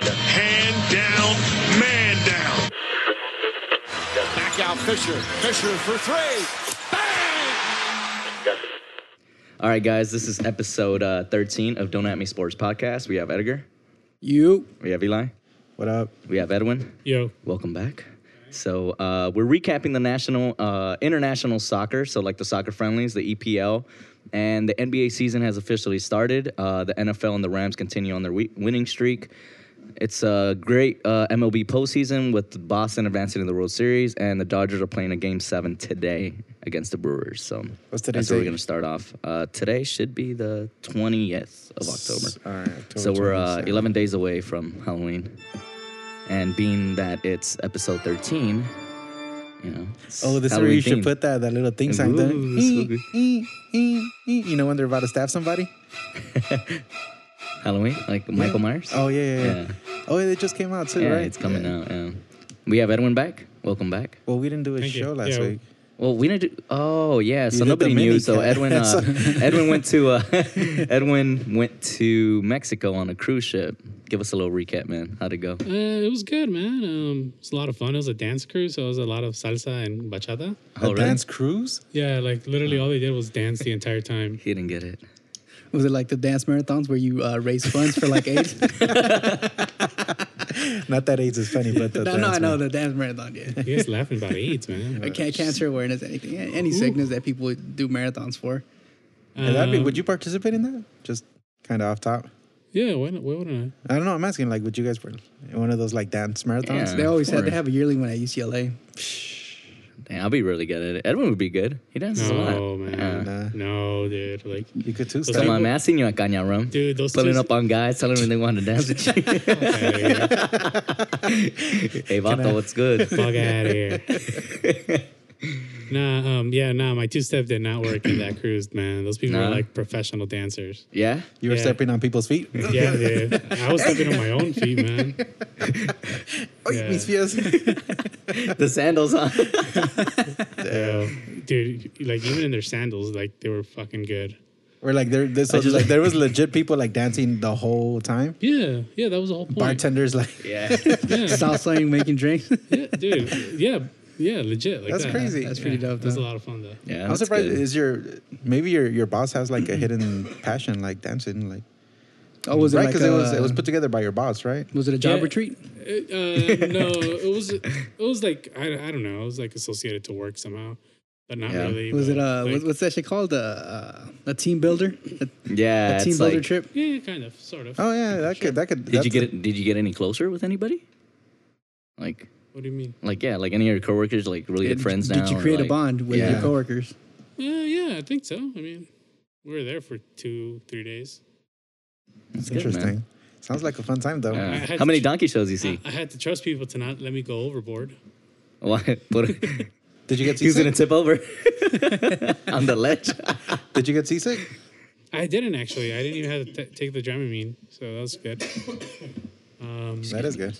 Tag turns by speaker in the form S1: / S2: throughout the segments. S1: Hand down, man down. Back out Fisher. Fisher for three. Bang!
S2: All right, guys, this is episode uh, 13 of Don't At Me Sports Podcast. We have Edgar,
S3: You.
S2: we have Eli,
S3: What up?
S2: we have Edwin.
S4: Yo,
S2: Welcome back. So uh, we're recapping the national, uh, international soccer, so like the soccer friendlies, the EPL, and the NBA season has officially started. Uh, the NFL and the Rams continue on their we- winning streak. It's a great uh, MLB postseason with Boston advancing to the World Series, and the Dodgers are playing a Game Seven today against the Brewers. So
S3: What's
S2: that's
S3: today's
S2: where we're
S3: date?
S2: gonna start off. Uh, today should be the twentieth of October.
S3: All right. October
S2: So we're uh,
S3: 27th.
S2: 11 days away from Halloween. And being that it's episode 13, you know. it's
S3: Oh, this is where
S2: Halloween
S3: you should
S2: themed.
S3: put that that little thing
S2: Ooh,
S3: sign there.
S2: spooky.
S3: Eh, eh, eh. You know when they're about to stab somebody?
S2: Halloween, like Michael Myers.
S3: Oh yeah, yeah, yeah.
S2: Yeah.
S3: Oh, it just came out too,
S2: yeah,
S3: right?
S2: it's coming
S3: Yeah.
S2: out. Yeah. We have Edwin back. Welcome back.
S3: Well, we didn't do a
S4: Thank you.
S3: show last
S4: Yeah.
S3: week.
S2: Well, we didn't. Do, oh yeah,
S3: did
S2: so
S3: the
S2: nobody knew.
S3: mini
S2: So
S3: cat.
S2: Edwin, uh,
S3: So-
S2: Edwin went to uh, Edwin went to Mexico on a cruise ship. Give us a little recap, man. How'd it go?
S4: uh, it was good, man. Um, it's a lot of fun. It was a dance crew, so it was a lot of salsa and bachata.
S2: Oh,
S3: a
S2: really?
S3: dance cruise?
S4: Yeah, like literally all they did was dance the entire time.
S2: He didn't get it.
S5: Was it like the dance marathons where you uh, raise funds for like AIDS?
S3: Not that AIDS is funny, but the
S5: no,
S3: dance
S5: no, I know
S3: one.
S5: the dance marathon. Yeah,
S4: You guys laughing about AIDS, man.
S5: Ca- cancer awareness, anything, a- any sickness that people do marathons for.
S3: And that'd be,
S4: Um,
S3: would you participate in that? Just kind of off top.
S4: Yeah, why, not- why wouldn't
S3: I don't know. I'm asking, like, would you guys part- in one of those like dance marathons?
S2: Yeah.
S5: They always
S2: of
S5: had. They
S2: course.
S5: have a yearly one at UCLA.
S2: Dang, I'll be really good at it. Edwin would be good. He dances a lot. Uh,
S4: No, man.
S3: Nah.
S4: No, dude. Like,
S3: You could too.
S4: Those
S2: Come
S3: Steph.
S4: people-
S2: on, man. I seen you at Caña Rum.
S4: Dude, those
S2: Pulling
S4: two-
S2: up on guys, telling them they want to dance with you.
S4: hey,
S2: hey, Vato, what's good?
S4: fuck out of here. nah, um, yeah, nah. My two step did not work in that cruise, man. Those people
S2: Nah.
S4: were like professional dancers.
S2: Yeah?
S3: You were
S4: Yeah.
S3: stepping on people's feet.
S4: Yeah, dude. I was stepping on my own feet, man.
S3: Oy,
S4: Yeah.
S3: mis pies.
S2: The sandals on.
S4: Yeah. Dude, like even in their sandals, like they were fucking good.
S3: We're like there. This
S2: I
S3: was
S2: just-
S3: like there was legit people like dancing the whole time.
S4: Yeah, yeah, that was the whole point.
S3: Bartenders like
S2: yeah.
S4: Yeah,
S5: Salsaing, making drinks.
S4: yeah, dude. Yeah, yeah, legit. Like
S3: that's
S4: that.
S3: crazy.
S5: That's pretty dope.
S4: That's a
S5: Though.
S4: lot of fun though.
S2: Yeah.
S3: I'm
S2: that's
S3: surprised.
S2: good.
S3: Is your maybe your your boss has like a hidden passion like dancing like
S5: Oh, was it
S3: right
S5: like
S3: because it was
S5: a-
S3: it was put together by your boss right?
S5: was it a job
S4: Yeah.
S5: retreat?
S4: It, uh, no, it was it was like I, I don't know. It was like associated to work somehow, but not
S2: Yeah.
S4: really.
S5: Was
S4: but,
S5: it uh,
S4: like-
S5: what what's that shit called? Uh, uh, a team builder, a,
S2: Yeah.
S5: a
S2: it's
S5: team builder
S2: like-
S5: trip.
S4: Yeah, kind of, sort of.
S3: Oh yeah, that could that could.
S2: Did you get it? Did you get any closer with anybody? Like,
S4: What do you mean?
S2: like yeah, like any of your coworkers, like really good
S5: Did-
S2: friends now.
S5: Did you
S2: or,
S5: create a
S2: like-
S5: bond with
S3: Yeah.
S5: your coworkers?
S4: Uh, yeah, I think so. I mean, we were there for two, three days.
S2: That's good, man.
S3: Interesting. Sounds like a fun time though.
S2: Yeah.
S4: Uh, I had
S2: How many
S4: to-
S2: donkey shows you see?
S4: I, I had to trust people to not let me go overboard.
S2: Why? What- he
S3: Did you get
S2: was gonna
S3: seasick?
S2: tip over on the ledge.
S3: Did you get seasick?
S4: I didn't actually. I didn't even have to t- take the Dramamine, so that was good. Um,
S3: That is good.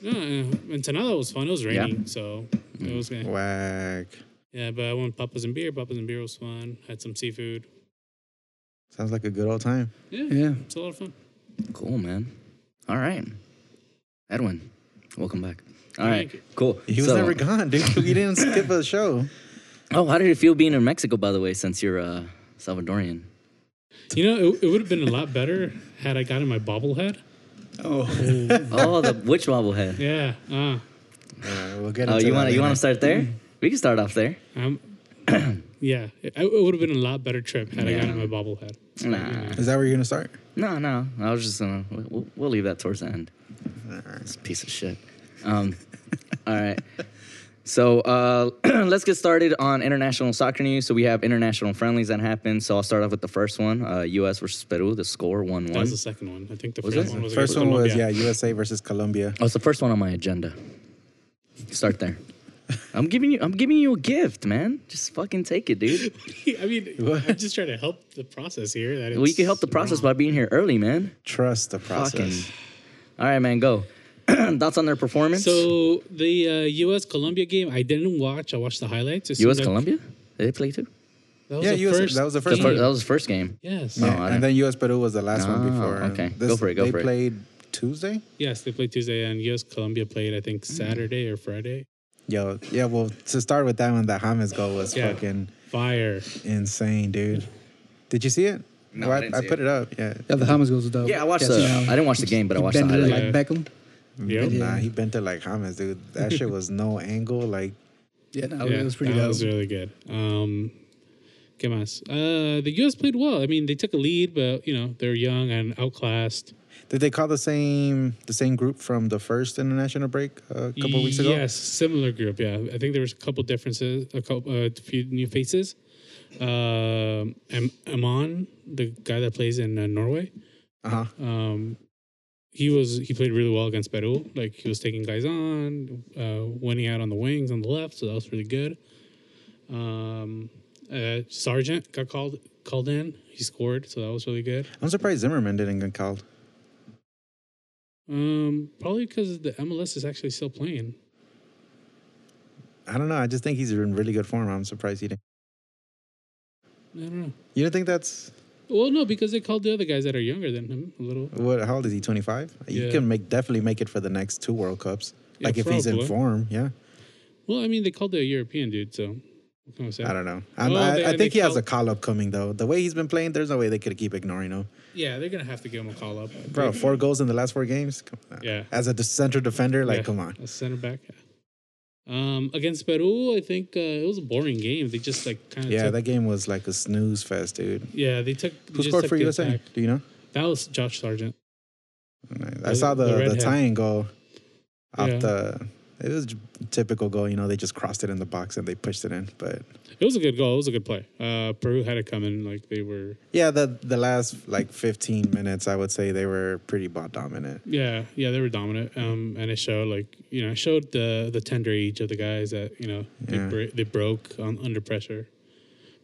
S4: No, uh, Ensenada was fun. It was
S2: Yeah.
S4: raining, so it was good.
S3: Whack.
S4: Yeah, but I went Papa's and beer. Papa's and beer was fun. Had some seafood.
S3: Sounds like a good old time.
S4: Yeah,
S5: Yeah.
S4: it's a lot of fun.
S2: Cool, man. All right, Edwin, welcome back. All right,
S4: Thank you.
S2: cool.
S3: He was
S2: So-
S3: never gone, dude. We didn't skip a show.
S2: Oh, how did it feel being in Mexico, by the way, since you're uh, Salvadorian?
S4: You know, it, it would have been a lot better had I gotten my bobblehead.
S5: Oh,
S2: Oh, the witch bobblehead.
S4: Yeah. Uh,
S3: Uh, we'll get
S2: Oh,
S3: into
S2: you
S3: that
S2: want to you
S3: later.
S2: want to start there? We can start off there.
S4: um, yeah, it, it would have been a lot better trip had I gotten my bobblehead.
S2: Nah,
S3: Is that where you're gonna start?
S2: no, no. I was just gonna. we- We'll, we'll leave that towards the end. It's a piece of shit. Um, all right. So uh, let's get started on international soccer news. So we have international friendlies that happened. So I'll start off with the first one: uh, U.S. versus Peru. The score one
S4: That
S2: one.
S4: was the second one. I think the
S2: Was
S4: first
S2: it?
S4: one was
S3: First
S4: against
S3: one was yeah,
S4: Colombia.
S3: USA versus Colombia.
S2: Oh, it's the first one on my agenda. Start there. I'm giving you. I'm giving you a gift, man. Just fucking take it, dude.
S4: I mean, I'm just trying to help the process here. That
S2: Well, you can help the
S4: it's
S2: process
S4: wrong.
S2: by being here early, man.
S3: Trust the process.
S2: Fucking. All right, man, go. Thoughts on their performance?
S4: So the uh, U.S. Colombia game, I didn't watch. I watched the highlights. It seemed
S2: U.S.
S4: like-
S2: Colombia? Did they play too?
S4: That was
S3: Yeah,
S4: the
S3: US
S4: first
S3: that was the
S2: The
S3: first
S2: fir-
S3: one.
S2: that was the first game.
S4: Yes.
S2: No.
S3: Yeah,
S2: I didn't-
S3: and then U.S. Peru was the last one
S2: Oh,
S3: before.
S2: okay. Go for it, go
S3: they
S2: for it.
S3: played Tuesday.
S4: Yes, they played Tuesday, and yes, Colombia played I
S5: Mm.
S4: think Saturday or Friday.
S3: Yo, yeah. Well, to start with that one, that James goal was
S4: Yeah.
S3: fucking
S4: Fire.
S3: insane, dude. Did you see it?
S2: No,
S3: Oh,
S2: I didn't see
S3: put
S2: it.
S3: it up. Yeah.
S5: Yeah, the Hamas goes dope.
S2: Yeah, I watched the. I didn't watch the game, but I watched the
S5: it
S2: highlight.
S5: like Beckham.
S4: Yep.
S5: Yeah.
S3: Nah, he bent it like James, dude. That shit was no angle. Like,
S5: Yeah, no,
S4: Yeah,
S5: it was pretty
S4: that
S5: dope.
S4: was really good. Um, ¿Qué más? Uh, the U.S. played well. I mean, they took a lead, but you know they're young and outclassed.
S3: did they call the same the same group from the first international break uh, a couple weeks ago?
S4: Yes, similar group. Yeah, I think there was a couple differences, a couple, uh, a few new faces. Um, Am- Amon, the guy that plays in uh, Norway,
S3: Uh huh.
S4: um, he was he played really well against Peru. Like he was taking guys on, uh, winning out on the wings on the left, so that was really good. Um, uh, Sargent got called called in. He scored, so that was really good.
S3: I'm surprised Zimmerman didn't get called.
S4: Um, probably because the MLS is actually still playing.
S3: I don't know. I just think he's in really good form. I'm surprised he didn't.
S4: I don't know.
S3: You don't think that's
S4: Well, no, because they called the other guys that are younger than him a little.
S3: what? How old is he? 25.
S4: Yeah.
S3: You can make definitely make it for the next two World Cups.
S4: Yeah,
S3: like if he's in
S4: probably.
S3: form, yeah.
S4: Well, I mean, they called the European dude, so what can I say?
S3: I don't know. I'm,
S4: Well,
S3: I,
S4: they-
S3: I
S4: they
S3: think he has
S4: call-
S3: a call up coming though. The way he's been playing, there's no way they could keep ignoring him.
S4: Yeah, they're gonna have to give him a call up,
S3: Bro, four goals in the last four games. Come on.
S4: Yeah.
S3: As a de- center defender, like
S4: Yeah,
S3: come on.
S4: a center back. yeah. Um, against Peru, I think uh, it was a boring game. They just like kind of
S3: Yeah,
S4: took,
S3: that game was like a snooze fest, dude.
S4: yeah they took they
S3: Who
S4: just
S3: scored
S4: took
S3: for
S4: it
S3: USA?
S4: back.
S3: Do you know?
S4: That was Josh Sargent.
S3: I
S4: The-
S3: saw
S4: the
S3: the the,
S4: redhead.
S3: tying goal off
S4: Yeah.
S3: the. It was j- typical goal, you know. They just crossed it in the box and they pushed it in. But
S4: It was a good goal. It was a good play. Uh, Peru had it coming. Like they were.
S3: yeah, the the last like 15 minutes, I would say they were pretty ball dominant.
S4: Yeah, yeah, they were dominant. Um, and it showed like you know it showed the the tender age of the guys that you know they,
S3: Yeah.
S4: br- they broke on, under pressure.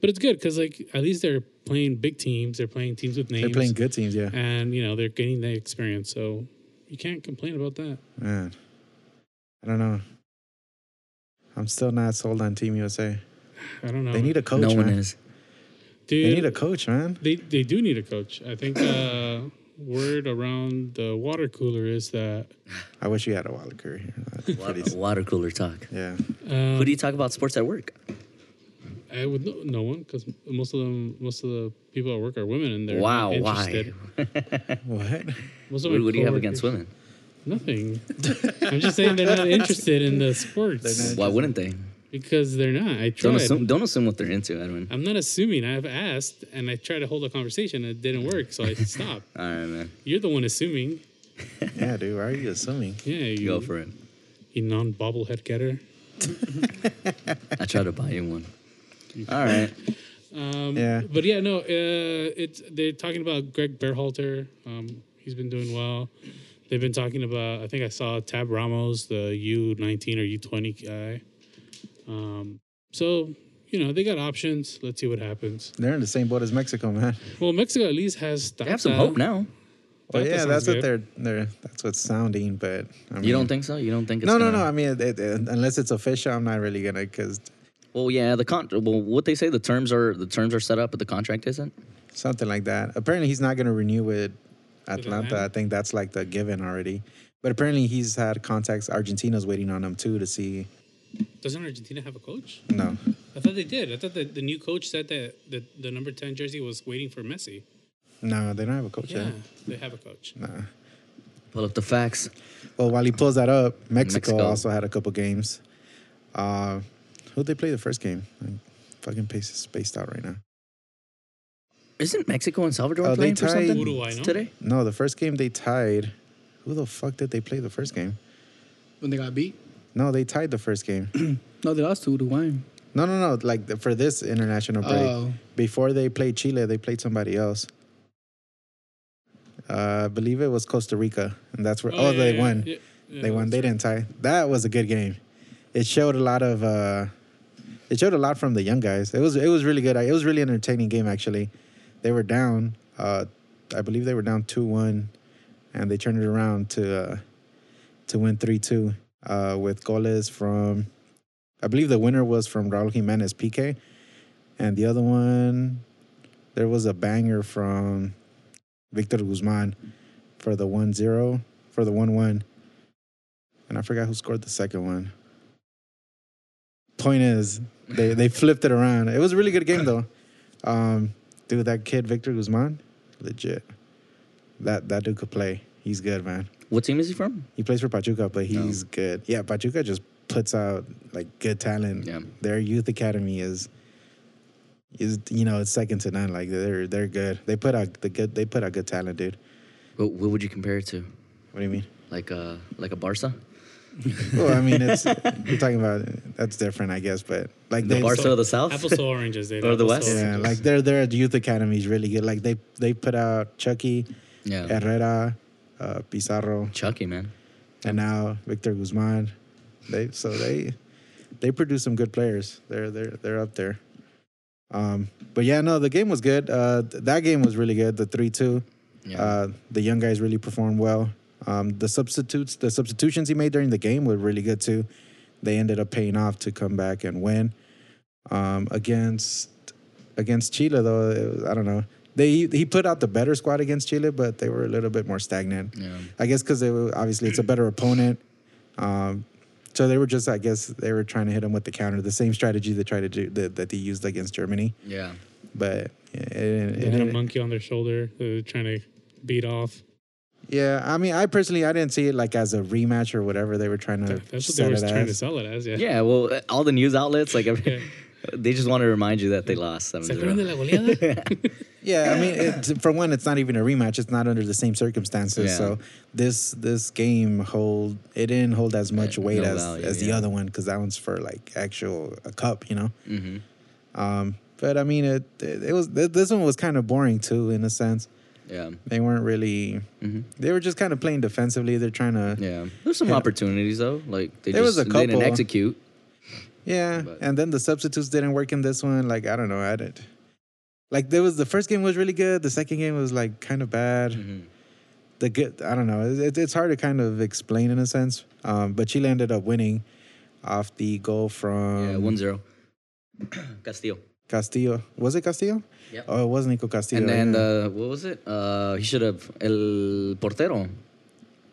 S4: But it's good because like at least they're playing big teams. They're playing teams with names.
S3: They're playing good teams, yeah.
S4: and you know they're getting that experience. So you can't complain about that.
S3: Man, I don't know. I'm still not sold on Team USA.
S4: I don't know.
S3: They need a coach,
S2: Mm-hmm. No one
S3: man.
S2: is.
S4: Dude,
S3: They need a coach, man.
S4: They they do need a coach. I think uh, word around the water cooler is that
S3: I wish you had a Wild Curry here. That'd be
S2: Water,
S3: pretty-
S2: water cooler talk.
S3: yeah.
S4: um,
S2: Who do you talk about sports at work?
S4: I would no, no one because most of them most of the people at work are women and they're
S2: Wow,
S4: wow
S2: why?
S4: interested.
S3: What?
S4: Most of
S2: What,
S4: my
S2: what do you have against
S4: coworkers-
S2: women?
S4: Nothing. I'm just saying they're not interested in the
S3: They're
S4: sports
S3: not-
S2: Why wouldn't they?
S4: because they're not. I tried.
S2: Don't assume. Don't assume what they're into, Edwin.
S4: I'm not assuming. I've asked and I tried to hold a conversation. and It didn't work, so I stopped.
S2: All right, man.
S4: You're the one assuming.
S3: Yeah, dude. Why are you assuming?
S4: Yeah, you,
S2: Go for it.
S4: you non bobblehead getter.
S2: I tried to buy you one. All right.
S4: Um,
S3: Yeah.
S4: But yeah, no, uh, it's they're talking about Greg Berhalter. Um, he's been doing well. They've been talking about. I think I saw Tab Ramos, the U nineteen or U twenty guy. Um, so you know they got options. Let's see what happens.
S3: They're in the same boat as Mexico, man.
S4: Well, Mexico at least has.
S2: They have some hope now.
S3: Well,
S4: That
S3: Oh, yeah,
S4: sounds
S3: that's
S4: good.
S3: what they're they're that's what's sounding, but I mean,
S2: You don't think so? You don't think it's
S3: No, no,
S2: gonna-
S3: no. I mean, it, it, unless it's official, I'm not really gonna because
S2: Well, yeah, the con. Well, what they say the terms are the terms are set up, but the contract isn't.
S3: something like that. Apparently, he's not gonna renew with Atlanta.
S4: Atlanta?
S3: I think that's like the given already. But apparently, he's had contacts. Argentina's waiting on him too to see.
S4: Doesn't Argentina have a coach?
S3: No,
S4: I thought they did. I thought that the new coach said that the, the number ten jersey was waiting for Messi.
S3: no, they don't have a coach.
S4: Yeah,
S3: Yeah.
S4: they have a coach.
S3: Nah.
S2: Pull up the facts.
S3: Well, while he pulls that up, Mexico,
S2: Mexico.
S3: also had a couple games. Uh, who they play the first game? I'm fucking pace- spaced out right now.
S2: Isn't Mexico and Salvador
S3: Oh, they
S2: playing for
S3: tied-
S2: something
S4: Who do I know?
S2: today?
S3: No, the first game they tied. Who the fuck did they play the first game?
S5: When they got beat?
S3: No, they tied the first game.
S5: No, they lost to Uruguay.
S3: No, no, no. Like the, for this international break,
S5: Oh.
S3: before they played Chile, they played somebody else. Uh, I believe it was Costa Rica, and that's where. Oh,
S4: yeah,
S3: they
S4: yeah,
S3: won.
S4: yeah, yeah,
S3: they won.
S4: that's-
S3: They didn't tie. That was a good game. It showed a lot of. Uh, it showed a lot from the young guys. It was it was really good. It was really entertaining game actually. They were down. Uh, I believe they were down two one, and they turned it around to uh, to win three two uh, with goals from. I believe the winner was from Raul Jimenez PK, and the other one, there was a banger from Victor Guzman for the 1-0, for the 1-1. And I forgot who scored the second one. Point is, they, they flipped it around. It was a really good game, though. Um, dude, that kid, Victor Guzman, legit. That, that dude could play. He's good, man.
S2: What team is he from?
S3: He plays for Pachuca, but he's good. Yeah, Pachuca just puts out like good talent.
S2: Yeah.
S3: Their youth academy is is you know, it's second to none. Like they're they're good. They put out the good they put out good talent, dude.
S2: What, what would you compare it to?
S3: What do you mean?
S2: Like a like a Barca?
S3: well, I mean it's you're talking about that's different, I guess, but like
S2: The
S3: they
S2: Barca of the South?
S4: Apples to oranges, Dave.
S2: Or the
S4: apples to
S2: West?
S3: Yeah,
S4: oranges.
S3: like their their youth academy is really good. Like they they put out Chucky,
S2: Yeah.
S3: Herrera, uh, Pizarro,
S2: Chucky, man.
S3: and now Victor Guzman. They so they they produce some good players. They're they're they're up there. Um, but yeah, no, the game was good. Uh, th- that game was really good. The three two.
S2: Yeah.
S3: Uh, the young guys really performed well. Um, the substitutes, the substitutions he made during the game were really good too. They ended up paying off to come back and win. Um, against against Chile though, it was, I don't know. They he put out the better squad against Chile, but they were a little bit more stagnant.
S2: Yeah.
S3: I guess because they were obviously it's a better opponent. Um, so they were just, I guess, they were trying to hit them with the counter, the same strategy they tried to do that, that they used against Germany.
S2: yeah.
S3: But yeah, it, it,
S4: They had a monkey on their shoulder that they were trying to beat off.
S3: yeah, I mean, I personally, I didn't see it like as a rematch or whatever they were trying to.
S4: That's what
S3: set
S4: they were
S3: it
S4: trying to
S3: as.
S4: sell it as. Yeah.
S2: Yeah, well, uh, all the news outlets, like, every,
S4: Yeah.
S2: they just want to remind you that they lost 7
S4: ¿Sacaron de la goleada?
S3: Yeah, I mean, it, for one, it's not even a rematch. It's not under the same circumstances.
S2: Yeah.
S3: So this this game hold it didn't hold as much
S2: Right,
S3: weight
S2: Uh, no
S3: as
S2: value,
S3: as the
S2: yeah.
S3: other one because that one's for like actual a cup, you know.
S2: hmm
S3: Um, but I mean, it it, it was th- this one was kind of boring too in a sense.
S2: Yeah.
S3: They weren't really. They were just kind of playing defensively. They're trying to. Yeah.
S2: Mm-hmm. Yeah. There's some
S3: Yeah.
S2: opportunities, though. Like, they
S3: There
S2: just
S3: was a
S2: they didn't
S3: couple.
S2: execute. But-
S3: And then the substitutes didn't work in this one. Like I don't know. I did. Like there was the first game was really good. The second game was like kind of bad.
S2: Mm. Mm-hmm.
S3: The good. I don't know. It, it- it's hard to kind of explain in a sense. Um, but Chile ended up winning off the goal from
S2: yeah, 1 0. Castillo.
S3: Um, Castillo. Was it Castillo?
S2: Yep.
S3: Oh, it was Nico Castillo.
S2: And then,
S3: yeah.
S2: uh, what was it? Uh, he should have. El Portero.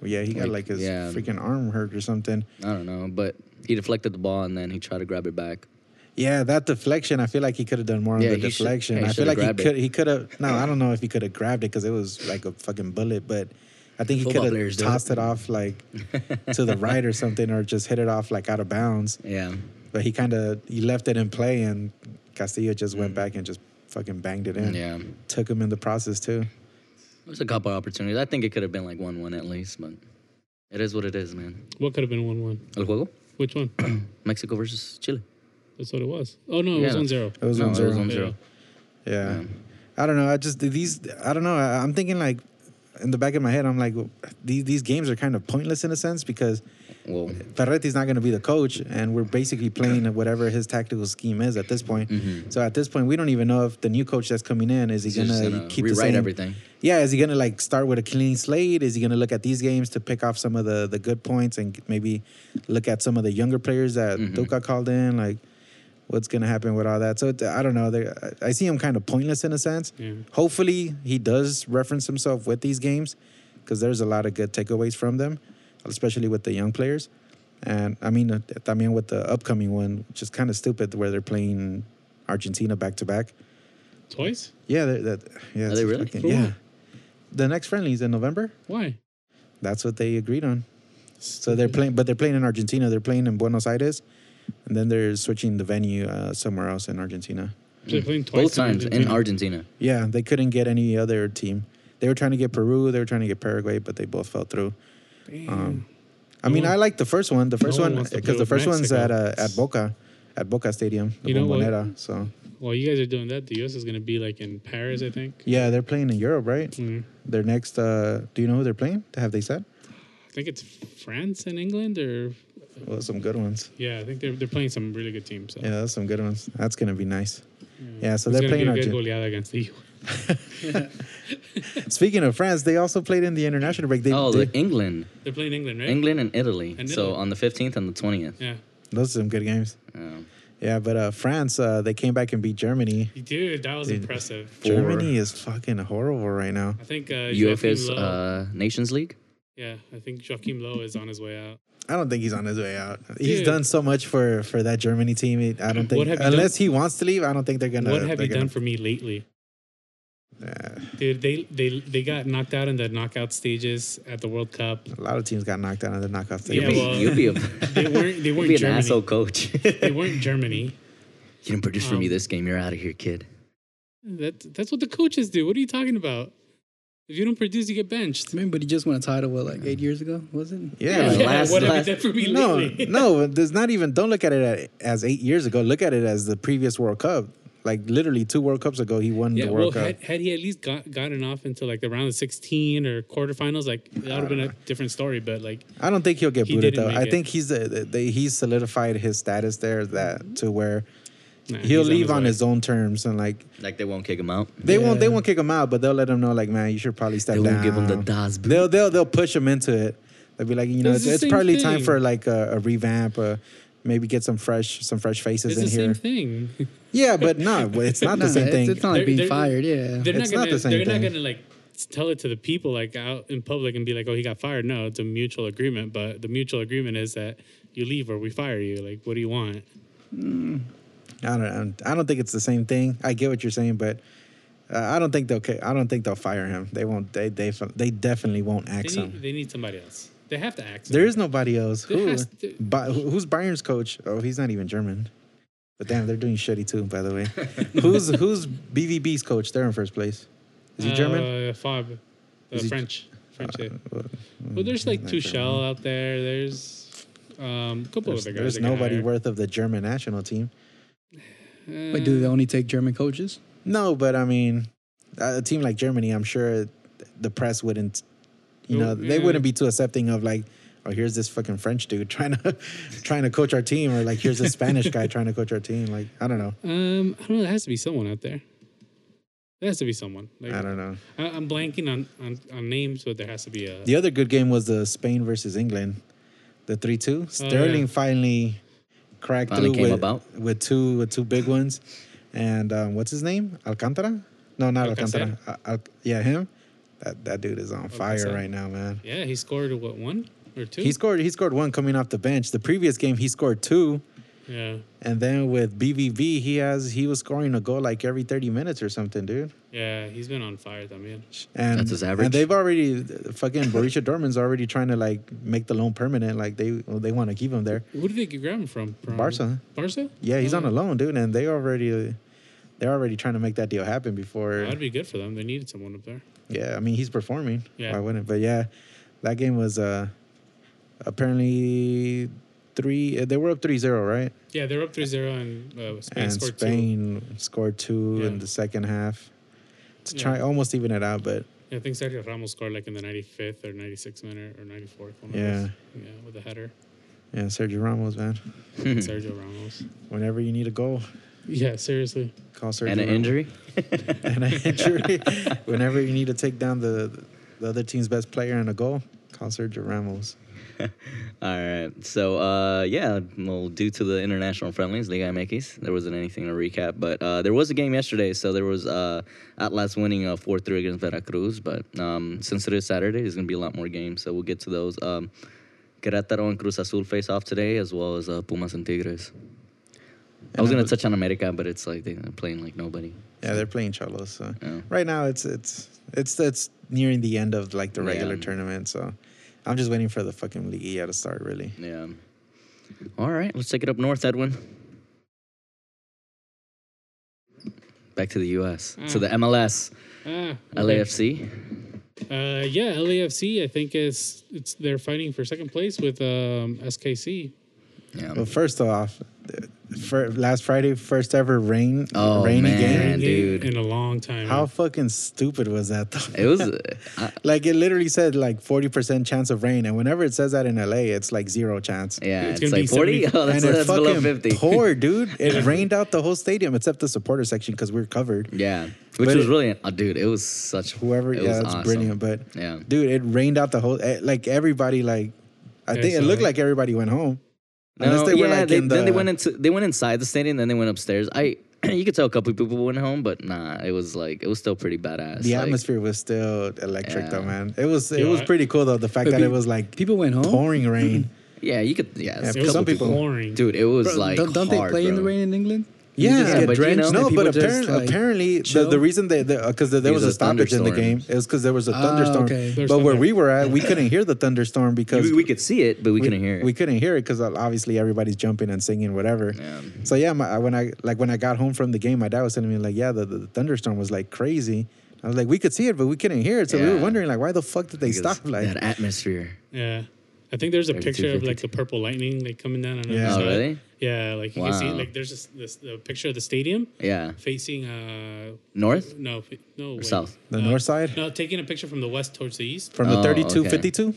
S3: yeah, he got
S2: like,
S3: like his
S2: yeah.
S3: freaking arm hurt or something.
S2: I don't know, but he deflected the ball and then he tried to grab it back.
S3: Yeah, that deflection. I feel like he could have done more on
S2: Yeah,
S3: the
S2: he should-
S3: deflection.
S2: yeah, he
S3: I feel
S2: should've
S3: like he
S2: grabbed it.
S3: could. He could have. No, I don't know if he could have grabbed it because it was like a fucking bullet. But I think he
S2: Football
S3: could have
S2: players do
S3: tossed
S2: it.
S3: it off like to the right or something, or just hit it off like out of bounds.
S2: Yeah.
S3: But he kind of he left it in play, and Castillo just went back and just fucking banged it in.
S2: Mm. Yeah.
S3: took him in the process too.
S2: There's a couple opportunities. I think it could have been like 1 1 at least, but it is what it is, man.
S4: what could have been 1 1?
S2: El juego?
S4: Which one?
S2: Mexico versus Chile.
S4: That's what it was. Oh, no, it
S2: Yeah.
S4: was 1 0.
S3: It was
S2: No,
S3: on
S2: it was
S3: zero.
S2: 1
S4: Yeah.
S2: 0.
S3: Yeah. I don't know. I just these. I don't know. I, I'm thinking like in the back of my head, I'm like these these games are kind of pointless in a sense because
S2: Well,
S3: Ferretti's not going to be the coach, and we're basically playing whatever his tactical scheme is at this point. So at this point, we don't even know if the new coach that's coming in is he
S2: Mm-hmm. He's
S3: going
S2: just
S3: to
S2: gonna
S3: keep the
S2: rewrite
S3: same-
S2: everything.
S3: Yeah, is he going to like start with a clean slate? Is he going to look at these games to pick off some of the the good points and maybe look at some of the younger players that
S2: Mm-hmm.
S3: Duca called in? Like, what's going to happen with all that? So it, I don't know. There, I I see him kind of pointless in a sense.
S4: Yeah.
S3: Hopefully, he does reference himself with these games because there's a lot of good takeaways from them, especially with the young players. And I mean, uh, I mean, with the upcoming one, which is kind of stupid where they're playing Argentina back to back.
S4: Twice?
S3: Yeah, that, that, yeah.
S2: Are
S3: it's
S2: they really?
S3: fucking-
S4: For what?
S3: yeah. The next friendly is in November.
S4: Why?
S3: That's what they agreed on. So they're playing, but they're playing in Argentina. They're playing in Buenos Aires, and then they're switching the venue uh, somewhere else in Argentina.
S4: They're playing twice.
S2: Mm. both times in
S4: Argentina.
S2: Argentina.
S3: Yeah, they couldn't get any other team. They were trying to get Peru. They were trying to get Paraguay, but they both fell through. Um, I mean,
S4: one-
S3: I like the first one. The first
S4: one
S3: one
S4: wants to play
S3: because the
S4: with
S3: first one's at
S4: Mexico.
S3: uh, at Boca, at Boca Stadium, the
S4: You know what?
S3: Bombonera. So
S4: While you guys are doing that, the U.S. is going to be like in Paris, I think.
S3: yeah, they're playing in Europe, right?
S4: Mhm.
S3: Their next, uh, do you know who they're playing? Have they said?
S4: I think it's France and England, or
S3: Well, some good ones.
S4: yeah, I think they're, they're playing some really good teams. So.
S3: Yeah, that's some good ones. That's gonna be nice. Yeah, so
S4: Hmm. It's
S3: they're
S4: gonna be
S3: playing
S4: a good
S3: Argentina.
S4: goleada against the U.S.
S3: Speaking of France, they also played in the international break. They,
S2: Oh,
S3: they-
S2: the England,
S4: They're playing England, right?
S2: England and Italy.
S4: And
S2: so
S4: Italy.
S2: on the 15th and the 20th.
S4: Yeah.
S3: those are some good games.
S2: Yeah.
S3: Yeah, but uh, France, uh, they came back and beat Germany.
S4: Dude, that was
S3: Dude.
S4: impressive.
S3: Germany is fucking horrible right now.
S4: I think uh,
S2: UEFA's
S4: Joachim Low,
S2: uh, Nations League.
S4: yeah, I think Joachim Low is on his way out.
S3: I don't think he's on his way out. He's
S4: Dude.
S3: done so much for for that Germany team. It- I don't think
S4: What have you
S3: unless he wants to leave, I don't think they're gonna.
S4: what have
S3: they're
S4: you done
S3: gonna-
S4: for me lately?
S3: Yeah,
S4: Dude, they, they they got knocked out in the knockout stages at the World Cup.
S3: a lot of teams got knocked out in the knockout stage.
S4: Yeah,
S2: you'd be,
S4: well,
S2: you'd be, a,
S4: They weren't they
S2: you'd be
S4: weren't
S2: an
S4: Germany.
S2: asshole coach. you
S4: They weren't Germany.
S2: didn't produce for
S4: Um,
S2: me this game. You're out of here, kid.
S4: That that's what the coaches do. What are you talking about? If you don't produce, you get benched.
S5: I mean, but he just won a title, what, like eight years ago, was it?
S3: Yeah, like,
S2: Yeah. last-
S4: what have
S2: last-
S4: you done for me
S3: no,
S4: lately?
S3: no. There's not even. Don't look at it a- as eight years ago. Look at it as the previous World Cup. Like literally two World Cups ago, he won
S4: Yeah,
S3: the
S4: well,
S3: World Cup.
S4: had, had he at least got, gotten off into like the round of 16 or quarterfinals, like that would have been a
S3: Uh.
S4: different story. But like,
S3: I don't think he'll get
S4: He
S3: booted
S4: didn't
S3: though.
S4: make
S3: I
S4: it.
S3: think he's the, the, the- he's solidified his status there that to where
S4: nah,
S3: he'll
S4: he's
S3: leave on
S4: way.
S3: his own terms and like
S2: Like they won't kick him out.
S3: they won't they
S5: Yeah.
S3: won't kick him out, but they'll let him know like man, you should probably step
S2: They
S3: down.
S2: won't give him the Das Boot.
S3: They'll they'll they'll push him into it. They'll be like you know it's,
S4: It's the
S3: it's
S4: same
S3: probably time
S4: thing.
S3: for like a, a revamp. Uh, Maybe get some fresh, some fresh faces
S4: It's
S3: in
S4: the
S3: here.
S4: same thing.
S3: Yeah, but no, but it's not the
S5: Nah,
S3: same
S5: it's,
S3: thing.
S5: it's not like
S4: They're-
S5: being
S4: they're-
S5: fired, yeah.
S4: They're
S3: It's
S4: not
S3: not
S4: gonna.
S3: the same
S4: they're
S3: thing.
S4: not gonna like tell it to the people like out in public and be like, "Oh, he got fired." No, it's a mutual agreement. But the mutual agreement is that you leave or we fire you. Like, what do you want?
S3: I don't. I don't- I don't think it's the same thing. I get what you're saying, but uh, I don't think they'll. ca- I don't think they'll fire him. They won't. They they they definitely won't axe
S4: They need,
S3: him.
S4: they need somebody else. They have to act.
S3: There is nobody else.
S4: There
S3: Who?
S4: has to-
S3: Ba- who- who's Bayern's coach? Oh, he's not even German. But damn, they're doing shitty too. By the way, who's who's BVB's coach? They're in first place. Is he German?
S4: Uh, Fab, uh,
S3: Is he- uh,
S4: French, French. yeah.
S3: Well,
S4: well, there's like
S3: Mm, not
S4: Tuchel out there. There's um, a couple
S3: There's,
S4: other guys.
S3: there's
S4: that got
S3: nobody
S4: hired. Uh,
S3: worth of the German national team.
S5: But do they only take German coaches?
S3: No, but I mean, a a team like Germany, I'm sure the press wouldn't, you know,
S4: Oh,
S3: they
S4: yeah.
S3: wouldn't be too accepting of like, oh, here's this fucking French dude trying to trying to coach our team, or like here's this Spanish guy trying to coach our team. Like I don't know,
S4: Um, I don't know. There has to be someone out there. There has to be someone. Like,
S3: I don't know.
S4: I, I'm blanking on, on, on names, but there has to be a.
S3: The other good game was the Spain versus England, the three two.
S4: yeah.
S3: Sterling finally cracked
S2: Finally
S3: through
S2: came
S3: with,
S2: about.
S3: with two with two big ones, and um, what's his name? Alcantara? No, not
S4: Alcacer?
S3: Alcantara. Al- Al- yeah, him. That that dude is on fire
S4: Alcacer.
S3: right now, man.
S4: Yeah, he scored what one or two?
S3: He scored. He scored one coming off the bench. The previous game, he scored two,
S4: yeah,
S3: and then with BVV, he has he was scoring a goal like every thirty minutes or something, dude.
S4: yeah, he's been on fire, that man.
S3: And
S2: That's his average?
S3: And they've already fucking Borussia Dortmund's already trying to like make the loan permanent. Like they they want to keep him there.
S4: Who did they grab him from? from
S3: Barca.
S4: Barca.
S3: Yeah, he's on
S4: Oh,
S3: a loan, dude, and they already they're already trying to make that deal happen before.
S4: That'd be good for them. They needed someone up there.
S3: Yeah, I mean he's performing.
S4: Yeah.
S3: Why wouldn't? But yeah, that game was uh apparently three. eh, They were up 3-0, right?
S4: Yeah, they're up 3-0 and uh, Spain
S3: and
S4: scored
S3: Spain scored two
S4: Yeah.
S3: in the second half to
S4: Yeah.
S3: try almost even it out. But
S4: two. Yeah, I think Sergio Ramos scored like in the 95th or 96th minute or 94th. One of
S3: Yeah.
S4: those. yeah, with a header.
S3: yeah, Sergio Ramos, man,
S4: Sergio Ramos.
S3: whenever you need a goal,
S4: Yeah, seriously.
S3: call Sergio.
S2: And an
S3: Ramos.
S2: injury.
S3: and an injury. whenever you need to take down the the other team's best player and a goal, call Sergio Ramos.
S2: All right. So, uh, yeah, well, due to the international friendlies, Liga MX, there wasn't anything to recap. But uh, there was a game yesterday. So there was uh, Atlas winning 4 3 against Veracruz. But um, since it is Saturday, there's going to be a lot more games. So we'll get to those. Um, Querétaro and Cruz Azul face off today, as well as uh, Pumas and Tigres. I was
S3: And
S2: going
S3: I
S2: to touch on America, but it's like they're playing like nobody.
S3: Yeah, they're playing Cholos. So
S2: Yeah.
S3: right now it's it's it's it's nearing the end of like the regular
S2: Yeah.
S3: tournament. So I'm just waiting for the fucking Liguilla to start. Really,
S2: Yeah. All right. Let's take it up north, Edwin. Back to the U.S. To
S3: Mm.
S2: the MLS.
S4: Ah, okay.
S2: LAFC.
S4: Uh, yeah, LAFC. I think is it's they're fighting for second place with um, SKC.
S2: Yeah.
S3: Well, first off, for last Friday, first ever rain
S2: Oh,
S3: rainy game.
S2: man. dude.
S4: in a long time.
S3: How fucking stupid was that though?
S2: It was. uh, I,
S3: like it literally said like 40% chance of rain and whenever it says that in LA it's like zero chance.
S2: yeah,
S4: It's
S2: it's,
S4: gonna be
S2: like 40.
S4: 70.
S2: Oh, that's,
S3: and it
S2: that's below
S3: fucking
S2: 50.
S3: poured, dude. It rained out the whole stadium except the supporter section because we're covered.
S2: Yeah. Which
S3: But
S2: was
S3: it-
S2: really. Oh, dude, it was such.
S3: Whoever,
S2: it
S3: yeah,
S2: was
S3: that's
S2: awesome.
S3: brilliant. But
S2: Yeah.
S3: dude, it rained out the whole. eh, Like everybody, like I
S4: Yeah,
S3: think it
S4: so-
S3: looked like everybody went home. Unless they were, like,
S2: they,
S3: in
S2: then they
S3: the-
S2: went into they went inside the stadium, then they went upstairs. I you could tell a couple people went home, but nah, it was like it was still pretty badass.
S3: The
S2: like,
S3: atmosphere was still electric, though,
S2: Yeah.
S3: man. It was it
S4: Yeah,
S3: was
S4: I-
S3: pretty cool though. The fact
S5: But
S3: that
S5: pe-
S3: it was like
S5: people went home?
S3: pouring rain.
S2: Yeah, you could.
S3: Yeah,
S2: Yeah, a
S4: It was
S2: couple
S3: some
S2: people.
S3: people-
S4: boring.
S2: Dude, it was
S5: Bro,
S2: like
S5: don't, don't
S2: hard,
S5: they play in the
S2: bro.
S5: rain in England?
S3: Yeah,
S2: just get
S5: but you
S2: drenched
S5: know,
S3: no,
S5: and
S3: but
S5: people just,
S3: apparently,
S5: like,
S3: apparently the,
S5: chill?
S3: the reason they because there,
S2: Because
S3: was a
S2: of
S3: stoppage in the game
S2: thunderstorms.
S3: is because there was a
S5: Ah,
S3: thunderstorm.
S5: okay.
S3: But where
S4: Thunderstorm.
S3: we were at, we couldn't hear the thunderstorm because
S2: We, we could see it, but we, couldn't hear it.
S3: We couldn't hear it because obviously everybody's jumping and singing whatever.
S2: Yeah.
S3: So yeah, my, uh, when I like when I got home from the game, my dad was telling me like, yeah, the, the, thunderstorm was like crazy. I was like, we could see it, but we couldn't hear it. So we were
S2: Yeah.
S3: wondering like, why the fuck did they
S2: Because
S3: stop? Like,
S2: that atmosphere.
S4: Yeah. I think there's a
S2: Maybe
S4: picture of like the purple lightning like coming down on the
S3: Yeah.
S4: other
S2: Oh,
S4: side.
S2: really?
S4: Yeah, like you can see
S2: Wow.
S4: like there's this, this the picture of the stadium
S2: Yeah.
S4: facing uh
S2: North?
S4: no fa- no wait.
S2: south?
S3: The
S4: Uh,
S3: north side?
S4: No, taking a picture from the west towards the east.
S3: from the
S2: Oh,
S3: 32,
S2: okay.
S3: 52?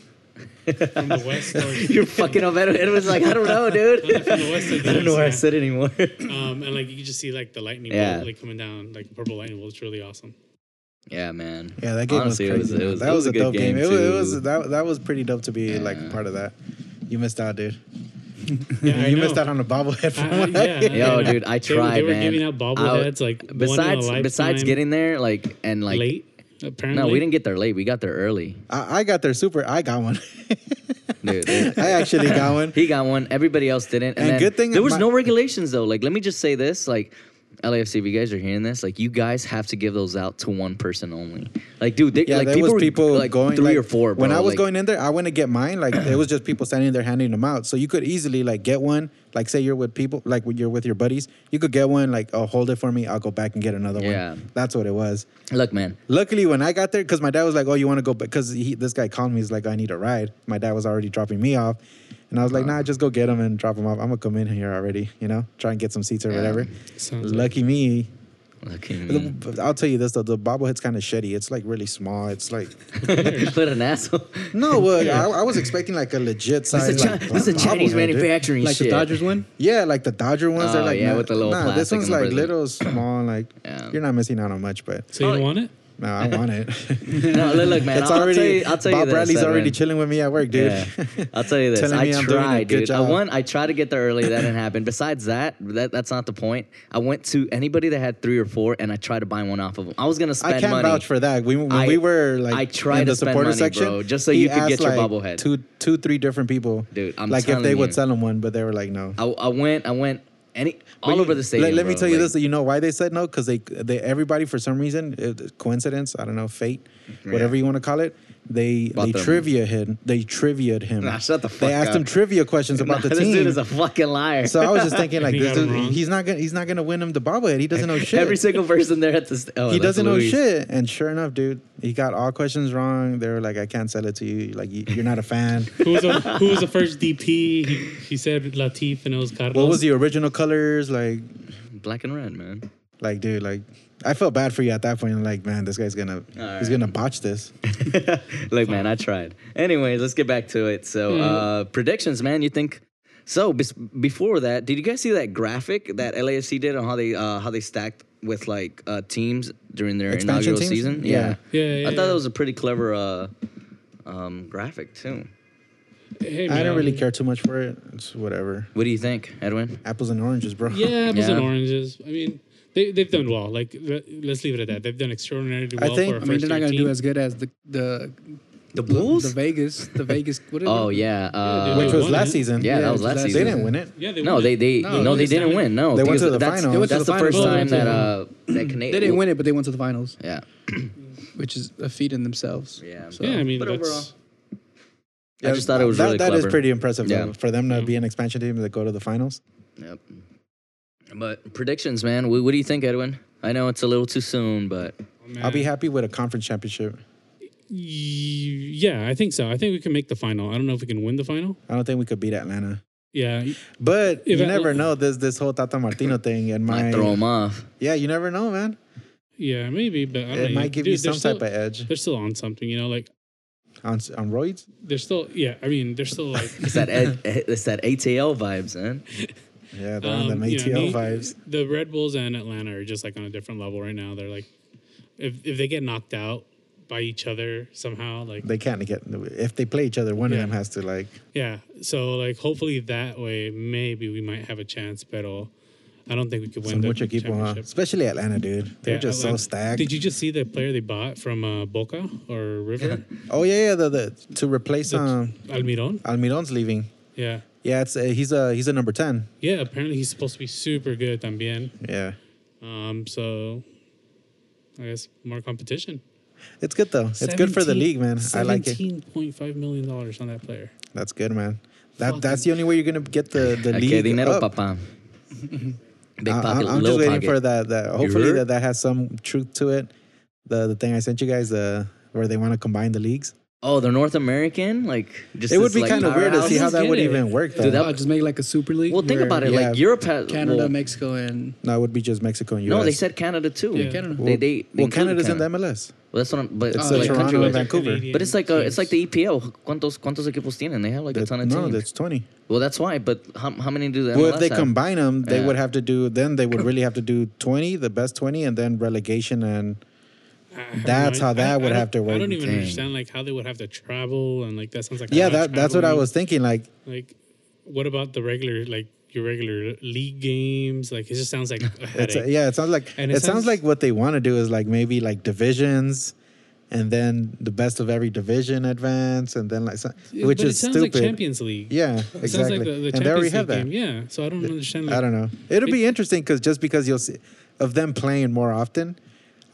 S4: From the west towards
S2: You're fucking up. Ed Ed was like, I don't know, dude.
S4: from the west to the
S2: I don't know
S4: east,
S2: where I
S4: yeah.
S2: said anymore.
S4: Um, and like you can just see like the lightning
S2: Yeah.
S4: bolt like coming down, like the purple lightning bolt. It's really awesome.
S2: yeah, man.
S3: Yeah, that game
S2: Honestly,
S3: was crazy.
S2: It was, it was,
S3: that
S2: it
S3: was, a,
S2: good
S3: dope game. It, was, it was
S2: too.
S3: that that was pretty dope to be like
S2: Yeah.
S3: part of that. You missed out, dude.
S4: Yeah, I
S3: you missed
S4: know.
S3: out on a bobblehead.
S4: I-
S3: From
S4: I- yeah,
S2: Yo,
S4: I know.
S2: dude, I
S4: They were-
S2: tried,
S4: They were
S2: man.
S4: giving out bobbleheads
S2: I-
S4: like
S2: besides
S4: one in a
S2: besides
S4: lifetime,
S2: getting there, like and like
S4: late. Apparently,
S2: No, we didn't get there late. We got there early,
S3: I, I got their super. I got one.
S2: dude. dude.
S3: I actually got one.
S2: he got one. Everybody else didn't. And,
S3: And
S2: then
S3: good thing
S2: there was
S3: my-
S2: no regulations though. Like, let me just say this, like. LAFC, if you guys are hearing this, like you guys have to give those out to one person only. Like, dude, they,
S3: Yeah,
S2: like
S3: there
S2: people
S3: was
S2: were,
S3: people
S2: like
S3: going
S2: three
S3: like,
S2: or four. Bro.
S3: When I was
S2: like,
S3: going in there, I went to get mine. Like it was just people standing there handing them out. So you could easily like get one. Like say you're with people, like when you're with your buddies, you could get one. Like oh, hold it for me. I'll go back and get another
S2: Yeah.
S3: one. That's what it was.
S2: look, man,
S3: Luckily, when I got there, because my dad was like, "Oh, you want to go?" Because this guy called me. He's like, "I need a ride." My dad was already dropping me off, and I was like, "Nah, just go get him and drop him off. I'm gonna come in here already. You know, try and get some seats or
S2: Yeah.
S3: whatever."
S4: Sounds like-
S3: Lucky me.
S2: look at
S3: The-
S2: me.
S3: I'll tell you this though, the bobblehead's kind of shitty. It's like really small. It's like
S2: Put an asshole.
S3: no, well, I, I was expecting like a legit
S2: This
S3: size.
S2: is, a Chi-
S3: like,
S2: this is a Chinese
S3: bobblehead, dude.
S2: manufacturing
S5: Like
S2: shit.
S5: the Dodgers one?
S3: Yeah, like the Dodger ones. they're
S2: Oh,
S3: like
S2: yeah,
S3: nah,
S2: with the little
S3: nah, this
S2: plastic
S3: one's
S2: in the
S3: like
S2: prison.
S3: little small. Like
S2: Yeah.
S3: you're not missing out on much, but
S4: So you
S2: Oh,
S4: don't want it?
S3: no, I want it.
S2: No, look, look, man.
S3: it's
S2: I'll,
S3: already
S2: tell you, I'll tell you
S3: Bob
S2: this,
S3: Bradley's
S2: Edwin.
S3: already chilling with me at work, dude.
S2: Yeah. I'll tell you this.
S3: Telling
S2: I
S3: me I'm doing a
S2: tried,
S3: good
S2: dude. I
S3: job.
S2: won. I tried to get there early. That didn't happen. Besides that, that that's not the point. I went to anybody that had three or four, and I tried to buy one off of them. I was gonna
S3: I
S2: spend
S3: can't
S2: money.
S3: vouch for that. We when
S2: I-
S3: we were like
S2: I tried
S3: in the
S2: to spend
S3: supporter
S2: money,
S3: section,
S2: bro, just so
S3: he
S2: you could
S3: asked,
S2: get your
S3: like,
S2: bobblehead.
S3: Two, two, three different people,
S2: Dude, I'm
S3: like if
S2: telling
S3: they
S2: you.
S3: would sell him one, but they were like, no.
S2: I, I went. I went. Any all
S3: But you-
S2: over the stadium.
S3: Let, let me
S2: bro,
S3: tell you
S2: like-
S3: this: that you know why they said no? Because they, they, everybody for some reason, it, coincidence, I don't know, fate, whatever you want to call it, they
S2: Bought
S3: they
S2: them.
S3: trivia him. They trivia'd him.
S2: Nah, shut the fuck
S3: They asked him
S2: up.
S3: trivia questions about the
S2: this
S3: team.
S2: dude is a fucking liar.
S3: so I was just thinking, like,
S4: He
S3: this
S4: got it
S3: dude,
S4: wrong.
S3: he's not gonna he's not gonna win him the bobblehead. He doesn't know shit.
S2: Every single person there at the st- oh,
S3: he
S2: that's
S3: doesn't
S2: Luis.
S3: know shit. And sure enough, dude, he got all questions wrong. They were like, I can't sell it to you. Like, you, you're not a fan.
S4: Who was the, who was the first DP? He, he said Latif, and it was Carlos.
S3: what was the original colors? Like,
S2: Black and red, man.
S3: like, dude, like, I felt bad for you at that point. I'm like, man, this guy's gonna he's
S2: Alright.
S3: gonna botch this.
S2: Look, man, I tried. Anyways, let's get back to it. So, uh, predictions, man. You think? So bes- before that, did you guys see that graphic that LAFC did on how they uh, how they stacked with like uh, teams during their
S3: Expansion
S2: inaugural
S3: teams?
S2: season?
S3: Yeah.
S4: Yeah, yeah,
S2: I thought
S4: yeah.
S2: that was a pretty clever uh, um, graphic too.
S4: Hey,
S3: I
S4: man.
S3: don't really care too much for it. It's whatever.
S2: What do you think, Edwin?
S3: Apples and oranges, bro.
S4: Yeah, apples
S2: Yeah.
S4: and oranges. I mean, they they've done well. Like le- let's leave it at that. They've done extraordinarily well
S3: think-
S4: for
S3: I
S4: a
S5: I mean,
S4: first
S5: they're not
S4: year
S5: going to do
S4: team.
S5: as good as the the
S2: The
S5: the,
S2: Bulls?
S5: the Vegas, the Vegas. What is
S2: oh
S5: it?
S2: yeah, uh,
S4: dude.
S3: Which was
S4: won
S3: last
S4: it.
S3: season.
S2: Yeah, that was
S5: it was
S2: last
S5: last
S3: They
S2: season.
S3: didn't win it.
S4: Yeah, they
S2: No,
S4: won
S2: they
S4: it.
S2: they no,
S5: No,
S2: they,
S5: this
S2: didn't
S4: time-
S2: win. No,
S3: They went
S2: because
S3: to the
S2: that's,
S3: finals. They went
S5: to
S2: That's
S5: the
S2: the, first
S5: finals.
S2: time that
S5: Yeah.
S2: uh that Canadian
S5: They didn't win it, but they went to the finals,
S2: Yeah,
S5: which is a feat in themselves.
S2: yeah.
S5: So-
S4: Yeah, I mean,
S2: But
S4: that's,
S2: overall- I just thought it was
S3: that,
S2: really
S3: that is
S2: clever.
S3: pretty impressive
S2: Yeah. Mm-hmm.
S3: though, for them to be an expansion team that go to the finals.
S2: Yep. But predictions, man. What, what do you think, Edwin? I know it's a little too soon, but
S4: Oh,
S3: I'll be happy with a conference championship.
S4: yeah, I think so. I think we can make the final. I don't know if we can win the final.
S3: I don't think we could beat Atlanta.
S4: Yeah, y-
S3: But
S4: If
S3: you
S4: I-
S3: never know this this whole Tata Martino thing and
S2: might
S3: my
S2: throw him off.
S3: yeah you never know man
S4: yeah, maybe. But I don't
S3: it
S4: know.
S3: might give
S4: Dude,
S3: you
S4: they're
S3: some
S4: still,
S3: type of edge
S4: They're still on something, you know. Like
S3: on on roids
S4: they're still. Yeah, I mean, they're still like.
S2: It's that Ed, eh, it's that ATL vibes, man.
S3: yeah they're on
S4: um,
S3: them
S4: you know,
S3: ATL
S4: the-
S3: vibes
S4: The Red Bulls and Atlanta are just like on a different level right now. They're like, if if they get knocked out, by each other somehow. Like
S3: They can't get if they play each other. One
S4: Yeah.
S3: of them has to like.
S4: yeah, so like hopefully that way maybe we might have a chance. But I don't think we could
S3: So
S4: win the
S3: much equipo, huh?
S4: championship.
S3: Especially Atlanta, dude. They're
S4: Yeah,
S3: just
S4: Atlanta-
S3: so stacked.
S4: Did you just see the player they bought from uh, Boca or River?
S3: oh yeah, yeah. The, the to replace um
S4: Almiron?
S3: Almiron's leaving.
S4: Yeah.
S3: Yeah, it's uh, he's a he's a number ten.
S4: Yeah, apparently he's supposed to be super good también.
S3: Yeah,
S4: Um, so I guess more competition.
S3: it's good though. It's good for the league, man. I like it.
S4: Seventeen point five million dollars on that player.
S3: That's good, man. That
S4: Fucking-
S3: that's the only way you're gonna get the the
S2: Okay,
S3: league
S2: dinero,
S3: up.
S2: papa. Big
S3: I-
S2: pocket,
S3: I, am
S2: little
S3: just waiting
S2: pocket.
S3: for that. That hopefully
S2: heard?
S3: that, that has some truth to it. The the thing I sent you guys, uh, where they want to combine the leagues.
S2: Oh, they're North American. Like just
S3: it would
S2: this,
S3: be
S2: like,
S3: kind of weird to
S2: powerhouse?
S3: see how that
S5: get
S3: would
S5: it.
S3: even work, though.
S2: Dude, that-
S5: Oh, just make like a super league.
S2: Well, think
S5: where
S2: about it.
S3: yeah,
S2: Like Europe has
S5: Canada,
S2: well,
S5: Mexico, and
S3: no, it would be just Mexico and U.S.
S2: No, they said Canada too.
S5: Yeah, Canada.
S2: They, they, they
S3: well,
S2: included
S3: Canada's
S2: Canada.
S3: in the MLS.
S2: Well, that's what I'm. But it's
S5: Oh,
S2: like
S5: yeah.
S2: country.
S3: Toronto and
S4: They're
S3: Vancouver.
S4: Canadian,
S2: But it's like uh it's
S4: so
S2: like the EPL. ¿Cuántos cuántos equipos tienen? They have like a
S3: That-
S2: ton of
S3: no,
S2: teams.
S3: that's twenty.
S2: well, that's why. But how, how many do the
S3: Well, if
S2: MLS
S3: they
S2: have?
S3: combine them, they
S2: Yeah.
S3: would have to do. Then they would really have to do twenty, the best twenty, and then relegation and
S4: I have no
S3: That's how
S4: idea.
S3: that
S4: I- I
S3: would
S4: don't-
S3: have to work.
S4: I don't even
S2: Dang.
S4: understand like how they would have to travel and like that sounds like a
S3: yeah,
S4: lot of
S3: that that's what I
S2: E
S4: traveling.
S3: was thinking. Like,
S4: like. What about the regular like your regular league games? Like it just sounds like a headache.
S3: it's yeah, it sounds like
S4: And
S3: it,
S4: it
S3: sounds,
S4: sounds-
S3: like what they want to do is like maybe like divisions, and then the best of every division advance, and then like some,
S4: Yeah,
S3: which
S4: but
S3: is
S4: it sounds
S3: stupid.
S4: like Champions League.
S3: Yeah,
S4: It sounds
S3: exactly.
S4: like the, the
S3: and they already
S4: Champions
S3: have
S4: League
S3: that.
S4: game. Yeah, so I don't understand.
S3: I
S4: like-
S3: don't know. It'll be interesting because just because you'll see of them playing more often.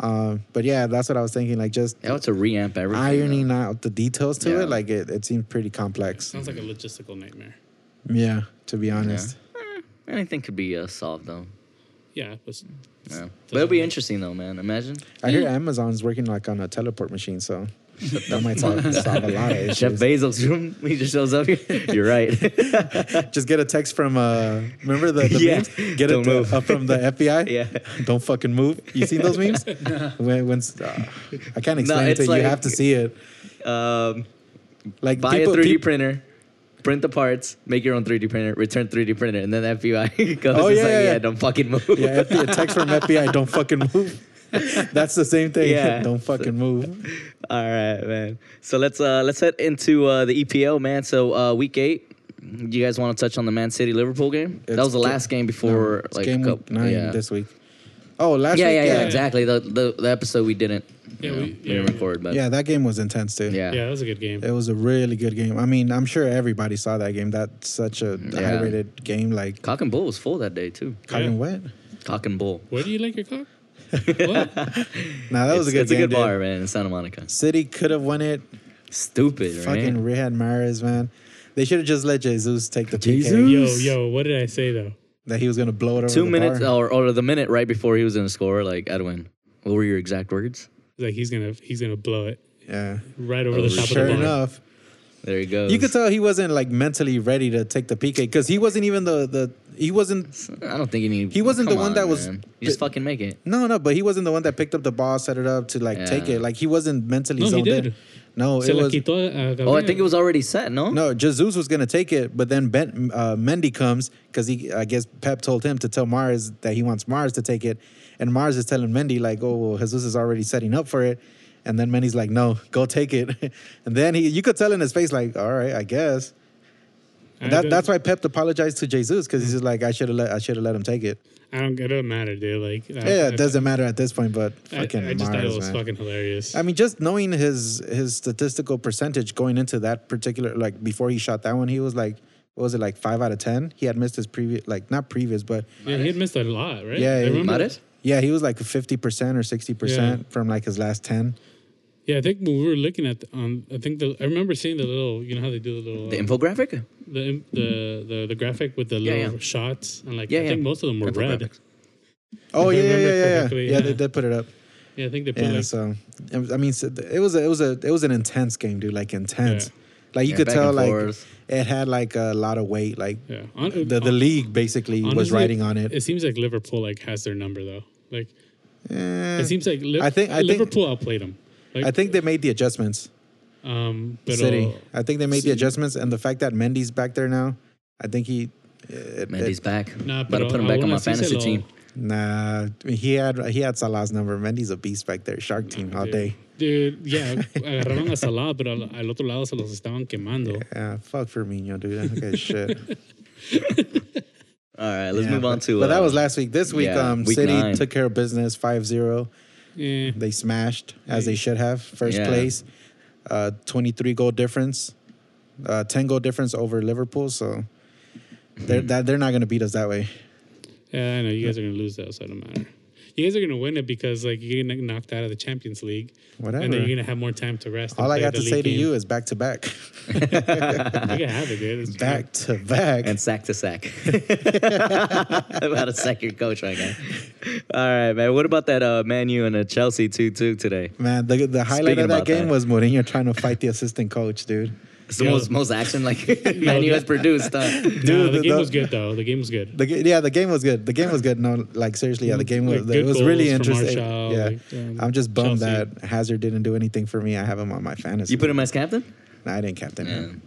S3: Um, but yeah, that's what I was thinking. Like just
S2: Yeah, Oh, it's a reamp everything.
S3: ironing out the details to
S2: Yeah.
S3: it. Like it, it seems pretty complex.
S4: Sounds like a logistical nightmare.
S3: Yeah, to be honest.
S2: though. Anything could be uh, solved though.
S4: Yeah, but
S2: Yeah. But it'll be interesting though, man. Imagine
S3: I hear Amazon's working like on a teleport machine, so that might solve, solve a lot of
S2: Jeff
S3: issues.
S2: Bezos room. He just shows up. You're right.
S3: Just get a text from uh, remember the, the
S2: Yeah.
S3: memes? Get
S2: Don't
S3: it uh,
S2: move.
S3: uh, from the FBI.
S2: Yeah.
S3: don't fucking move. You seen those memes? when, when uh, I can't explain it
S2: it's
S3: to you.
S2: like-
S3: you have to see it.
S2: um,
S3: Like
S2: buy
S3: people,
S2: a 3D
S3: peop-
S2: printer. Print the parts, make your own 3D printer, return 3D printer, and then FBI goes,
S3: Oh,
S2: it's
S3: yeah,
S2: like,
S3: yeah,
S2: yeah,
S3: yeah.
S2: don't fucking move.
S3: Yeah, FBI, text from FBI, don't fucking move. That's the same thing.
S2: Yeah.
S3: don't fucking move.
S2: All right, man. So let's uh let's head into uh, the EPL, man. So uh, week eight, you guys want to touch on the Man City Liverpool game?
S3: It's
S2: that was the
S3: ga-
S2: last game before
S3: It's
S2: like
S3: game
S2: a
S3: week
S2: couple,
S3: nine
S2: yeah.
S3: this week. Oh, last
S2: yeah,
S3: week.
S2: yeah, yeah,
S3: yeah,
S2: exactly. The, the the episode we didn't,
S4: Yeah,
S2: you know,
S4: we-
S2: we,
S4: yeah,
S2: didn't
S4: we-
S2: record, but
S3: Yeah, that game was intense too.
S2: yeah,
S4: yeah, that was a good game.
S3: It was a really good game. I mean, I'm sure everybody saw that game. That's such a
S2: Yeah.
S3: high-rated game. Like,
S2: Cock and Bull was full that day too.
S3: Colin what?
S2: Cock and Bull.
S4: Where do you like your cock? what?
S3: Nah, that was a
S2: It's-
S3: good
S2: It's
S3: game.
S2: a good
S3: dude.
S2: bar, man, in Santa Monica.
S3: City could have won it.
S2: Stupid,
S3: Fucking
S2: right?
S3: Riyad Mahrez, man. They should have just let Jesus take the PK.
S4: Yo,
S2: Jesus.
S4: yo, what did I say though?
S3: That he was gonna blow it over
S2: Two
S3: the
S2: minutes
S3: bar.
S2: or, or the minute right before he was gonna score, like Edwin. What were your exact words?
S4: It's Like he's gonna he's gonna blow it
S3: Yeah.
S4: right over
S2: Oh,
S4: the top
S3: Sure
S4: of the bar.
S3: enough,
S2: There he goes.
S3: You could tell he wasn't like mentally ready to take the PK because he wasn't even the the he wasn't
S2: I don't think he need.
S3: He wasn't the
S2: come
S3: one
S2: on,
S3: that was-
S2: man. You just fucking make it.
S3: no no but he wasn't the one that picked up the ball set it up to like take
S2: Yeah.
S3: it like he wasn't mentally
S4: No, he
S3: zoned in.
S4: did.
S3: No,
S4: Se
S3: it
S4: la
S3: was
S4: quitó a Gabriel.
S2: Oh, I think it was already set. No.
S3: no Jesus was gonna take it, but then ben, uh, Mendy comes because he I guess Pep told him to tell Mars that he wants Mars to take it, and Mars is telling Mendy like oh well, Jesus is already setting up for it. And then Mendy's like, "No, go take it." and then he—you could tell in his face, like, "All right, I guess."
S4: I
S3: That,
S4: don't-
S3: that's why Pep apologized to Jesus because he's just like, "I should have let I should have let him take it."
S4: I don't. It doesn't matter, dude. Like I-
S3: Yeah, it
S4: I-
S3: doesn't matter at this point, but
S4: I, I just
S3: fucking
S4: thought it
S3: Mars,
S4: was
S3: man.
S4: fucking hilarious.
S3: I mean, just knowing his his statistical percentage going into that particular like before he shot that one, he was like, what was it like five out of ten? He had missed his previous like not previous, but
S4: yeah, he had missed a lot, right?
S3: Yeah,
S4: I
S3: he-
S4: remember.
S2: Mares?
S3: yeah, he was like fifty percent or sixty percent from like his last ten.
S4: Yeah, I think when we were looking at the- um, I think the I remember seeing the little, you know how they do the little
S2: The
S4: um,
S2: infographic?
S4: the, im- the the the graphic with the
S2: Yeah,
S4: little
S2: yeah.
S4: shots and like
S2: Yeah,
S4: I
S2: yeah.
S4: think most of them were red.
S2: Infographics.
S3: Oh
S4: If I
S3: yeah, yeah, yeah,
S4: remember
S3: yeah, yeah,
S4: correctly,
S3: yeah. They
S4: yeah.
S3: did put it up.
S4: Yeah, I think they put
S3: Yeah,
S4: like
S3: so it was- I mean, so th- it was a, it was a it was an intense game, dude. Like intense.
S4: Yeah.
S3: Like you
S2: Yeah,
S3: could
S2: back
S3: tell,
S2: and
S3: like
S2: forth.
S3: it had like a lot of weight. Like
S4: yeah. On-
S3: the the
S4: on-
S3: league basically was
S4: honestly,
S3: riding on it.
S4: It seems like Liverpool like has their number though. Like
S3: Eh,
S4: it seems like Liv-
S3: I think- I think-
S4: Liverpool outplayed them. Like,
S3: I think they made the adjustments.
S4: um, but
S3: City. I think they made the adjustments, and the fact that Mendy's back there now, I think he. It,
S2: Man, he's
S3: it-
S2: back.
S4: Nah,
S2: Better
S4: pero
S2: put him
S4: I
S2: back on my
S4: wanna see
S2: fantasy
S4: Celo.
S2: team.
S3: Nah, he had he had Salah's number. Mendy's a beast back there. Shark team all
S4: Dude.
S3: day.
S4: Dude, yeah, Eh, agarraron a Salah, pero al, al otro lado se los estaban quemando.
S3: Yeah, fuck Firmino, dude. I don't give a shit.
S2: All right, let's
S3: Yeah,
S2: move on
S3: but-
S2: to.
S3: But that
S2: uh,
S3: was last week. This week,
S2: yeah,
S3: um,
S2: week
S3: City
S2: nine.
S3: took care of business 5-0.
S4: Yeah.
S3: They smashed as they should have. First
S2: Yeah.
S3: place, uh, twenty three goal difference, uh, ten goal difference over Liverpool. So
S4: Mm-hmm.
S3: they're that, they're not gonna beat us that way.
S4: Yeah, I know ah, you guys are gonna lose though, so it don't matter. You guys are gonna win it because like you're gonna get knocked out of the Champions League, and
S3: Whatever.
S4: then you're gonna have more time to rest. and
S3: All I
S4: play
S3: got
S4: the
S3: to
S4: league
S3: say to
S4: game.
S3: you is back to back,
S4: you can have it, dude. It's fine.
S3: back to back.
S2: and sack to sack. about a second coach right now. All right, man. What about that uh, Man U and uh, Chelsea 2 2 today?
S3: Man, the, the highlight
S2: Speaking
S3: of that
S2: about
S3: game
S2: that.
S3: was Mourinho trying to fight the assistant coach, dude.
S2: It's the
S4: Yo.
S2: most, most action like Man U has produced. Huh?
S4: No, the,
S3: the-
S4: game
S3: the-
S4: was good though. The game was good.
S3: The, ga- yeah, the game was good. The game was good. No, like seriously, yeah, the game was.
S4: Like,
S3: it
S4: good
S3: was really
S4: goals from
S3: interesting.
S4: Martial,
S3: yeah,
S4: like, um,
S3: I'm just bummed
S4: Chelsea.
S3: that Hazard didn't do anything for me. I have him on my fantasy.
S2: You put him as captain?
S3: Nah, I didn't captain him.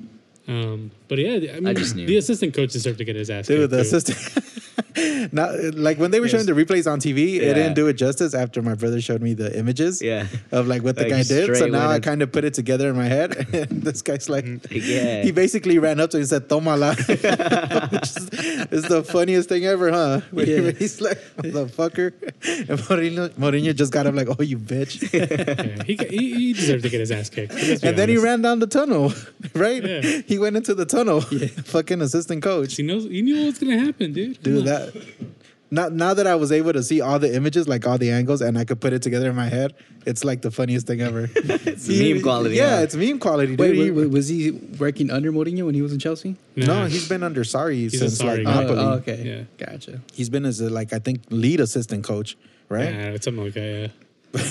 S4: Um, but yeah, I mean,
S2: just knew.
S4: the assistant coach deserved to get his ass.
S3: Dude,
S4: kicked,
S3: the
S4: too.
S3: assistant. Not, like when they were showing the replays on TV,
S2: Yeah.
S3: it didn't do it justice. After my brother showed me the images,
S2: Yeah.
S3: of like what the
S2: Like,
S3: guy did, so
S2: straight
S3: now I
S2: went in.
S3: kind of put it together in my head. And this guy's like,
S2: Yeah.
S3: he basically ran up to him and said, "Tomala," it's the funniest thing ever, huh? When
S5: Yeah.
S3: He's like, "Motherfucker," and Mourinho, Mourinho just got up like, "Oh, you bitch."
S4: Yeah, he, got- he he deserved to get his ass kicked. Let's be
S3: And then he
S4: honest.
S3: ran down the tunnel, right?
S4: Yeah.
S3: He went into the tunnel. Fucking assistant coach.
S4: He knows. He knew what was gonna happen, dude. Come
S3: Dude,
S4: on.
S3: that now, now that I was able to see all the images, like all the angles, and I could put it together in my head, it's like the funniest thing ever. it's
S2: meme quality,
S3: Yeah,
S2: huh?
S3: it's meme quality, dude.
S5: Wait,
S3: He-
S5: wa- wa- was he working under Mourinho when he was in Chelsea?
S3: No, he's been under Sari
S4: a
S3: since like
S4: Sarri guy.
S5: Oh,
S3: Napoli.
S5: oh, okay.
S4: Yeah.
S5: Gotcha.
S3: Uh, He's been as a, like I think lead assistant coach, right?
S4: Yeah, it's something like that. Yeah.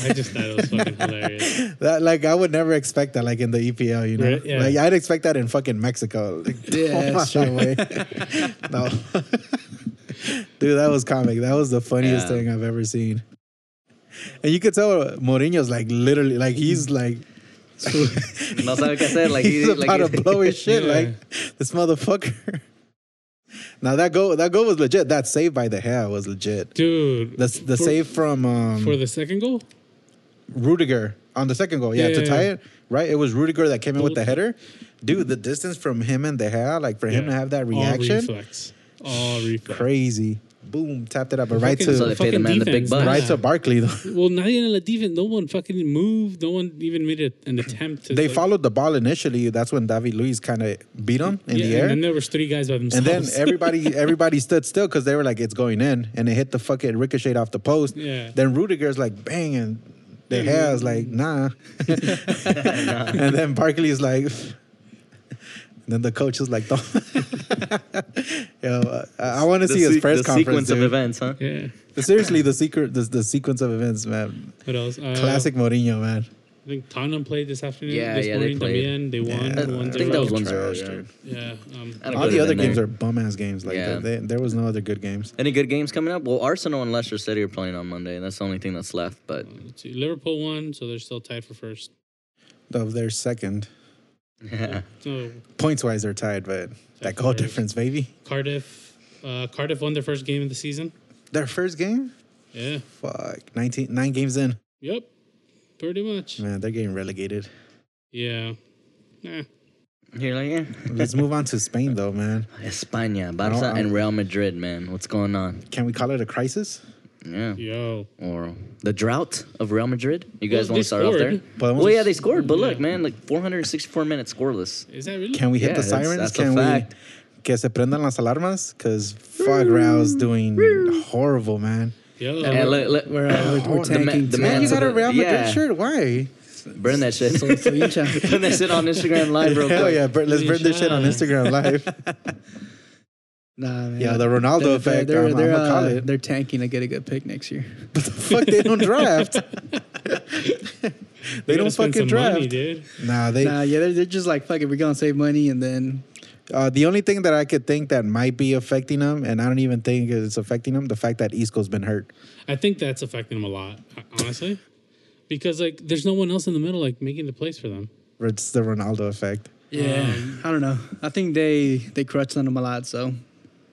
S4: I just thought it was fucking hilarious.
S3: That like I would never expect that like in the EPL, you know.
S4: Right, yeah.
S3: Like I'd expect that in fucking Mexico. Like,
S5: Yeah,
S3: oh my
S5: sure.
S3: way. no. Dude, that was comic. That was the funniest
S2: Yeah.
S3: thing I've ever seen. And you could tell Mourinho's like literally like he's like
S2: No sabe qué hacer. Like,
S3: he's
S2: he, like
S3: about to blow his shit.
S4: Yeah.
S3: Like this motherfucker. now that goal, that goal was legit. That save by the hair was legit.
S4: Dude,
S3: The the
S4: for-
S3: save from um,
S4: for the second goal.
S3: Rudiger on the second goal. Yeah,
S4: Yeah,
S3: to
S4: yeah,
S3: tie
S4: yeah.
S3: it right, it was Rudiger that came in with the header. Dude, the distance from him and the hair, like for him to have that
S4: All
S3: reaction,
S4: reflex. All reflex.
S3: crazy. Boom, tapped it up, but right
S4: Fucking-
S2: So they
S3: to
S2: paid the
S4: fucking
S2: man the big
S4: defense,
S2: bucks.
S4: nah.
S3: right to Barkley though.
S4: Well, not even a defense. No one fucking moved. No one even made a, an attempt to.
S3: They
S4: like-
S3: followed the ball initially. That's when David Luiz kind of beat him in
S4: Yeah,
S3: the air.
S4: and then there was three guys by
S3: And
S4: themselves.
S3: then everybody everybody stood still because they were like, it's going in. And it hit the fucking ricochet off the post.
S4: Yeah.
S3: Then Rudiger's like, bang. And the hair's like, nah. and then Barkley's like, and then the coach is like, yo, I, I want to see his
S2: se-
S3: press
S2: the
S3: conference.
S2: sequence of
S3: dude.
S2: events, huh?
S4: yeah.
S3: Seriously, the secret, the, the sequence of events, man.
S4: What else? Uh,
S3: Classic Mourinho, man.
S4: I think Tottenham played this afternoon.
S2: Yeah,
S4: this
S2: yeah, they
S4: morning,
S2: played.
S4: También. They won.
S3: Yeah,
S4: one
S2: I
S4: zero.
S2: think that was
S3: Trash,
S2: 1 0.
S3: dude.
S4: Yeah. Um,
S2: I don't
S3: All
S2: put
S3: the
S2: it
S3: other
S2: in there.
S3: games are bum ass games. Like
S2: Yeah.
S3: they, there was no other good games.
S2: Any good games coming up? Well, Arsenal and Leicester City are playing on Monday. That's the only thing that's left. But
S4: let's see. Liverpool won, so they're still tied for first.
S3: Of their second.
S4: So
S3: points wise they're tied, but that goal
S4: Definitely.
S3: difference, baby.
S4: Cardiff, uh, Cardiff won their first game of the season.
S3: Their first game,
S4: Yeah.
S3: fuck, 19, nine games in.
S4: Yep. Pretty much.
S3: Man, they're getting relegated.
S4: Yeah. Eh. Nah.
S2: you're like, yeah.
S3: Let's move on to Spain, though, man.
S2: España,
S3: don't-
S2: Barca,
S3: I-
S2: and Real Madrid, man. What's going on?
S3: Can we call it a crisis?
S2: Yeah.
S4: Yo.
S2: Or the drought of Real Madrid. You guys
S4: Well,
S2: want
S4: they
S2: to start off there?
S4: scored.
S3: But-
S2: Well, yeah, they scored, but
S3: Mm-hmm.
S2: look,
S4: Yeah.
S2: man, like 464 minutes scoreless.
S4: Is that really?
S3: Can we hit the
S2: Yeah, that's-
S3: sirens?
S2: that's a
S3: Can
S2: fact.
S3: we? Que se prendan las alarmas, because fuck, Rao's doing horrible, man.
S4: Yo.
S2: And look, look,
S5: We're, uh, we're, we're
S2: the ma-
S5: tanking
S2: the
S5: too.
S2: man-
S3: Why you
S2: so
S3: got a
S2: the-
S3: Real Madrid
S2: yeah.
S3: shirt? Why?
S2: burn that shit.
S5: So- so you try-
S2: burn that shit on Instagram Live real
S3: Hell
S2: quick.
S3: yeah, bur- let's burn this shit on Instagram live.
S5: Nah, man.
S3: Yeah, the Ronaldo
S5: They're-
S3: effect,
S5: They're,
S3: I'm-
S5: they're,
S3: I'ma call
S5: uh,
S3: it.
S5: they're tanking to get a good pick next year.
S3: fuck, they don't draft. they
S4: We
S3: don't
S4: gotta spend
S3: fucking
S4: some money,
S3: draft.
S4: dude.
S3: nah, they
S5: Nah, yeah, they're, they're just like, fuck it, we're gonna save money and then
S3: Uh, the only thing that I could think that might be affecting them, and I don't even think it's affecting them, the fact that Isco's been hurt.
S4: I think that's affecting them a lot, honestly, because like there's no one else in the middle like making the place for them. Um,
S3: It's the Ronaldo effect.
S5: um, Yeah, I don't know. I think they they crutched on them a lot, so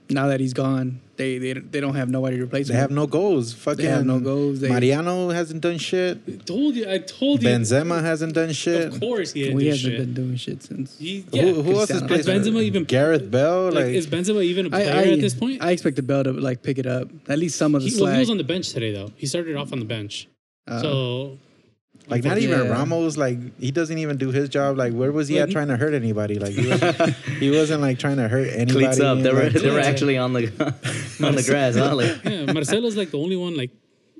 S5: now that he's gone, they they, they don't have nobody to replace
S3: They
S5: him.
S3: have no goals. Fucking
S5: have no goals. They-
S3: Mariano hasn't done shit.
S4: I told you. I told you.
S3: Benzema hasn't done shit.
S4: Of course, he didn't
S5: Well, he
S4: do
S5: hasn't
S4: shit.
S5: been doing shit since.
S4: He-
S3: Who-
S4: yeah.
S3: who, else is
S5: Cristiano.
S3: playing?
S4: Has Benzema even-
S3: Gareth Bale.
S4: like,
S3: Like,
S4: is Benzema even a
S5: I,
S4: player
S5: I,
S4: at this point?
S5: I expect the bell to like pick it up. At least some of the
S4: he, well,
S5: slack.
S4: he was on the bench today, though. He started off on the bench.
S5: Uh,
S4: so
S3: like not even
S5: Yeah.
S3: Ramos. Like he doesn't even do his job. Like where was he at
S4: Like-
S3: trying to hurt anybody? Like he wasn't, he wasn't like trying to hurt anybody.
S2: Cleats up. They were
S3: like,
S2: they were actually on the on the grass, huh? Like,
S4: yeah, Marcelo's like the only one like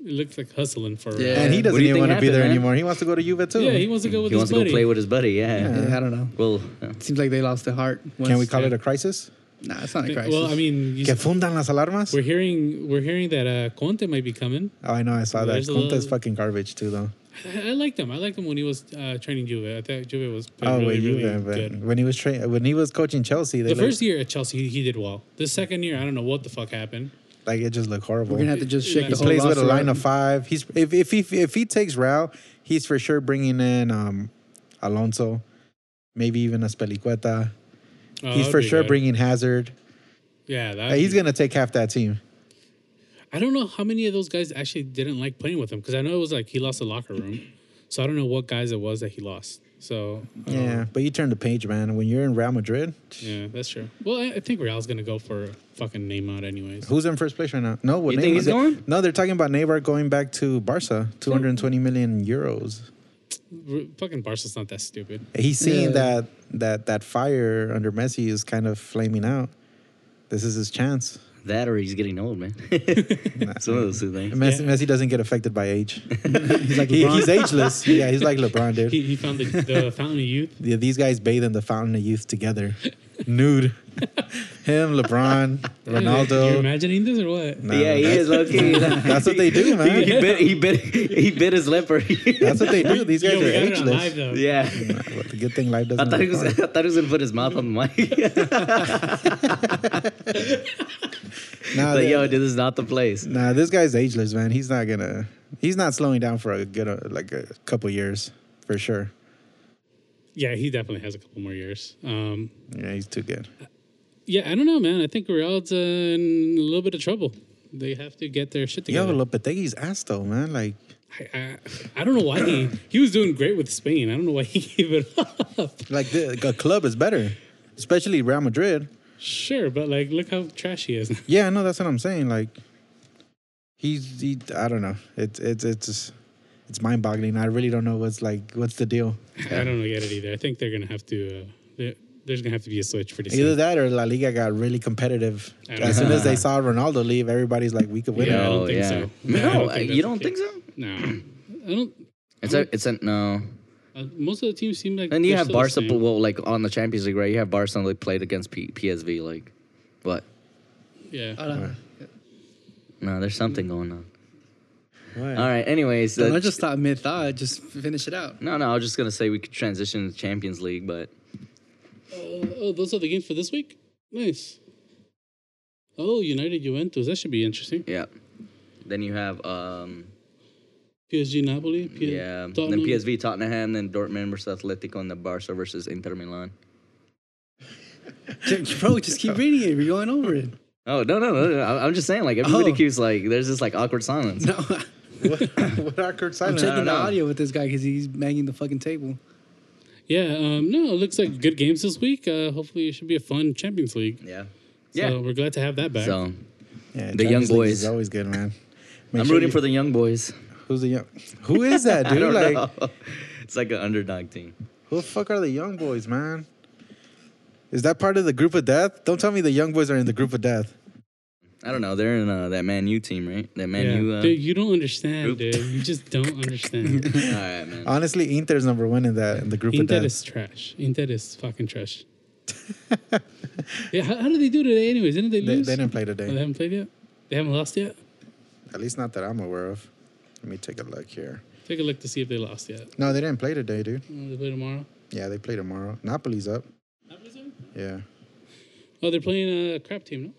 S4: it looks like hustling for.
S5: Yeah.
S3: and he
S2: What do
S3: doesn't
S2: you
S3: even
S2: think
S3: want to be
S2: happened,
S3: there
S2: man?
S3: anymore. He wants to go to Juve too.
S4: yeah, he wants to go with
S2: he
S4: his
S2: wants
S4: buddy.
S2: to go play with his buddy. Yeah.
S5: yeah, I don't know.
S2: Well, uh,
S5: Seems like they lost their heart. Once.
S3: Can we call it a crisis?
S5: Nah, it's not a crisis.
S4: well, I mean, you
S3: Que
S4: s-
S3: fundan las alarmas.
S4: we're hearing we're hearing that uh, Conte might be coming.
S3: Oh, I know. I saw that.
S4: Where's the-
S3: Conte's fucking garbage too, though.
S4: I, I liked him. I liked him when he was uh, training Juve. I thought Juve was
S3: Oh,
S4: really,
S3: wait,
S4: really
S3: Juve, but
S4: good.
S3: when he was tra- when he was coaching Chelsea, they
S4: The
S3: looked,
S4: first year at Chelsea, he, he did well. The second year, I don't know what the fuck happened.
S3: like it just looked horrible.
S5: we're gonna have to just shake
S4: He
S3: he
S5: the whole
S3: plays with a
S5: roster
S3: line
S5: up.
S3: of five. He's if if he if he takes Rao, he's for sure bringing in um, Alonso, maybe even a Speliqueta.
S4: Oh,
S3: he's
S4: that'd
S3: for
S4: be
S3: sure
S4: good.
S3: bringing Hazard.
S4: Yeah, that
S3: Like, he's gonna take half that team.
S4: I don't know how many of those guys actually didn't like playing with him because I know it was like he lost the locker room, so I don't know what guys it was that he lost. So
S5: Oh.
S4: I don't-
S3: Yeah, but you turn the page, man. When you're in Real Madrid,
S4: yeah, that's true. Well, I, I think Real's gonna go for fucking Neymar anyways.
S3: who's in first place right now? No, what
S2: You think he's
S3: they-
S2: going?
S3: No, they're talking about Neymar going back to Barca, 220 million euros.
S4: R- fucking Barca's not that stupid.
S3: He's seeing
S5: Yeah.
S3: that that that fire under Messi is kind of flaming out. This is his chance.
S2: that or he's getting old, man. it's one of those two things.
S3: Messi,
S4: Yeah.
S3: Messi doesn't get affected by age.
S5: He's like
S3: He-
S5: LeBron.
S3: he's ageless. Yeah, he's like LeBron, dude.
S4: He, he found the, the fountain of youth.
S3: Yeah, these guys bathe in the fountain of youth together, nude. Him, LeBron,
S4: You're
S3: Ronaldo.
S4: imagining this or what?
S3: Nah,
S2: yeah, he
S3: that's-
S2: is okay.
S3: That's what they do,
S2: He, he
S3: man.
S2: bit. He bit. He bit his lip. Or he,
S3: That's what they do. These guys
S4: Yo,
S3: are
S4: we got it on live
S3: ageless.
S4: though.
S2: yeah.
S3: Well, the good thing life doesn't.
S2: I thought he was. I
S3: require.
S2: thought he was gonna put his mouth on the mic.
S3: Nah,
S2: like,
S3: th-
S2: yo, dude, this is not the place.
S3: nah, this guy's ageless, man. He's not gonna. He's not slowing down for a good, uh, like a couple years, for sure.
S4: Yeah, he definitely has a couple more years. Um,
S3: Yeah, he's too good.
S4: yeah, I don't know, man. I think Real's uh, in a little bit of trouble. They have to get their shit
S3: Yo,
S4: together.
S3: Lopetegui's ass though, man. Like,
S4: I, I, I don't know why he he was doing great with Spain. I don't know why he gave it up.
S3: like the, like a club is better, especially Real Madrid.
S4: Sure, but like, look how trash he is. now.
S3: Yeah, no, that's what I'm saying. Like, he's he, I don't know. It's it's it's it's mind boggling. I really don't know what's like what's the deal.
S4: I don't get it either. I think they're gonna have to. Uh, there- there's gonna have to be a switch pretty
S3: Either
S4: soon.
S3: that or La Liga got really competitive.
S4: I
S3: As soon as they saw Ronaldo leave, everybody's like, we could win.
S4: Yeah,
S3: it.
S4: I don't
S2: Oh,
S4: think
S2: yeah.
S4: so.
S2: No,
S4: I don't think
S2: you
S4: that's
S2: don't
S4: the
S2: think
S4: case.
S2: so?
S4: No, I don't.
S2: It's a, it's a no.
S4: Uh, most of the teams seem like.
S2: And you
S4: they're
S2: have
S4: still the
S2: Barca,
S4: same.
S2: well, like on the Champions League, right? You have Barca like played against P- PSV, like, what?
S4: Yeah,
S5: Hold on.
S2: No, there's something going on.
S3: Why?
S2: All right. Anyways,
S5: Don't
S2: uh,
S5: just stop mid thought. Just finish it out.
S2: no, no. I was just gonna say we could transition to Champions League, but
S4: Uh, oh, those are the games for this week. Nice. Oh, United Juventus. That should be interesting.
S2: yeah. Then you have um
S4: PSG Napoli. P-
S2: yeah. Then
S4: Tottenham.
S2: PSV, Tottenham, then Dortmund versus Atletico, and then Barca versus Inter Milan.
S5: J- Bro, just keep reading it. We're going over it.
S2: Oh no no no! no. I- I'm just saying like everybody
S5: Oh.
S2: keeps like there's this like awkward silence.
S5: No, I'm
S3: what are Kurt Silent?
S5: checking the
S2: know.
S5: audio with this guy because he's banging the fucking table.
S4: Yeah. Um, no, it looks like good games this week. Uh, hopefully, it should be a fun Champions League.
S2: Yeah.
S4: So
S2: Yeah.
S4: we're glad to have that back.
S2: So
S3: Yeah,
S2: The young
S3: Champions League is
S2: boys.
S3: always good, man. Make
S2: I'm
S3: sure
S2: rooting
S3: you-
S2: for the young boys.
S3: who's the young. Who is that
S2: I
S3: dude?
S2: don't
S3: Like,
S2: know. It's like an underdog team.
S3: who the fuck are the young boys, man? Is that part of the group of death? Don't tell me the young boys are in the group of death.
S2: I don't know. They're in uh, that Man U team, right? That Man
S4: yeah.
S2: U. Uh,
S4: dude, you don't
S2: group.
S4: understand, dude. You just don't understand.
S2: all right, man.
S3: Honestly, Inter's number one in that in the group
S4: Inter
S3: of death.
S4: is trash. Inter is fucking trash. yeah, how, how did they do today, anyways? Didn't they
S3: They,
S4: lose?
S3: they didn't play
S4: Oh, they
S3: today.
S4: haven't played yet. They haven't lost yet.
S3: At least not that I'm aware of. Let me take a look here.
S4: Take a look to see if they lost yet.
S3: No, they didn't play today, dude.
S4: Oh, they play tomorrow.
S3: Yeah, they play tomorrow. Napoli's up. Yeah.
S4: Oh, they're playing a crap team, no?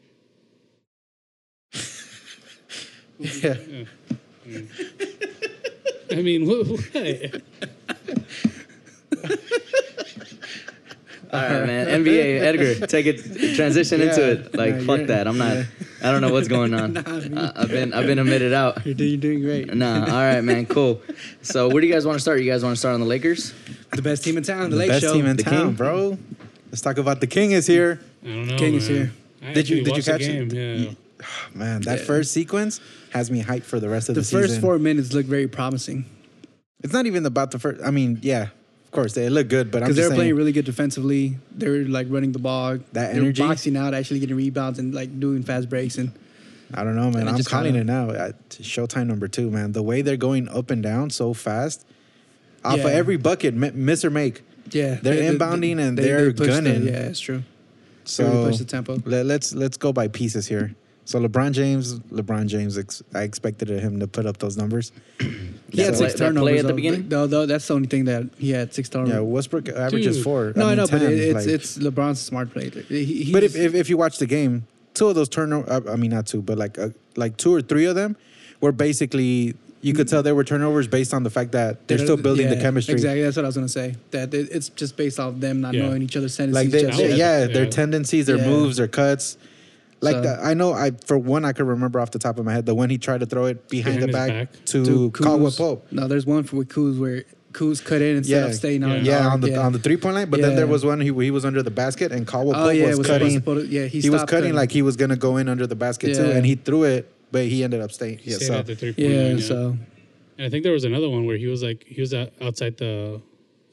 S3: Yeah.
S4: I mean, what? what?
S2: All right, man. NBA, Edgar, take it, transition into
S3: Yeah.
S2: it. Like,
S3: No,
S2: fuck
S3: you're-
S2: that. I'm not. I don't know what's going on. I, I've been, I've been omitted out.
S5: You're, doing- you're doing great.
S2: Nah. All right, man. Cool. So, where do you guys want to start? You guys want to start on the Lakers?
S5: The best team in town. The,
S3: The
S5: Lake
S3: best
S5: Show.
S3: team in
S2: The
S3: town,
S2: King?
S3: bro. Let's talk about the king is here.
S4: I don't know.
S5: King is
S4: man.
S5: here.
S4: I
S3: Did you-
S4: actually
S3: did you
S4: watched the
S3: catch it?
S4: game, Yeah.
S3: Man, that
S5: Yeah.
S3: first sequence has me hyped for the rest of the,
S5: the first
S3: season.
S5: four minutes look very promising
S3: It's not even about the first. I mean, yeah, of course they look good, but I'm just
S5: because they were
S3: saying
S5: playing really good defensively. They were like running the ball,
S3: That
S5: they were
S3: energy?
S5: boxing out, actually getting rebounds and like doing fast breaks and
S3: I don't know, man.
S5: And it
S3: I'm
S5: just
S3: calling
S5: kinda-
S3: it now. Uh, t- Showtime number two, man. The way they're going up and down so fast, off
S5: Yeah.
S3: of every bucket, mi- miss or make.
S5: yeah,
S3: They're inbounding and they're
S5: push the-
S3: gunning.
S5: yeah, it's true.
S3: So
S5: really push the tempo.
S3: Let, us let's go by pieces here. So LeBron James, LeBron James, ex- I expected him to put up those numbers.
S5: He had
S2: That
S5: six
S2: play- that play
S5: turnovers
S2: at the
S5: though.
S2: beginning?
S5: Though, though that's the only thing that he had six turnovers.
S3: Yeah, Westbrook averages
S4: Dude.
S3: four.
S5: Um, no, I
S3: mean,
S5: know, but
S3: 10,
S5: it, it's
S3: like-
S5: it's LeBron's smart play. Like, he- he-
S3: But if,
S5: he's-
S3: if, if you watch the game, two of those turnovers, I mean, not two, but like uh, like two or three of them were basically, you could tell they were turnovers based on the fact that they're still building the
S5: yeah,
S3: chemistry.
S5: Exactly, that's what I was gonna say. That it, it's just based off them not
S4: Yeah.
S5: knowing each other's
S3: Like,
S5: tendencies.
S3: they,
S5: each
S4: they-
S5: other's-
S3: yeah, their
S4: Yeah.
S3: tendencies, their
S5: Yeah.
S3: moves, their cuts. Like,
S5: So-
S3: the, I know, I for one, I could remember off the top of my head the one he tried to throw it behind,
S4: Behind
S3: the
S4: his
S3: back,
S4: back.
S3: to,
S5: to
S3: Caldwell
S5: Kuz.
S3: Pope.
S5: No, there's one for with Kuz where Kuz cut in instead
S3: Yeah.
S5: of staying on.
S3: Yeah,
S5: guard,
S3: on the
S5: yeah.
S3: on the three point line. But then
S5: Yeah.
S3: there was one he, he was under the basket and Caldwell
S5: Oh,
S3: Pope
S5: yeah,
S3: was,
S5: was supposed
S3: cutting.
S5: to put it- yeah, he
S3: he was
S5: stopped
S3: cutting
S5: cutting.
S3: like he was gonna go in under the basket too,
S5: Yeah.
S3: and he threw it, but he ended up staying.
S4: He
S3: Yeah,
S4: stayed
S3: so
S4: at the three-point
S5: yeah,
S4: line,
S5: so
S4: And I think there was another one where he was like, he was out- outside the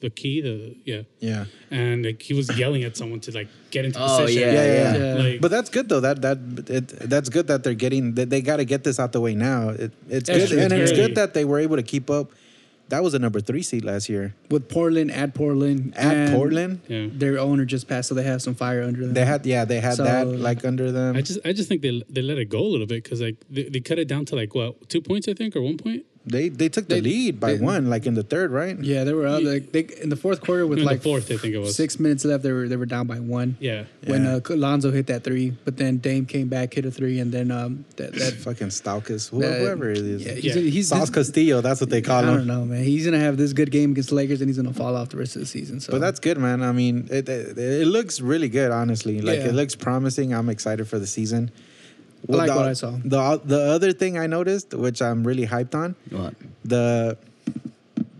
S4: the key, the yeah,
S3: yeah.
S4: and like he was yelling at someone to like get into
S2: Oh,
S4: position.
S2: yeah,
S3: yeah, yeah.
S5: yeah.
S4: Like,
S3: But that's good though. That that it, that's good that they're getting. That they got to get this out the way now. It, it's
S5: That's
S3: good,
S5: true.
S3: and it's
S4: Very-
S3: good that they were able to keep up. That was a number three seed last year
S5: with Portland at Portland
S3: at
S5: and
S3: Portland.
S4: yeah.
S5: their owner just passed, so they have some fire under them.
S3: They had yeah, they had
S5: So-
S3: that like under them.
S4: I just I just think they they let it go a little bit because like they, they cut it down to like what two points I think or one point.
S3: they they took the
S5: They-
S3: lead by
S5: they-
S3: one, like in the third, right?
S5: yeah, they were up like they in the fourth quarter with
S4: In the
S5: like
S4: fourth, I think it was.
S5: six minutes left. They were they were down by one.
S4: Yeah.
S5: When
S3: Yeah.
S5: uh, Alonzo hit that three, but then Dame came back, hit a three, and then um that that,
S3: Fucking Stalkus,
S5: that
S3: whoever it is.
S5: yeah,
S3: Yeah,
S5: he's,
S4: Yeah.
S5: he's
S3: Sauce Castillo, that's what they
S5: I
S3: call
S5: don't
S3: him.
S5: know, man. He's gonna have this good game against Lakers, and he's gonna fall off the rest of the season. So
S3: But that's good, man. I mean, it, it, it looks really good, honestly. Like
S5: Yeah.
S3: it looks promising. I'm excited for the season.
S5: I like
S3: the,
S5: what I saw.
S3: The the other thing I noticed, which I'm really hyped on,
S2: What?
S3: the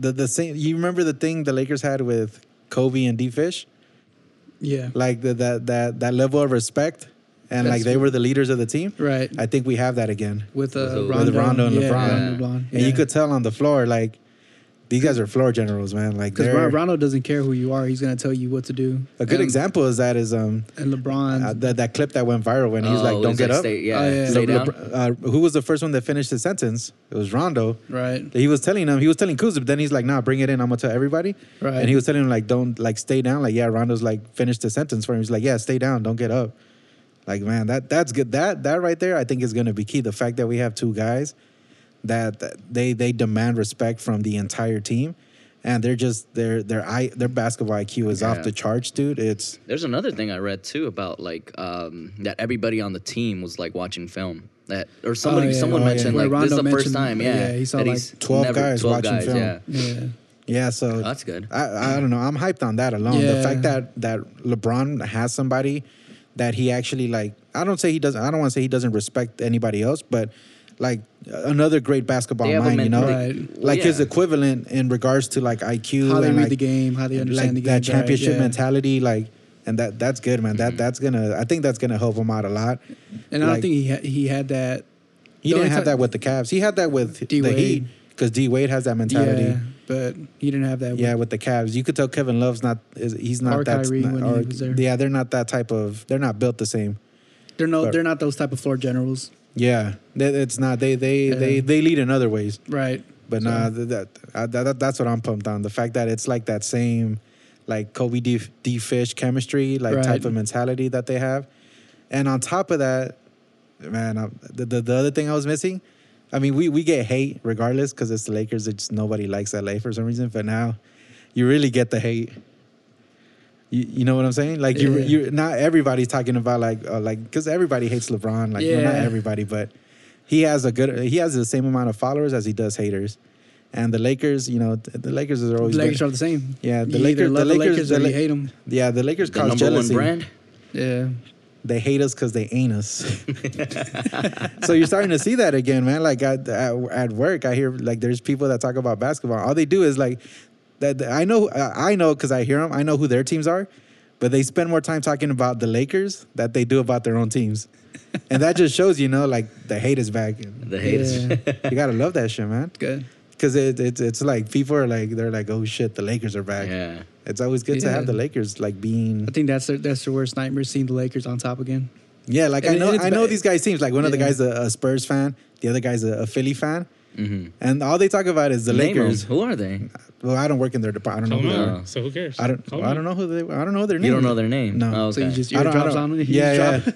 S3: the the same. You remember the thing the Lakers had with Kobe and D Fish,
S5: yeah,
S3: like the, that that that level of respect, and
S5: That's-
S3: like they were the leaders of the team.
S5: right.
S3: I think we have that again.
S5: with uh,
S2: With, uh,
S5: Rondo,
S3: with Rondo and
S5: yeah,
S3: LeBron.
S5: Rondo, LeBron.
S3: And you could tell on the floor, like these guys are floor generals, man. Like
S5: because
S3: they're,
S5: Rondo doesn't care who you are; he's gonna tell you what to do.
S3: a good
S5: and,
S3: example is that is um
S5: And LeBron,
S3: uh, that that clip that went viral when he's
S2: Mm-hmm. Oh,
S3: like, "Don't get up."
S2: Stay, yeah,
S5: Oh, yeah.
S2: stay
S3: Le-
S2: down.
S3: Lebr- uh, who was the first one that finished his sentence? It was Rondo.
S5: right?
S3: He was telling him, he was telling Kuz, but then he's like, nah, bring it in. I'm gonna tell everybody.
S5: Right.
S3: And he was telling him, like, don't like stay down. Like, yeah, Rondo's like finished the sentence for him. He's like, yeah, stay down, don't get up. Like, man, that that's good. That that right there, I think is gonna be key. The fact that we have two guys that, that they they demand respect from the entire team. And they're just their their I their basketball IQ is
S2: Yeah.
S3: off the charts, dude. It's
S2: There's another thing I read too about like um, that everybody on the team was like watching film that or somebody
S5: yeah.
S2: someone
S3: Oh, yeah.
S2: mentioned
S5: Where
S2: like this is
S5: Rondo
S2: the first
S5: mentioned-
S2: time yeah,
S5: yeah, he saw,
S2: that
S5: like,
S2: he's
S3: 12
S2: never-
S3: guys
S2: 12
S3: watching
S2: guys,
S3: film.
S2: yeah
S5: Yeah,
S3: yeah, so
S2: that's good
S3: I, I don't know. I'm hyped on that alone. The
S5: Oh, Yeah.
S3: fact that that LeBron has somebody that he actually like. I don't say he doesn't. I don't want to say he doesn't respect anybody else, but like another great basketball
S2: They have a
S3: mind, you know,
S2: mentality- Right.
S3: like his
S2: Yeah.
S3: equivalent in regards to like IQ,
S5: how they
S3: and,
S5: read
S3: like,
S5: the game, how they understand
S3: like
S5: the game,
S3: that championship
S5: right? yeah. Mm-hmm.
S3: mentality, like. And that that's good, man. That that's gonna. I think that's gonna help him out a lot.
S5: And I don't
S3: Like,
S5: think he had, he had that.
S3: he
S5: the
S3: didn't
S5: only
S3: have
S5: time-
S3: that with the Cavs. He had that with the
S5: D. Wade.
S3: Heat because D Wade has that mentality.
S5: Yeah, but he didn't have that.
S3: Yeah, with the Cavs, you could tell Kevin Love's not. Is, he's not
S5: Or
S3: that.
S5: Kyrie
S3: not-
S5: when he was there.
S3: Yeah, they're not that type of. They're not built the same.
S5: they're no,
S3: but-
S5: they're not those type of floor generals,
S3: Yeah, that- it's not. They they they
S5: Yeah.
S3: they lead in other ways.
S5: right?
S3: But
S5: So-
S3: nah, th- that, I, that, that that's what I'm pumped on. The fact that it's like that same, like Kobe D, D Fish chemistry, like
S5: Right.
S3: type of mentality that they have, and on top of that, man, I, the, the the other thing I was missing, I mean, we we get hate regardless because it's the Lakers. It's just nobody likes LA for some reason. But now, you really get the hate. You, you know what I'm saying? Like you
S5: Yeah.
S3: you not everybody's talking about like uh, like because everybody hates LeBron. Like well, not
S5: Yeah.
S3: everybody, but he has a good he has the same amount of followers as he does haters And the Lakers, you know, th- the Lakers are always
S5: The Lakers
S3: been-
S5: are the same.
S3: Yeah, the
S5: You
S3: Lakers-
S5: either
S3: the
S5: love
S3: Lakers- the
S5: or
S3: La-
S5: you hate them.
S3: yeah, the Lakers
S2: The
S3: cause
S2: number
S3: jealousy.
S2: one brand.
S5: Yeah,
S3: They hate us because they ain't us. so you're starting to see that again, man. Like at, at, at work, I hear like there's people that talk about basketball. All they do is like that. I know, I know, because I hear them. I know who their teams are, but they spend more time talking about the Lakers that they do about their own teams, and that just shows, you know, like the hate is back.
S2: The haters.
S5: Yeah.
S3: you gotta love that shit, man.
S5: good.
S3: Because it, it's it's like people are like they're like, oh shit, the Lakers are back.
S2: yeah.
S3: It's always good to
S5: Yeah.
S3: have the Lakers like being
S5: I think that's their, that's their worst nightmare seeing the Lakers on top again.
S3: Yeah, like
S5: And
S3: I know
S5: it's
S3: I know
S5: ba-
S3: these guys' teams. Like one of the
S5: Yeah.
S3: guys a, a Spurs fan, the other guy's a, a Philly fan,
S2: Mhm.
S3: and all they talk about is the
S2: Name 'em.
S3: Lakers.
S2: Who are they?
S3: Well, I don't work in their department. I
S4: Call
S3: don't know.
S4: them
S3: Who they are.
S4: out. So who cares?
S3: I don't.
S4: Call
S3: I
S4: them
S3: don't
S4: out.
S3: know who they. I don't know their name.
S2: You don't know their name.
S3: No.
S2: Oh,
S5: So you
S2: okay.
S5: just
S3: I don't, I
S5: eardrops
S3: don't,
S5: on them.
S3: Yeah, yeah.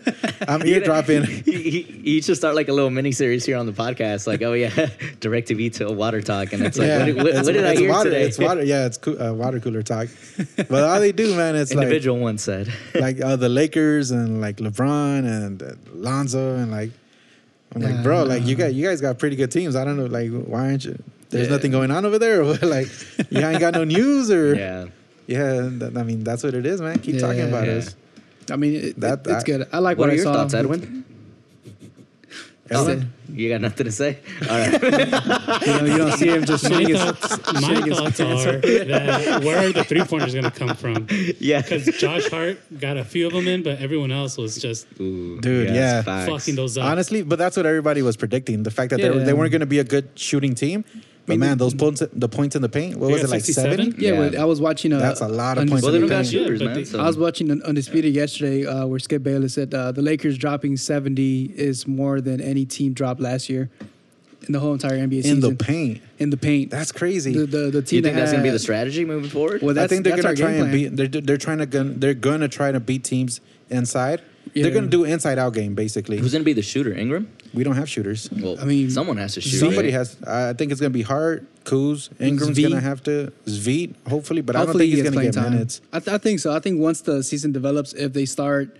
S3: I'm eardropping.
S2: You- you- You should start like a little mini series here on the podcast, like oh yeah, direct TV to water talk, and it's like
S3: yeah.
S2: what, did- what,
S3: It's-
S2: what did I
S3: it's
S2: hear
S3: water,
S2: today?
S3: It's water. Yeah, it's coo- uh, water cooler talk. But all they do, man, it's like
S2: Individual one said,
S3: like uh, the Lakers and like LeBron and uh, Lonzo and like I'm like, bro, like you got you guys got pretty good teams. I don't know, like why aren't you? There's
S5: Uh-huh. Yeah.
S3: nothing going on over there. Or what? like you ain't got no news or yeah.
S2: yeah,
S3: th- I mean that's what it is, man. Keep talking
S5: Yeah.
S3: about
S2: Yeah.
S3: us.
S5: I mean, it,
S3: That-
S5: it- it's
S3: I-
S5: good. I like
S2: What are
S5: what, I
S2: your
S5: saw.
S2: thoughts, Edwin?
S5: Edwin?
S2: You got nothing to say? All right.
S5: You, know, you don't see him just
S4: My
S5: shaking his-
S4: thoughts, my thoughts are that where are the three pointers going to come from?
S2: yeah.
S4: Because Josh Hart got a few of them in, but everyone else was just
S2: Ooh,
S3: Dude,
S2: yes,
S3: yeah.
S2: facts.
S4: fucking those up.
S3: Honestly, but that's what everybody was predicting. The fact that they, were-
S5: Yeah.
S3: they weren't going to be a good shooting team. But man, those points, the points in the paint. What
S4: They
S3: was
S4: got
S3: it like
S4: 67?
S3: seven?
S5: yeah,
S2: Yeah.
S5: but I was watching. Uh,
S3: That's a lot of points
S2: Well, they don't got
S3: Yeah,
S2: shooters,
S4: but
S2: man.
S4: they-
S2: So.
S5: I was watching Un- Undisputed yesterday, uh, where Skip Bayless said uh, the Lakers dropping 70 is more than any team dropped last year in the whole entire NBA
S3: in
S5: season.
S3: the paint.
S5: In the paint.
S3: That's crazy.
S5: the the, the team.
S2: you think
S5: that
S2: that's gonna be
S5: had-
S2: the strategy moving forward?
S5: Well,
S3: I
S5: that's,
S3: think they're
S5: that's
S3: gonna
S5: our
S3: try
S5: game
S3: and
S5: plan.
S3: beat. They're they're trying to gun, they're gonna try to beat teams inside. They're
S5: Yeah.
S3: gonna do inside out game basically.
S2: Who's gonna be the shooter? Ingram.
S3: We don't have shooters.
S2: Well, I
S5: I
S2: mean,
S5: mean,
S2: someone has to shoot.
S3: Somebody
S2: right?
S3: has. I think it's gonna be Hart, Kuz, Ingram's
S5: Zvi.
S3: gonna have to Zveet hopefully, but
S5: Hopefully,
S3: I
S5: he
S3: don't
S5: gets
S3: think he's gonna get
S5: playing time.
S3: minutes.
S5: I, th- I think so. I think once the season develops, if they start,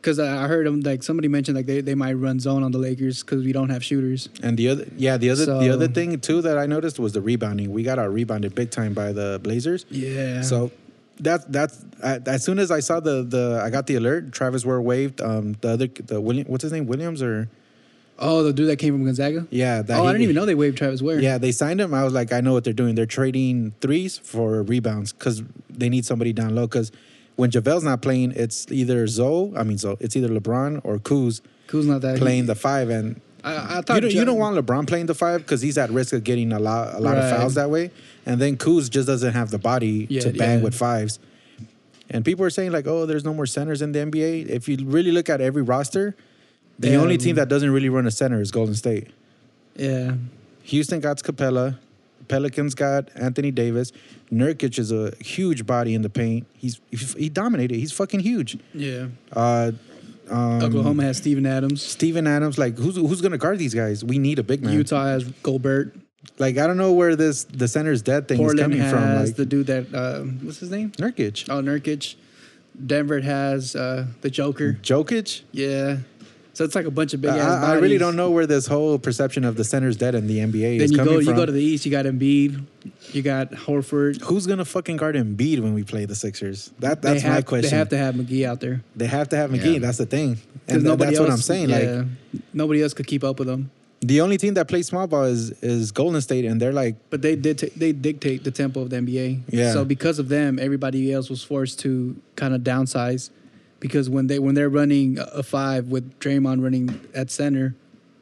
S5: because I, I heard them like somebody mentioned like they, they might run zone on the Lakers because we don't have shooters.
S3: And the other, yeah, the other, the
S5: So-
S3: other thing too that I noticed was the rebounding. We got our rebounded big time by the Blazers.
S5: Yeah.
S3: So that's that's I, as soon as I saw the the I got the alert. Travis Ware waved. Um, the other the William, what's his name, Williams or
S5: Oh, the dude that came from Gonzaga.
S3: yeah. That
S5: oh, I
S3: he-
S5: didn't even know they waived Travis Ware.
S3: Yeah, they signed him. I was like, I know what they're doing. They're trading threes for rebounds because they need somebody down low. Because when Javel's not playing, it's either Zoe, I mean Zoe, it's either LeBron or Kuz
S5: Kuz not that
S3: playing the five. And
S5: I, I thought
S3: you don't, you
S5: Ja-
S3: don't want LeBron playing the five because he's at risk of getting a lot a lot of
S5: Right.
S3: fouls that way. And then Kuz just doesn't have the body
S5: Yeah,
S3: to bang
S5: yeah.
S3: with fives. And people are saying like, oh, there's no more centers in the NBA. If you really look at every roster, the
S5: Yeah.
S3: only team that doesn't really run a center is Golden State.
S5: Yeah.
S3: Houston got Capella. Pelicans got Anthony Davis. Nurkic is a huge body in the paint. He's he dominated. He's fucking huge.
S5: Yeah.
S3: Uh, um,
S5: Oklahoma has Steven Adams.
S3: Steven Adams, like who's who's gonna guard these guys? We need a big man.
S5: Utah has Goldberg.
S3: Like I don't know where this the center's dead thing is
S5: Portland
S3: coming
S5: has
S3: from. Like
S5: the dude that uh, what's his name?
S3: Nurkic,
S5: Oh, Nurkic. Denver has uh, the Joker.
S3: Jokic.
S5: Yeah. So it's like a bunch of big
S3: Mm. I,
S5: ass.
S3: I really don't know where this whole perception of the center's dead in the NBA
S5: Then
S3: is
S5: you
S3: coming
S5: go.
S3: from.
S5: You go to the East. You got Embiid. You got Horford.
S3: who's gonna fucking guard Embiid when we play the Sixers? That that's
S5: they
S3: my
S5: have,
S3: question.
S5: They have to have McGee out there
S3: They have to have McGee.
S2: Yeah.
S3: That's the thing. And
S5: because
S3: th-
S5: nobody
S3: that's
S5: else.
S3: what I'm saying. Like
S5: yeah, nobody else could keep up with them.
S3: The only team that plays small ball is is Golden State, and they're like,
S5: But they did. they dictate the tempo of the NBA.
S3: Yeah.
S5: So because of them, everybody else was forced to kind of downsize, because when they when they're running a a five with Draymond running at center,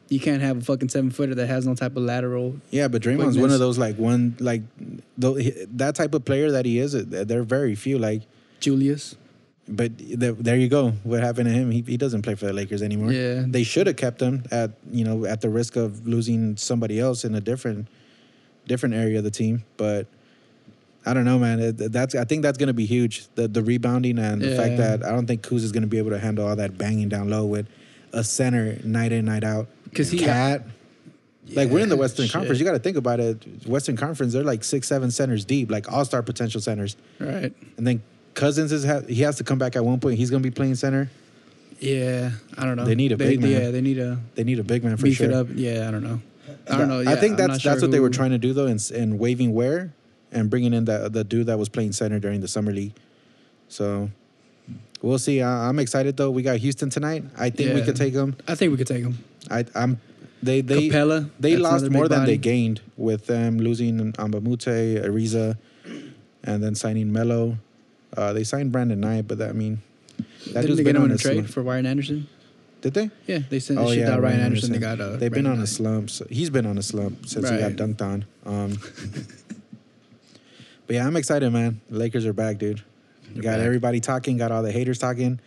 S5: you can't have a fucking seven footer that has no type of lateral.
S3: yeah, but Draymond's one
S5: Weakness.
S3: of those like one like tho- he- that type of player that he is. uh, They're very few. Like,
S5: Julius.
S3: but th- there you go. What happened to him? He, he doesn't play for the Lakers anymore.
S5: Yeah.
S3: they should have kept him at you know at the risk of losing somebody else in a different different area of the team, but. I don't know, man. It- That's I think that's going to be huge. The the rebounding and the fact
S5: Yeah.
S3: that I don't think Kuz is going to be able to handle all that banging down low with a center night in night out.
S5: 'Cause he-
S3: cat, like we're in the
S5: Yeah,
S3: Western
S5: shit.
S3: Conference. You got to think about it. Western Conference, they're like six, seven centers deep, like all star potential centers.
S5: Right.
S3: And then Cousins is ha- he has to come back at one point. He's going to be playing center.
S5: Yeah. I don't know.
S3: They need a big man.
S5: Yeah. They need a
S3: They need a big man for
S5: beef
S3: sure.
S5: it up. Yeah. I don't know. I don't know. Yeah,
S3: I think
S5: I'm
S3: that's
S5: not
S3: that's
S5: sure
S3: what they were
S5: who-
S3: trying to do though, in, s- in waving wear and bringing in the the dude that was playing center during the summer league. So we'll see. I, I'm excited though. We got Houston tonight. I think we
S5: Yeah.
S3: could take them.
S5: I think we could take him.
S3: I, I'm they they
S5: Capella,
S3: they
S5: that's
S3: lost
S5: another
S3: more
S5: big
S3: than they
S5: body.
S3: gained with them losing Ambamute, Ariza, and then signing Melo. Uh, they signed Brandon Knight, but that, I mean, that
S5: Didn't
S3: dude's
S5: they get
S3: been
S5: him
S3: on
S5: in a
S3: a Oh,
S5: trade
S3: slump.
S5: for Ryan Anderson?
S3: Did they?
S5: Yeah, they sent the shit out Ryan Anderson. They got. Uh,
S3: They've been
S5: Brandon
S3: on a
S5: Knight.
S3: slump. So he's been on a slump since he got
S5: Right.
S3: dunked on. Um, but yeah, I'm excited, man. Lakers are back, dude. got
S2: back.
S3: everybody talking. Got all the haters talking.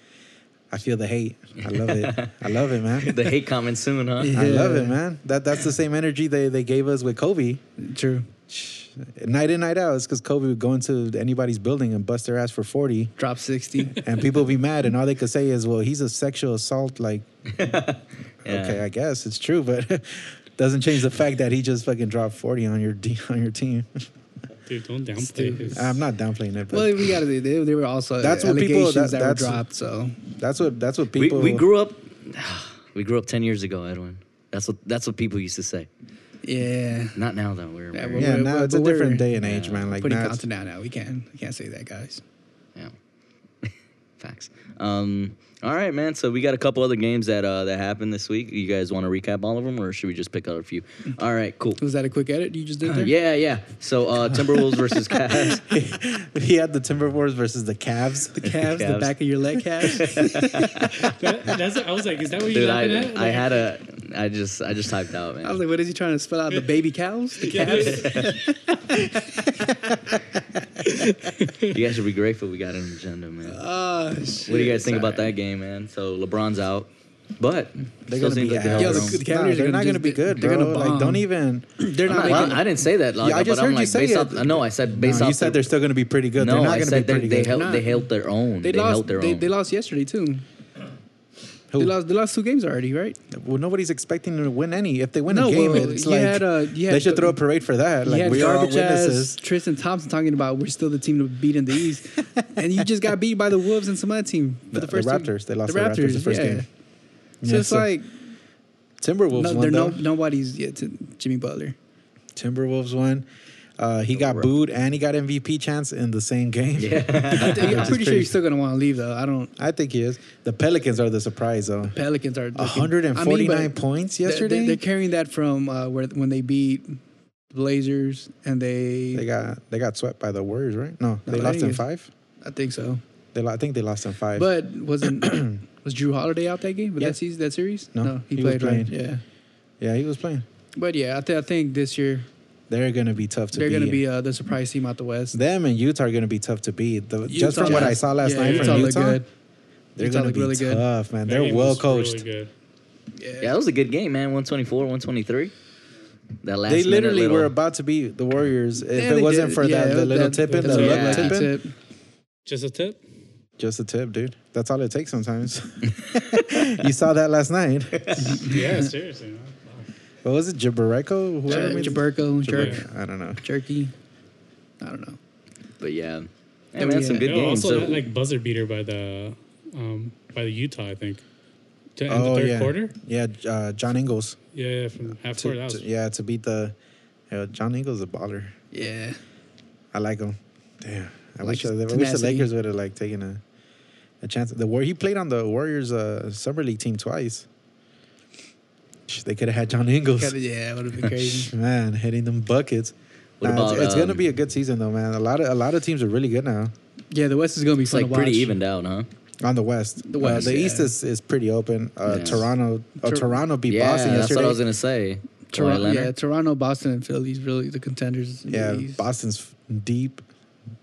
S3: I feel the hate. I love it. I love it, man.
S2: the hate coming soon, huh?
S5: Yeah.
S3: I love it, man. That that's the same energy they, they gave us with Kobe.
S5: True.
S3: Night in, night out. It's because Kobe would go into anybody's building and bust their ass for forty,
S5: Drop sixty.
S3: and people be mad, and all they could say is, "Well, he's a sexual assault." Like,
S2: Yeah.
S3: okay, I guess it's true, but doesn't change the fact that he just fucking dropped forty on your D, on your team.
S4: Dude, don't downplay
S5: Stupid.
S4: his.
S3: I'm not downplaying it, but
S5: well, we got to. They, they were also
S3: That's what people-
S5: allegations
S3: that-
S5: that, were
S3: that's-
S5: dropped. So
S3: that's what that's what
S2: We,
S3: people.
S2: we grew up, we grew up ten years ago, Edwin. That's what that's what people used to say.
S5: yeah,
S2: Not now though. We're,
S5: Yeah,
S2: we're-
S5: well,
S3: Yeah,
S5: we're-
S3: now
S5: we're-
S3: it's a
S5: we're-
S3: different day and age, man. Like
S5: pretty
S3: now, it's-
S5: content now. Now we can we can't say that, guys.
S2: Yeah. Facts. Um, all right, man. So we got a couple other games that uh, that happened this week. You guys want to recap all of them, or should we just pick out a few? All right, cool.
S5: Was that a quick edit you just did there?
S2: Uh, Yeah, yeah. So uh, Timberwolves versus Cavs.
S3: he had the Timberwolves versus the Cavs.
S5: The calves, the
S2: Calves.
S5: back of your leg calves.
S4: That- that's, I was like, is that what you're
S2: Dude,
S4: laughing at?
S2: I, I
S4: Like,
S2: had a, I just I just typed out, man.
S5: I was like, what is he trying to spell out? The baby cows? The calves?
S2: you guys should be grateful we got an agenda, man.
S5: Oh, shit.
S2: what do you guys think about that game, man? So LeBron's out, but
S3: They're
S2: still
S3: gonna be
S2: seems like they
S3: ass.
S2: held their
S5: Yo, the-
S2: own.
S5: the
S3: Nah,
S5: Cavaliers are
S3: they're
S5: gonna
S3: not going to
S5: just-
S3: be good,
S5: they're
S3: bro.
S5: gonna
S3: Like,
S5: bomb.
S3: don't even.
S5: They're
S2: I'm
S5: not
S2: not- I,
S5: making.
S2: I didn't say that. Like,
S3: Yeah, I just
S2: but I'm
S3: heard you
S2: like,
S3: say
S2: based
S3: it.
S2: off. No, I said based
S3: No,
S2: off.
S3: you said
S2: the-
S3: they're still going to be pretty good.
S2: No,
S3: they're not
S2: I
S3: going to be
S2: said they,
S3: pretty
S2: they
S3: good.
S2: held
S5: They're
S2: they
S5: not.
S2: held their own. They,
S5: They lost.
S2: held their
S5: They,
S2: own.
S5: they lost yesterday too.
S3: Who?
S5: They lost. They lost two games already, right?
S3: Well, nobody's expecting them to win any. If they win
S5: No,
S3: a game,
S5: well,
S3: it's
S5: you
S3: like
S5: had, uh, you had
S3: they should
S5: the-
S3: throw a parade for that.
S5: You
S3: Like
S5: had
S3: we are all
S5: garbage ass
S3: witnesses.
S5: Tristan Thompson talking about we're still the team to beat in the East, and you just got beat by the Wolves and some other team for
S3: The-
S5: the,
S3: the
S5: first two-
S3: Raptors. They lost the Raptors the first game.
S5: So
S3: Yes,
S5: it's
S3: sir.
S5: like
S3: Timberwolves
S5: no, there
S3: won.
S5: no
S3: though.
S5: nobody's yet to Jimmy Butler.
S3: Timberwolves won. Uh, he got
S2: Right.
S3: booed and he got MVP chance in the same game.
S2: yeah.
S5: I think-
S3: Which
S5: I'm
S3: is
S5: pretty sure
S3: pretty-
S5: you're still gonna want to leave though. I don't.
S3: I think he is. The Pelicans are the surprise though.
S5: Pelicans are looking-
S3: 149
S5: I mean, but
S3: points
S5: they- they-
S3: yesterday.
S5: They're, carrying that from uh, where when they beat the Blazers and they.
S3: They got they got swept by the Warriors, right? No,
S5: No,
S3: they
S5: I
S3: lost
S5: think
S3: in
S5: it's-
S3: five.
S5: I think so.
S3: They lo- I think they lost in five.
S5: But wasn't was Drew Holiday out that game? But
S3: Yeah.
S5: that season, that series?
S3: No,
S5: he,
S3: he was
S5: played right.
S3: playing.
S5: Yeah,
S3: yeah, he was playing.
S5: but yeah, I, th- I think this year
S3: They're gonna be tough to
S5: they're
S3: beat.
S5: going to be uh, the surprise team out the West.
S3: them and Utah are gonna be tough to beat. The, just
S5: Utah-
S3: from what I saw last
S5: yeah,
S3: night
S5: Utah
S3: from
S5: look
S3: Utah,
S5: good.
S3: they're
S5: Utah
S3: gonna
S5: look
S3: be
S5: really good.
S3: tough, man.
S4: that
S3: They're
S4: game
S3: well
S4: was really
S3: coached.
S4: good.
S2: Yeah, that was a good game, man. 124, 123. That last
S3: They
S2: minute
S3: literally
S2: little-
S3: were about to beat the Warriors if
S5: Yeah,
S3: it
S5: they
S3: wasn't
S5: did.
S3: for
S5: Yeah,
S3: that the little tip in,
S5: that's
S3: the
S5: a
S2: yeah.
S3: lucky
S5: lucky
S3: tip in.
S5: tip.
S4: Just a tip.
S3: Just a tip, dude. That's all it takes sometimes. you saw that last night.
S4: Yeah, seriously. man.
S3: What was it, Jabareko? Whoever
S5: Jer-
S3: made the-
S5: Jaberko, jerk,
S4: Jaberko.
S3: I don't know.
S5: jerky. I don't know.
S2: But yeah. Hey,
S5: Yeah,
S2: man, some
S5: yeah.
S2: good
S4: Yo,
S2: games.
S4: also
S2: So,
S4: that like buzzer beater by the um, by the Utah, I think. To end
S3: Oh
S4: the third
S3: yeah,
S4: quarter.
S3: yeah. Uh, John Ingles.
S4: Yeah, yeah, from half
S3: To-
S4: court. That
S3: to-
S4: was
S3: yeah, to beat the. yeah, John Ingles is a baller.
S5: Yeah,
S3: I like him. Damn. I,
S5: Like
S3: wish,
S5: his
S3: I wish the
S5: tenacity.
S3: Lakers would have like taken a, a chance. The war he played on the Warriors uh, summer league team twice. Sh- They could have had John Ingles.
S5: Kinda- yeah, would have been crazy.
S3: Sh- Man, hitting them buckets. Nah,
S2: What
S3: it's-
S2: about,
S3: it's, gonna
S2: um,
S3: be a good season though, man. A lot of a lot of teams are really good now
S5: yeah, the West is going to be
S2: it's
S5: fun
S2: like
S5: to
S2: pretty
S5: watch.
S2: evened out, huh?
S3: on the West.
S5: The
S3: Uh,
S5: West,
S3: the
S5: yeah.
S3: East is, is pretty open. Uh,
S2: Yes.
S3: Toronto, uh,
S5: Tor-
S3: Toronto beat
S2: yeah,
S3: Boston
S2: that's
S3: yesterday.
S2: what I was gonna say. Kawhi
S5: Toronto, yeah,
S2: Leonard.
S5: Toronto, Boston, and Philly's really the contenders. in the
S3: Yeah,
S5: East.
S3: Boston's f- deep,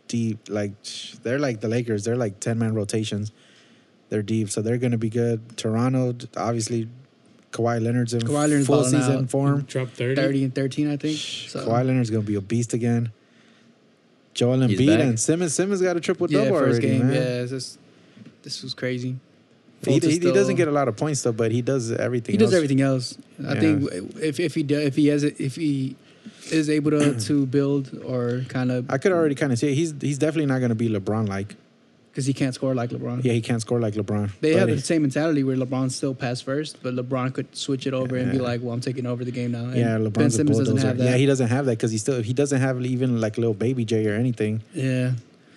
S3: deep. Like sh- they're like the Lakers. They're like ten man rotations. They're deep, so they're gonna be good. Toronto, d- obviously, Kawhi Leonard's in
S5: Kawhi Leonard's
S3: full
S5: balling
S3: season
S5: out.
S3: form.
S4: drop 30.
S5: thirty and thirteen, I think. So
S3: Kawhi Leonard's gonna be a beast again. Joel
S2: He's
S3: Embiid
S2: back.
S3: and Simmons. Simmons got a triple
S5: yeah,
S3: double
S5: first
S3: already,
S5: game.
S3: man.
S5: Yeah, it's just, this was crazy.
S3: He,
S5: Fultz
S3: he,
S5: is
S3: he doesn't
S5: still-
S3: get a lot of points though, but he does everything.
S5: He does
S3: else.
S5: everything else. I
S3: Yeah.
S5: think if if he do, if he has it, if he is able to to build or kind of
S3: I could already kind of see it. he's he's definitely not gonna be LeBron like.
S5: because he can't score like LeBron.
S3: Yeah, he can't score like LeBron.
S5: They
S3: But
S5: have the
S3: it-
S5: same mentality where LeBron still passed first, but LeBron could switch it over and be like, "Well, I'm taking over the game now." And
S3: Yeah, LeBron's
S5: ben Simmons
S3: a bulldozer.
S5: doesn't have that.
S3: Yeah, he doesn't have that because he still he doesn't have even like little baby J or anything
S5: yeah.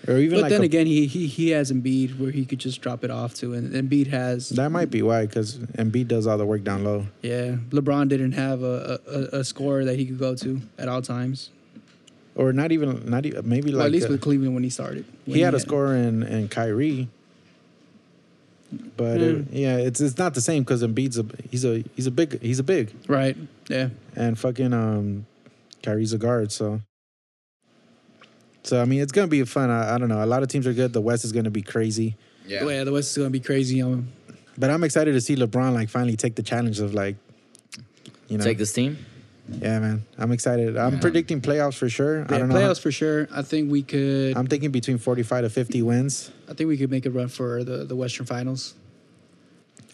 S3: or even
S5: But
S3: like
S5: then
S3: a-
S5: again, he, he he has Embiid where he could just drop it off to, and Embiid has
S3: that might be why because Embiid does all the work down low.
S5: yeah. LeBron didn't have a a, a- a scorer that he could go to at all times.
S3: Or not even, not even, maybe
S5: Well,
S3: like
S5: at least
S3: uh,
S5: with Cleveland when he started, When
S3: he had a scorer in, in Kyrie, but it-
S5: Hmm.
S3: yeah, it's it's not the same because Embiid's a he's a he's a big he's a big
S5: right? Yeah,
S3: and fucking um, Kyrie's a guard. So, so I mean, it's gonna be fun. I, I don't know. A lot of teams are good. The West is gonna be crazy,
S5: yeah. Well, yeah the West is gonna be crazy. Um,
S3: but I'm excited to see LeBron like finally take the challenge of like, you know,
S2: Take this team.
S3: yeah, man. I'm excited. I'm predicting playoffs for sure. I
S5: yeah,
S3: don't know.
S5: playoffs for sure. I think we could.
S3: I'm thinking between 45 to 50 wins.
S5: I think we could make a run for the the Western Finals.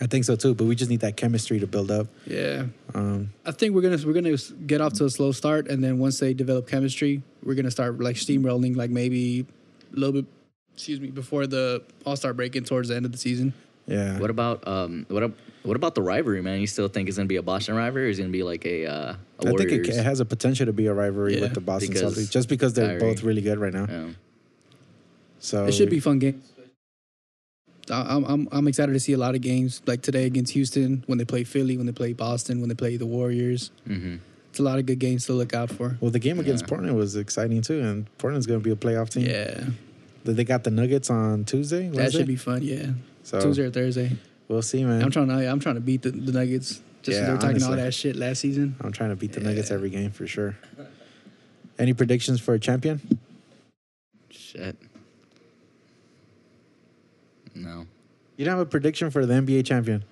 S3: I think so too, but we just need that chemistry to build up.
S5: Yeah.
S3: Um,
S5: I think we're gonna we're gonna s- get off to a slow start, and then once they develop chemistry, we're gonna start like steamrolling, like maybe a little bit, excuse me, before the All Star break and towards the end of the season.
S3: yeah.
S2: What about um? What ab- what about the rivalry, man? You still think it's gonna be a Boston rivalry, or is it gonna be like a uh, a
S3: I
S2: Warriors?
S3: think it, ca- it has a potential to be a rivalry
S5: Yeah,
S3: with the Boston
S2: because
S3: Celtics just because they're
S2: Kyrie.
S3: both really good right now.
S2: Yeah.
S3: So
S5: It should be fun game. I- I'm, I'm I'm excited to see a lot of games like today against Houston when they play Philly, when they play Boston, when they play the Warriors.
S2: Mhm.
S5: It's a lot of good games to look out for.
S3: Well, the game against Portland was exciting too, and Portland's going to be a playoff team.
S5: Yeah,
S3: They got the Nuggets on Tuesday.
S5: that
S3: Wednesday?
S5: should be fun. Yeah,
S3: So-
S5: Tuesday or Thursday.
S3: We'll see, man.
S5: I'm trying to I'm trying to beat the, the Nuggets. Just 'cause
S3: Yeah,
S5: they were talking all
S3: honestly.
S5: that shit last season.
S3: I'm trying to beat the Nuggets every game for sure. Any predictions for a champion?
S2: Shit. No.
S3: You don't have a prediction for the NBA champion,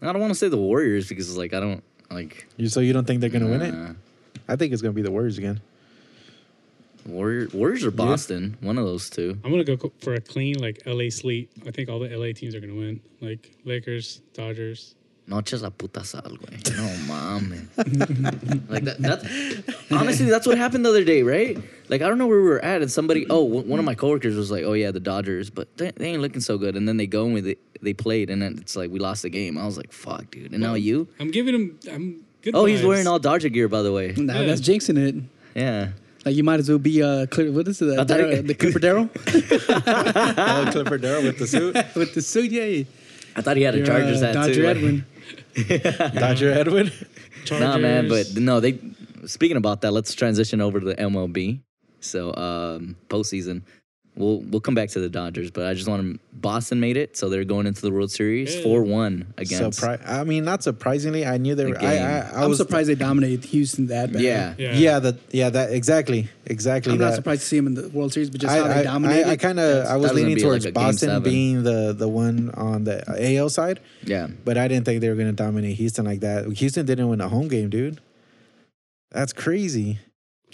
S2: I don't want to say the Warriors because like I don't like
S3: you, so you don't think they're going to win it?
S2: uh,
S3: I think it's going to be the Warriors again.
S2: Warrior, Warriors or Boston, one of those two.
S4: I'm gonna go co- for a clean like LA sleep. I think all the LA teams are gonna win, like Lakers, Dodgers.
S2: Noches la puta sal, güey. No mames. like that, that. Honestly, that's what happened the other day, right? Like I don't know where we were at, and somebody. Oh, one one of my coworkers was like, "Oh yeah, the Dodgers, but they, they ain't looking so good." And then they go and with it, they played, and then it's like we lost the game. I was like, "Fuck, dude." And now you.
S4: I'm giving him. I'm good.
S2: Oh, he's
S4: vibes.
S2: wearing all Dodger gear, by the way.
S5: Nah,
S4: Yeah.
S5: that's jinxing it.
S2: Yeah.
S5: Like you might as well be uh clear. What is it? Uh,
S2: I thought
S5: Darryl-
S2: it-
S5: the Clipper Daryl
S3: Oh, Clifford Darrow with the suit.
S5: with the suit. Yeah, yeah.
S2: I thought he had a
S5: You're,
S2: Chargers
S5: uh,
S2: hat
S5: Dodger
S2: too. like-
S5: Edwin.
S3: Dodger Edwin.
S4: Chargers.
S2: Nah, man, but no, they. Speaking about that, let's transition over to the MLB. So um, postseason, we'll we'll come back to the Dodgers, but I just want to. Boston made it, so they're going into the World Series
S4: Yeah.
S2: four one against.
S3: Surpri- I mean, not surprisingly, I knew they were. I, I, I
S5: I am
S3: was
S5: surprised they dominated Houston that bad.
S2: yeah,
S4: Yeah.
S3: Yeah. that. Yeah, that exactly, exactly.
S5: I'm
S3: that.
S5: not surprised to see him in the World Series, but just
S3: I,
S5: how they
S3: I, I,
S5: dominated.
S3: I kind of I was
S2: That was gonna
S3: leaning
S2: be
S3: towards
S2: like a game
S3: Boston
S2: seven.
S3: being the the one on the AL side,
S2: yeah.
S3: but I didn't think they were going to dominate Houston like that. Houston didn't win a home game, dude. That's crazy.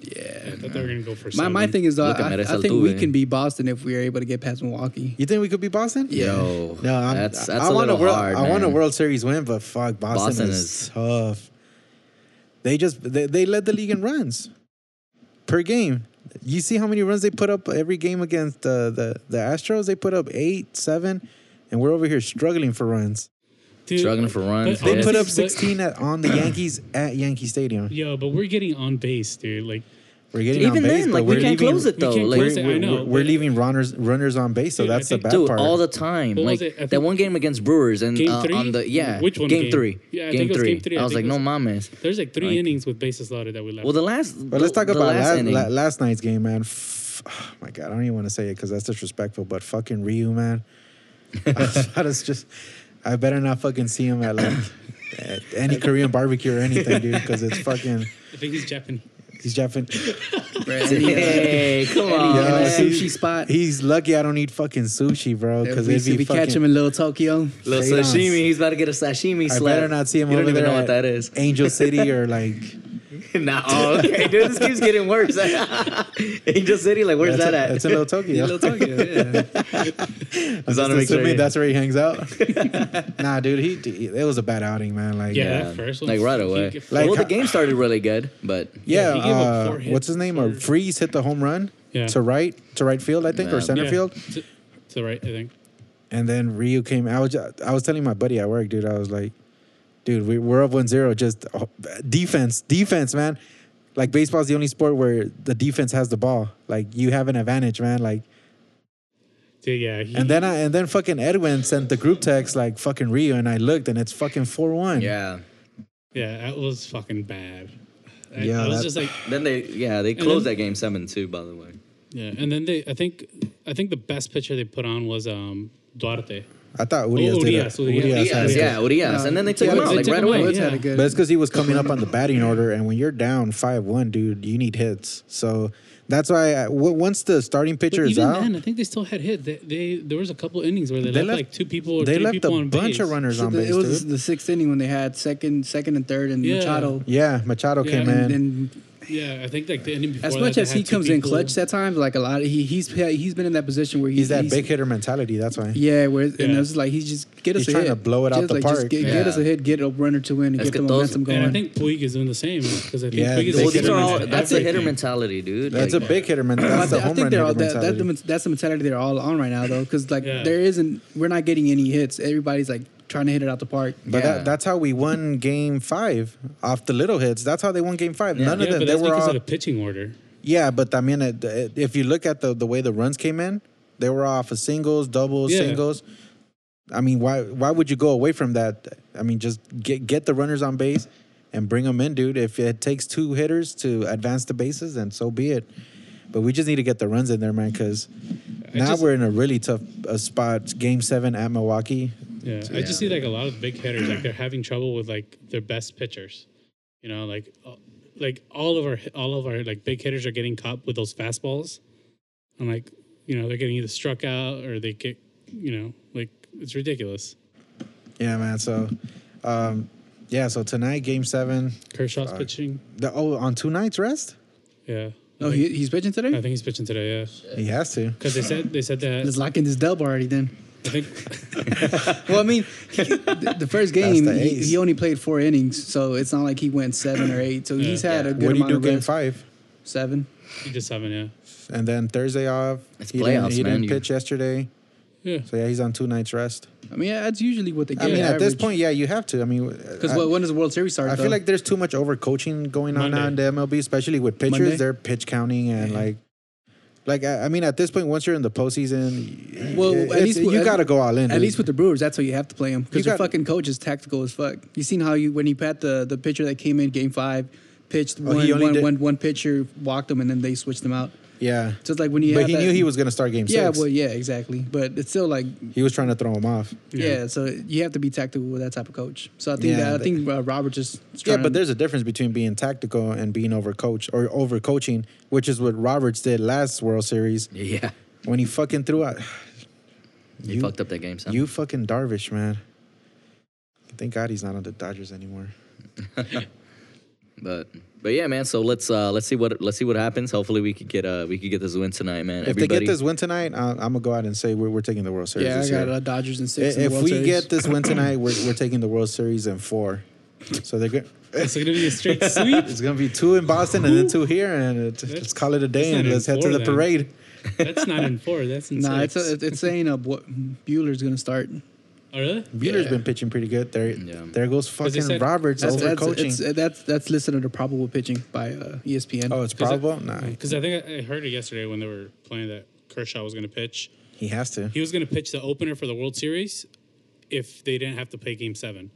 S5: yeah.
S4: I thought they were gonna go for
S5: My, my
S4: seven.
S5: thing is though,
S2: Look at
S5: I, I
S2: Merez
S5: think we
S2: Altuve.
S5: can beat Boston if we are able to get past Milwaukee.
S3: You think we could beat Boston?
S5: Yeah.
S2: Yo,
S3: No, I'm,
S2: that's
S3: I-
S2: that's
S3: I
S2: a
S3: want a
S2: little
S3: world.
S2: hard.
S3: I want a
S2: man.
S3: World Series win, but fuck, Boston,
S2: Boston
S3: is,
S2: is-
S3: tough. They just they, they led the league in runs per game. You see how many runs they put up every game against the the, the Astros? They put up eight, seven, and we're over here struggling for runs.
S4: Dude,
S2: struggling for runs,
S4: but
S3: They put
S4: honestly,
S3: up
S4: but-
S3: 16 at, on the Yankees at Yankee Stadium.
S4: Yo, but we're getting on base, dude. Like,
S3: We're getting on
S2: Even
S3: base,
S2: then,
S3: but
S2: like
S3: we're
S2: we can't
S3: leaving,
S2: close it though.
S4: can't
S2: Like,
S4: close it.
S3: We're,
S4: I know,
S3: we're- we're
S4: but-
S3: leaving runners runners on base, so
S4: Dude, I
S3: that's the
S4: think-
S3: bad
S2: Dude,
S3: part.
S2: all the time.
S4: What
S2: like
S4: was it? I
S2: that
S4: think-
S2: one game against Brewers and
S4: Game
S2: uh,
S4: three?
S2: on the yeah,
S4: Which one
S2: game,
S4: game?
S2: three.
S4: Yeah, I
S2: game
S4: think it was
S2: three.
S4: game three,
S2: I
S4: I
S2: was
S4: think
S2: like,
S4: it
S2: no
S4: was-
S2: mames.
S4: there's like three
S2: Like-
S4: innings with bases loaded that we left.
S2: Well, the last.
S3: But let's
S2: the-
S3: talk
S2: the
S3: about
S2: last
S3: last,
S2: inning.
S3: la- last night's game, man. F- oh my God, I don't even want to say it because that's disrespectful. But fucking Ryu, man. I was about to just, I better not fucking see him at like at any Korean barbecue or anything, dude, because it's fucking.
S4: I think he's Japanese.
S3: He's Japanese.
S2: Hey, come on.
S5: Yeah,
S2: man.
S5: see- uh, sushi spot.
S3: He's lucky I don't eat fucking sushi, bro.
S5: If
S3: Because
S5: we,
S3: it'd
S5: if
S3: be
S5: we
S3: fucking,
S5: catch him in Little Tokyo,
S2: Little
S3: Straight on.
S2: sashimi. He's about to get a sashimi
S3: I
S2: slap.
S3: better not see him
S2: You
S3: over
S2: don't even
S3: there
S2: know
S3: at
S2: what that is.
S3: Angel City or like.
S2: nah, oh, okay, dude, this keeps getting worse. Angel City, like, where's
S3: That's
S2: that
S3: in-
S2: at?
S3: That's in Little Tokyo.
S5: Little Tokyo. Yeah.
S2: Just wanna
S3: Just
S2: make sure
S3: assuming
S2: you-
S3: that's where he hangs out. nah, dude, he, it was a bad outing, man. Like,
S4: Yeah, that first one.
S2: like right
S4: fucking-
S2: away.
S3: Like, uh,
S2: well, the
S3: how-
S2: game started really good, but
S3: Yeah,
S4: Yeah, he gave up
S3: uh,
S4: four hits
S3: what's his name?
S4: for-
S3: Uh, Freeze hit the home run
S4: Yeah.
S3: to right, to right field, I think, or
S2: Yeah.
S3: center
S4: Yeah.
S3: field.
S4: To, to the right, I think.
S3: And then Ryu came. I was ju- I was telling my buddy at work, dude. I was like, dude, we, we're up 1-0. Just oh, defense, defense, man. Like baseball's the only sport where the defense has the ball. Like you have an advantage, man. Like
S4: Dude, yeah. He,
S3: and then I and then fucking Edwin sent the group text like fucking Ryu, and I looked and it's fucking four one.
S2: Yeah.
S4: yeah, that was fucking bad. I,
S3: Yeah,
S4: I was
S3: that-
S4: just like,
S2: Then they yeah they closed
S4: then-
S2: that game seven two by the way.
S4: yeah. And then they, I think, I think the best pitcher they put on was um Duarte.
S3: I thought Urias did it.
S4: Oh, Urias, Urias.
S3: Urias had
S2: Urias,
S3: it.
S2: yeah, Urias,
S5: No,
S2: and then they took
S5: yeah,
S2: him
S5: they
S2: out like
S4: took
S2: right
S4: him out,
S2: away.
S5: Woods had a
S4: yeah.
S5: good.
S3: But it's because he was coming up on the batting order, and when you're down five one, dude, you need hits. So that's why I, w- once the starting
S4: But
S3: pitcher is
S4: even
S3: out,
S4: then, I think they still had hit. They, they there was a couple innings where they,
S3: They
S4: left,
S3: left-
S4: like two people or
S3: they
S4: three
S3: left
S4: people
S3: a
S4: on
S3: bunch
S4: base.
S3: of runners
S5: So
S3: on
S5: the-
S3: base,
S5: it was
S3: dude.
S5: the sixth inning when they had second, second and third, and
S4: Yeah.
S5: Machado.
S3: Yeah, Machado
S4: Yeah,
S3: came
S5: And,
S3: in.
S5: and
S4: Yeah, I think like the inning before.
S5: as
S4: that,
S5: much
S4: they
S5: as
S4: had
S5: he
S4: two
S5: comes in
S4: people-
S5: clutch at times, like a lot of he he's he's been in that position where
S3: he's that
S5: he's,
S3: big hitter mentality. That's why.
S5: Yeah, where and
S4: Yeah.
S5: it's like he's just get us
S3: He's
S5: a
S3: trying
S5: hit.
S3: to blow it out
S5: Just
S3: the
S5: like,
S3: park.
S5: Just get, get
S2: Yeah.
S5: us a hit, get a runner to win, and
S2: Let's
S5: get the
S2: get those-
S5: momentum going.
S4: And I think Puig is doing the same because I think
S3: Yeah,
S4: Puig is
S3: they
S2: Well,
S4: a
S3: hit
S2: these are
S3: him
S2: all
S3: in
S2: that's a hitter
S4: everything.
S2: mentality, dude.
S3: That's
S2: Like,
S3: a big hitter mentality.
S5: Well,
S3: That's
S5: I,
S3: the
S5: thi- I
S3: home
S5: think
S3: run
S5: they're
S3: hitter
S5: all that, that's, the,
S3: mentality.
S5: men- that's the mentality they're all on right now though, because like
S4: Yeah.
S5: there isn't we're not getting any hits. Everybody's like trying to hit it out the park.
S3: But
S2: Yeah.
S3: that, that's how we won Game Five off the little hits. That's how they won Game Five. None
S4: Yeah,
S3: of them.
S4: but
S3: They
S4: that's
S3: were
S4: because
S3: all.
S4: of the pitching order.
S3: Yeah, but I mean, it, it- if you look at the the way the runs came in, they were off of singles, doubles,
S4: Yeah.
S3: singles. I mean, why why would you go away from that? I mean, just get get the runners on base and bring them in, dude. If it takes two hitters to advance the bases, then so be it. But we just need to get the runs in there, man, because now
S4: just-
S3: we're in a really tough uh, spot. Game seven at Milwaukee.
S4: Yeah, I just see like a lot of big hitters like they're having trouble with like their best pitchers. You know, like uh, like all of our all of our like big hitters are getting caught with those fastballs, and like you know they're getting either struck out or they get you know like it's ridiculous.
S3: Yeah, man. So, um, yeah. So tonight, game seven.
S4: Kershaw's pitching.
S3: The, oh, on two nights rest.
S4: Yeah.
S5: No, Oh, he, he's pitching
S4: I
S5: today.
S4: think he's pitching today. Yeah,
S3: He has to.
S4: because they said they said
S5: Let's
S4: that.
S5: lock in this dub already then.
S4: I think
S5: Well, I mean, he- the, the first game
S3: the
S5: he,
S3: ace.
S5: he only played four innings, so it's not like he went seven or eight. So he's had
S2: Yeah.
S5: a good
S3: What do you
S5: amount
S3: do
S5: of
S3: game
S5: rest.
S3: five?
S5: Seven.
S4: you just haven't. Yeah,
S3: and then Thursday off.
S2: It's
S3: he didn't-
S2: playoffs,
S3: he
S2: man.
S3: didn't
S2: You-
S3: pitch yesterday,
S4: yeah.
S3: so yeah, he's on two nights rest.
S5: I mean, yeah, that's usually what they get.
S3: I mean, at this
S5: average.
S3: point, yeah, you have to. I mean,
S5: Because
S3: I,
S5: when does the World Series start?
S3: I feel
S5: though?
S3: like there's too much over coaching going on now in the
S4: Monday.
S3: MLB, especially with pitchers.
S5: Monday?
S3: They're pitch counting and like. Like I I mean, at this point, once you're in the postseason,
S5: Well,
S3: it-
S5: at
S3: it's-
S5: least
S3: you
S5: with- at-
S3: got to go all in.
S5: At
S3: dude.
S5: least with the Brewers, that's how you have to play him
S3: You
S5: because your
S3: got-
S5: fucking coach is tactical as fuck. You seen how you when he pat the the pitcher that came in game five, pitched
S3: Oh,
S5: one
S3: he only
S5: one-
S3: did-
S5: one- one pitcher, walked him, and then they switched him out.
S3: yeah,
S5: So it's like when you
S3: but
S5: have
S3: he
S5: that-
S3: knew he was going to start game
S5: Yeah,
S3: six.
S5: well, yeah, exactly. But it's still like
S3: he was trying to throw him off.
S5: yeah. so you have to be tactical with that type of coach. So I think
S3: Yeah,
S5: that, I
S3: but-
S5: think uh, Robert just
S3: Yeah, but there's a difference between being tactical and being overcoached or overcoaching, which is what Roberts did last World Series
S2: yeah,
S3: when he fucking threw out.
S2: he
S3: You-
S2: fucked up that game. Son.
S3: You fucking Darvish, man. Thank God he's not on the Dodgers anymore.
S2: But but yeah, man. So let's uh let's see what let's see what happens. Hopefully we could get uh we could get this win tonight, man.
S3: If they get this win tonight, I, I'm gonna go out and say we're, we're taking the World Series.
S5: yeah, I
S3: this
S5: got
S3: year.
S5: uh, Dodgers and six.
S3: I-
S5: in the
S3: If
S5: World
S3: we
S5: Series.
S3: get this win tonight, we're, we're taking the World Series in four. So they're good.
S4: It's gonna be a straight sweep.
S3: It's gonna be two in Boston and then two here, and it, let's call it a day
S4: not
S3: and
S4: in
S3: let's head to
S4: four
S3: the
S4: then.
S3: parade.
S4: That's not in four. That's in
S5: nah, it's
S4: six.
S5: a, it's- it's saying uh, Bo- Bueller's gonna start.
S4: oh, really?
S3: Bueller's
S5: Yeah.
S3: been pitching pretty good. There,
S2: Yeah.
S3: there goes
S4: they
S3: fucking
S4: said-
S3: Roberts
S5: That's
S3: over
S5: that's,
S3: coaching.
S5: it's, that's that's listed under probable pitching by uh, ESPN.
S3: oh, it's
S4: Mm, Cause I-
S3: probable. Nah,
S4: Because I think I I heard it yesterday when they were playing that Kershaw was going to pitch.
S3: he has to.
S4: He was going to pitch the opener for the World Series if they didn't have to play Game Seven.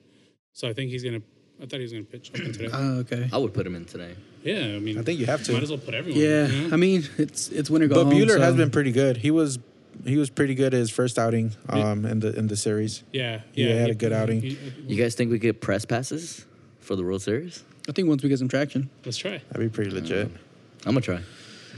S4: So I think he's going to. I thought he was going to pitch open today.
S5: Ah, okay.
S2: I would put him in today.
S4: yeah, I mean,
S3: I think you have to.
S4: Might as well put everyone.
S5: Yeah,
S4: you know?
S5: I mean it's it's winter go
S3: But
S5: home.
S3: Bueller
S5: so-
S4: um,
S3: has been pretty good. He was he was pretty good his first outing um, in the in the series.
S4: yeah,
S3: He
S4: yeah.
S3: had a good outing.
S2: You guys think we get press passes for the World Series?
S5: I think once we get some traction,
S4: let's try.
S3: That'd be pretty legit.
S2: I'm gonna try.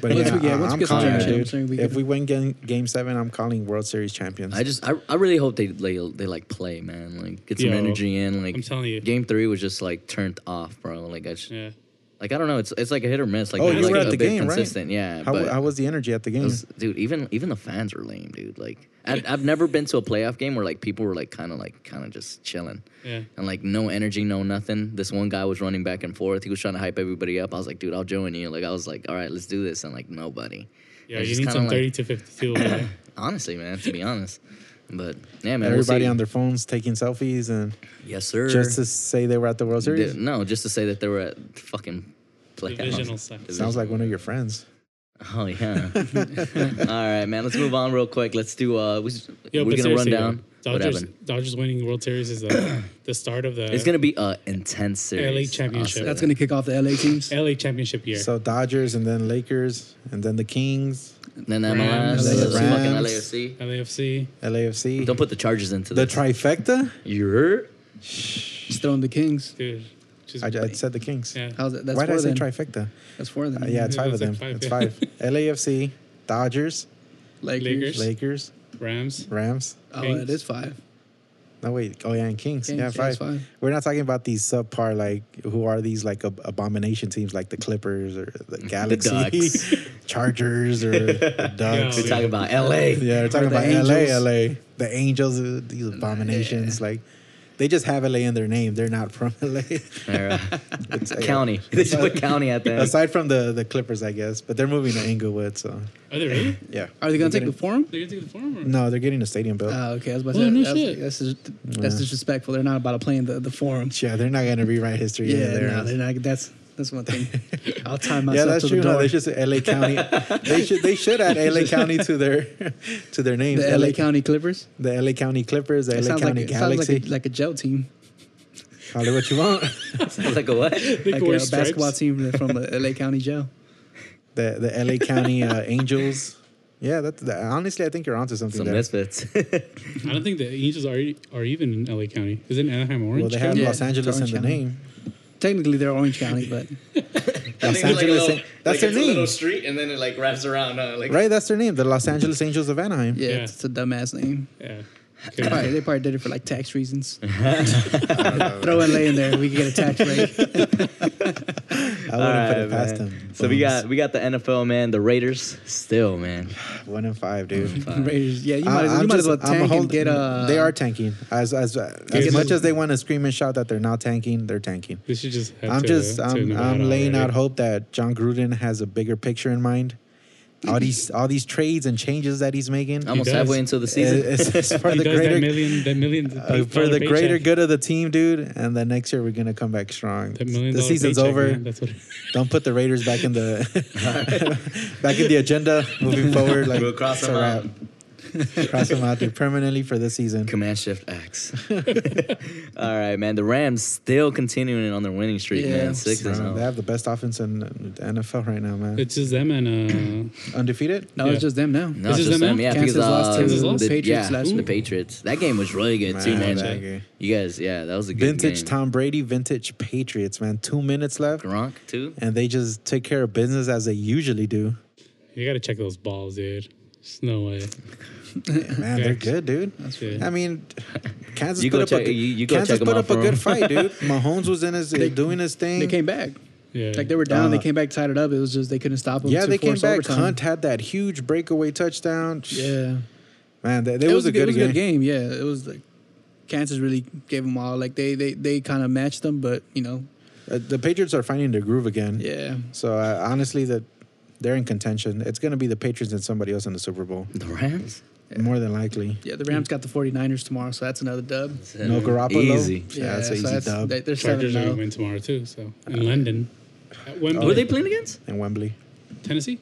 S3: But
S5: Once
S3: yeah,
S5: we get-
S3: I-
S5: once we
S3: I'm
S5: get some
S3: calling it,
S5: traction, I'm
S3: dude.
S5: saying we
S3: if
S5: get-
S3: we win game, game seven, I'm calling World Series champions.
S2: I just I, I really hope they, they they like play, man. Like get some
S4: Yo,
S2: energy in. Like
S4: I'm telling you.
S2: game three was just like turned off, bro. Like I sh-
S4: Yeah.
S2: Like I don't know, it's it's like a hit or miss. Like
S3: Oh,
S2: they're,
S3: you
S2: like,
S3: were at
S2: a
S3: the
S2: bit
S3: game, right?
S2: consistent. Yeah,
S3: How,
S2: but
S3: how was the energy at the
S2: it
S3: game?
S2: was- dude, even even the fans are lame, dude. Like I, I've never been to a playoff game where like people were like kind of like kind of just chilling.
S4: Yeah.
S2: and like no energy, no nothing. This one guy was running back and forth. He was trying to hype everybody up. I was like, dude, I'll join you. Like I was like, all right, let's do this. And like nobody.
S4: Yeah,
S2: It was
S4: you
S2: just
S4: need
S2: kinda
S4: some
S2: like-
S4: 30 to 52. over there.
S2: honestly, man, to be honest. But yeah, man, we'll
S3: Everybody
S2: see.
S3: on their phones taking selfies and
S2: yes, sir.
S3: just to say they were at the World Series.
S2: Did- no, just to say that they were at fucking playoffs.
S4: Divisional sucks.
S3: Sounds like one of your friends.
S2: Oh yeah. All right, man. Let's move on real quick. Let's do. Uh, we,
S4: Yo,
S2: we're
S4: but
S2: gonna run
S4: seriously,
S2: down. What
S4: Dodgers,
S2: happened?
S4: Dodgers winning World Series is the, the start of the
S2: It's gonna be a intense series.
S4: LA
S2: I'll
S4: championship.
S2: say
S5: That's
S2: that.
S5: gonna kick off the LA teams.
S4: LA championship year.
S3: So Dodgers and then Lakers and then the Kings,
S2: Then MLS,
S4: Rams,
S2: then
S3: LAFC.
S2: fucking LAFC.
S4: LAFC.
S3: LAFC,
S2: Don't put the Chargers into
S3: the
S2: this.
S3: trifecta.
S2: You're
S5: Just throwing the Kings.
S4: Dude, just,
S3: I, I said the Kings.
S4: yeah.
S5: How's that? That's
S3: Why
S5: four
S3: did I say
S5: then.
S3: trifecta?
S5: That's four then.
S3: Uh, yeah, it's
S4: Yeah,
S3: five of
S4: it's
S3: them.
S4: like five,
S3: it's
S4: yeah.
S3: five. LAFC, Dodgers,
S5: Lakers.
S4: Lakers.
S3: Lakers,
S4: Rams.
S3: Rams.
S5: Oh,
S4: Kings.
S5: it is five.
S3: No wait. Oh yeah, and Kings.
S5: Kings, yeah,
S3: yeah,
S5: it's
S3: 5
S5: five.
S3: We're not talking about these subpar like who are these like ab- abomination teams like the Clippers or the Galaxy,
S2: Ducks.
S3: Chargers or the Ducks.
S4: No,
S2: We're talking about LA.
S3: Yeah, we're talking
S5: the
S3: about LA,
S5: Angels.
S3: LA. The Angels, uh, these abominations. Like, they just have LA in their name. They're not from LA.
S2: Or, uh,
S3: It's, uh,
S2: county. They just put county at the end.
S3: Aside from the, the Clippers, I guess, but they're moving to Inglewood, so
S4: Are they really?
S3: yeah.
S5: Are they gonna
S3: They're
S5: take the forum?
S4: They're gonna take the form or
S3: No, they're getting a stadium built.
S5: Oh, okay. I was about
S4: Oh,
S5: to say
S4: no
S5: that's,
S4: shit.
S5: that's, dis- that's disrespectful. They're not about to play in the, the forum.
S3: yeah, they're not gonna rewrite history.
S5: Yeah,
S3: Yeah, there.
S5: no, they're not. That's that's one thing. I'll time myself
S3: yeah, that's
S5: to
S3: true.
S5: the
S3: No,
S5: door.
S3: they should say LA County. they should they should add LA County to their to their names.
S5: the LA, County Clippers.
S3: the LA County Clippers, the
S5: It
S3: LA
S5: sounds like
S3: County
S5: it sounds like
S3: Galaxy.
S5: a, like a gel team,
S3: Call it what you want.
S2: Sounds like a what?
S4: They
S5: like
S4: can wear
S5: a
S4: stripes.
S5: basketball team from the LA County jail.
S3: the the LA County uh, Angels. Yeah, that, that honestly, I think you're onto something
S2: Some
S3: there.
S2: misfits.
S4: I don't think the Angels are e- are even in LA County. Is it Anaheim Orange?
S3: Well, they have
S5: Yeah,
S3: Los Angeles in
S5: Orange
S3: the
S5: County.
S3: name.
S5: Technically, they're Orange County, but
S3: Los Angeles, that's their name,
S2: street, and then it like wraps around. uh, like
S3: right? That's their name, the Los Angeles Angels of Anaheim.
S5: yeah,
S4: Yeah.
S5: It's, it's a dumbass name.
S4: yeah.
S5: They
S4: Okay.
S5: probably, they probably did it for like tax reasons. Throw LA in there, we could get a tax break.
S3: I wouldn't put it
S2: All right,
S3: past
S2: man.
S3: them.
S2: So we
S3: Bones.
S2: got we got the NFL man, the Raiders still man.
S3: one in five, dude.
S5: Raiders, yeah, you
S3: I-
S5: might, as, you
S3: I'm
S5: might as
S3: just-
S5: well
S3: I'm a
S5: tank
S3: hold-
S5: and get uh, a.
S3: they are tanking. As as as
S4: Get
S3: much
S4: a-
S3: as they want to scream and shout that they're not tanking, they're tanking.
S4: They should just head
S3: I'm
S4: to,
S3: just
S4: to
S3: I'm,
S4: Nevada
S3: I'm laying out
S4: already.
S3: hope that John Gruden has a bigger picture in mind. All these all these trades and changes that he's making.
S2: Almost
S4: does.
S2: halfway into the season.
S3: It's, it's for
S4: He
S3: the
S4: does that
S3: greater
S4: million, that million
S3: uh, for
S4: dollar
S3: the greater
S4: paycheck.
S3: good of the team, dude. And then next year we're gonna come back strong.
S4: That million
S3: The
S4: dollar
S3: season's
S4: paycheck,
S3: over.
S4: man. That's what.
S3: Don't put the Raiders back in the back in the agenda moving forward. Like
S2: We'll cross
S3: it's
S2: them
S3: a
S2: out.
S3: wrap. cross them out dude, permanently for this season.
S2: Command Shift X. All right, man. The Rams still continuing on their winning streak,
S5: Yeah.
S2: man. Six and
S3: Bro, they
S2: zero.
S3: have the best offense in the NFL right now, man.
S4: It's just them and uh,
S3: Undefeated.
S5: no,
S4: Yeah.
S5: it's just them now.
S2: No, it's
S4: This is
S2: just
S4: them
S2: them.
S4: now?
S2: Yeah,
S5: Kansas
S2: because uh,
S5: lost to
S4: Kansas lost?
S2: the,
S5: Patriots
S2: yeah,
S5: last
S2: the
S5: week.
S2: Patriots. That game was really good too,
S3: Man,
S2: man.
S3: that game.
S2: You guys, yeah, that was a good
S3: Vintage
S2: game.
S3: Tom Brady, vintage Patriots, man. Two minutes left,
S2: Gronk too.
S3: and they just take care of business as they usually do.
S4: you gotta check those balls, dude. There's no way.
S3: Man, they're good, dude.
S4: Yeah.
S3: I mean, Kansas
S2: You
S3: put
S2: go
S3: up
S2: check-
S3: a
S2: you- you go
S3: Kansas
S2: check 'em
S3: put
S2: out
S3: up a
S2: for
S3: good
S2: 'em.
S3: fight, dude. Mahomes was in his doing his thing.
S5: They came back.
S4: Yeah.
S5: Like they were down,
S3: Uh,
S5: they came back, tied it up. It was just they couldn't stop them.
S3: yeah,
S5: to
S3: they came
S5: force
S3: back.
S5: Overtime.
S3: Hunt had that huge breakaway touchdown.
S5: Yeah,
S3: man, that, that was, a
S5: it
S3: good,
S5: was
S3: game.
S5: a good game. Yeah, it was like Kansas really gave them all. Like they they they kind of matched them, but you know,
S3: Uh, the Patriots are finding their groove again.
S5: yeah.
S3: So uh, honestly, that they're in contention. It's going to be the Patriots and somebody else in the Super Bowl,
S2: The Rams.
S3: more than likely.
S5: Yeah, the Rams got the 49ers tomorrow, so that's another dub.
S3: No Garoppolo.
S2: Easy.
S3: Yeah, that's an
S5: so
S3: easy dub.
S5: They, they're seven oh.
S4: Chargers are gonna
S5: now.
S4: win tomorrow too. So
S3: Uh,
S4: in London, at
S2: Who are
S3: Oh,
S4: Wembley,
S2: they playing against?
S3: in Wembley.
S4: Tennessee,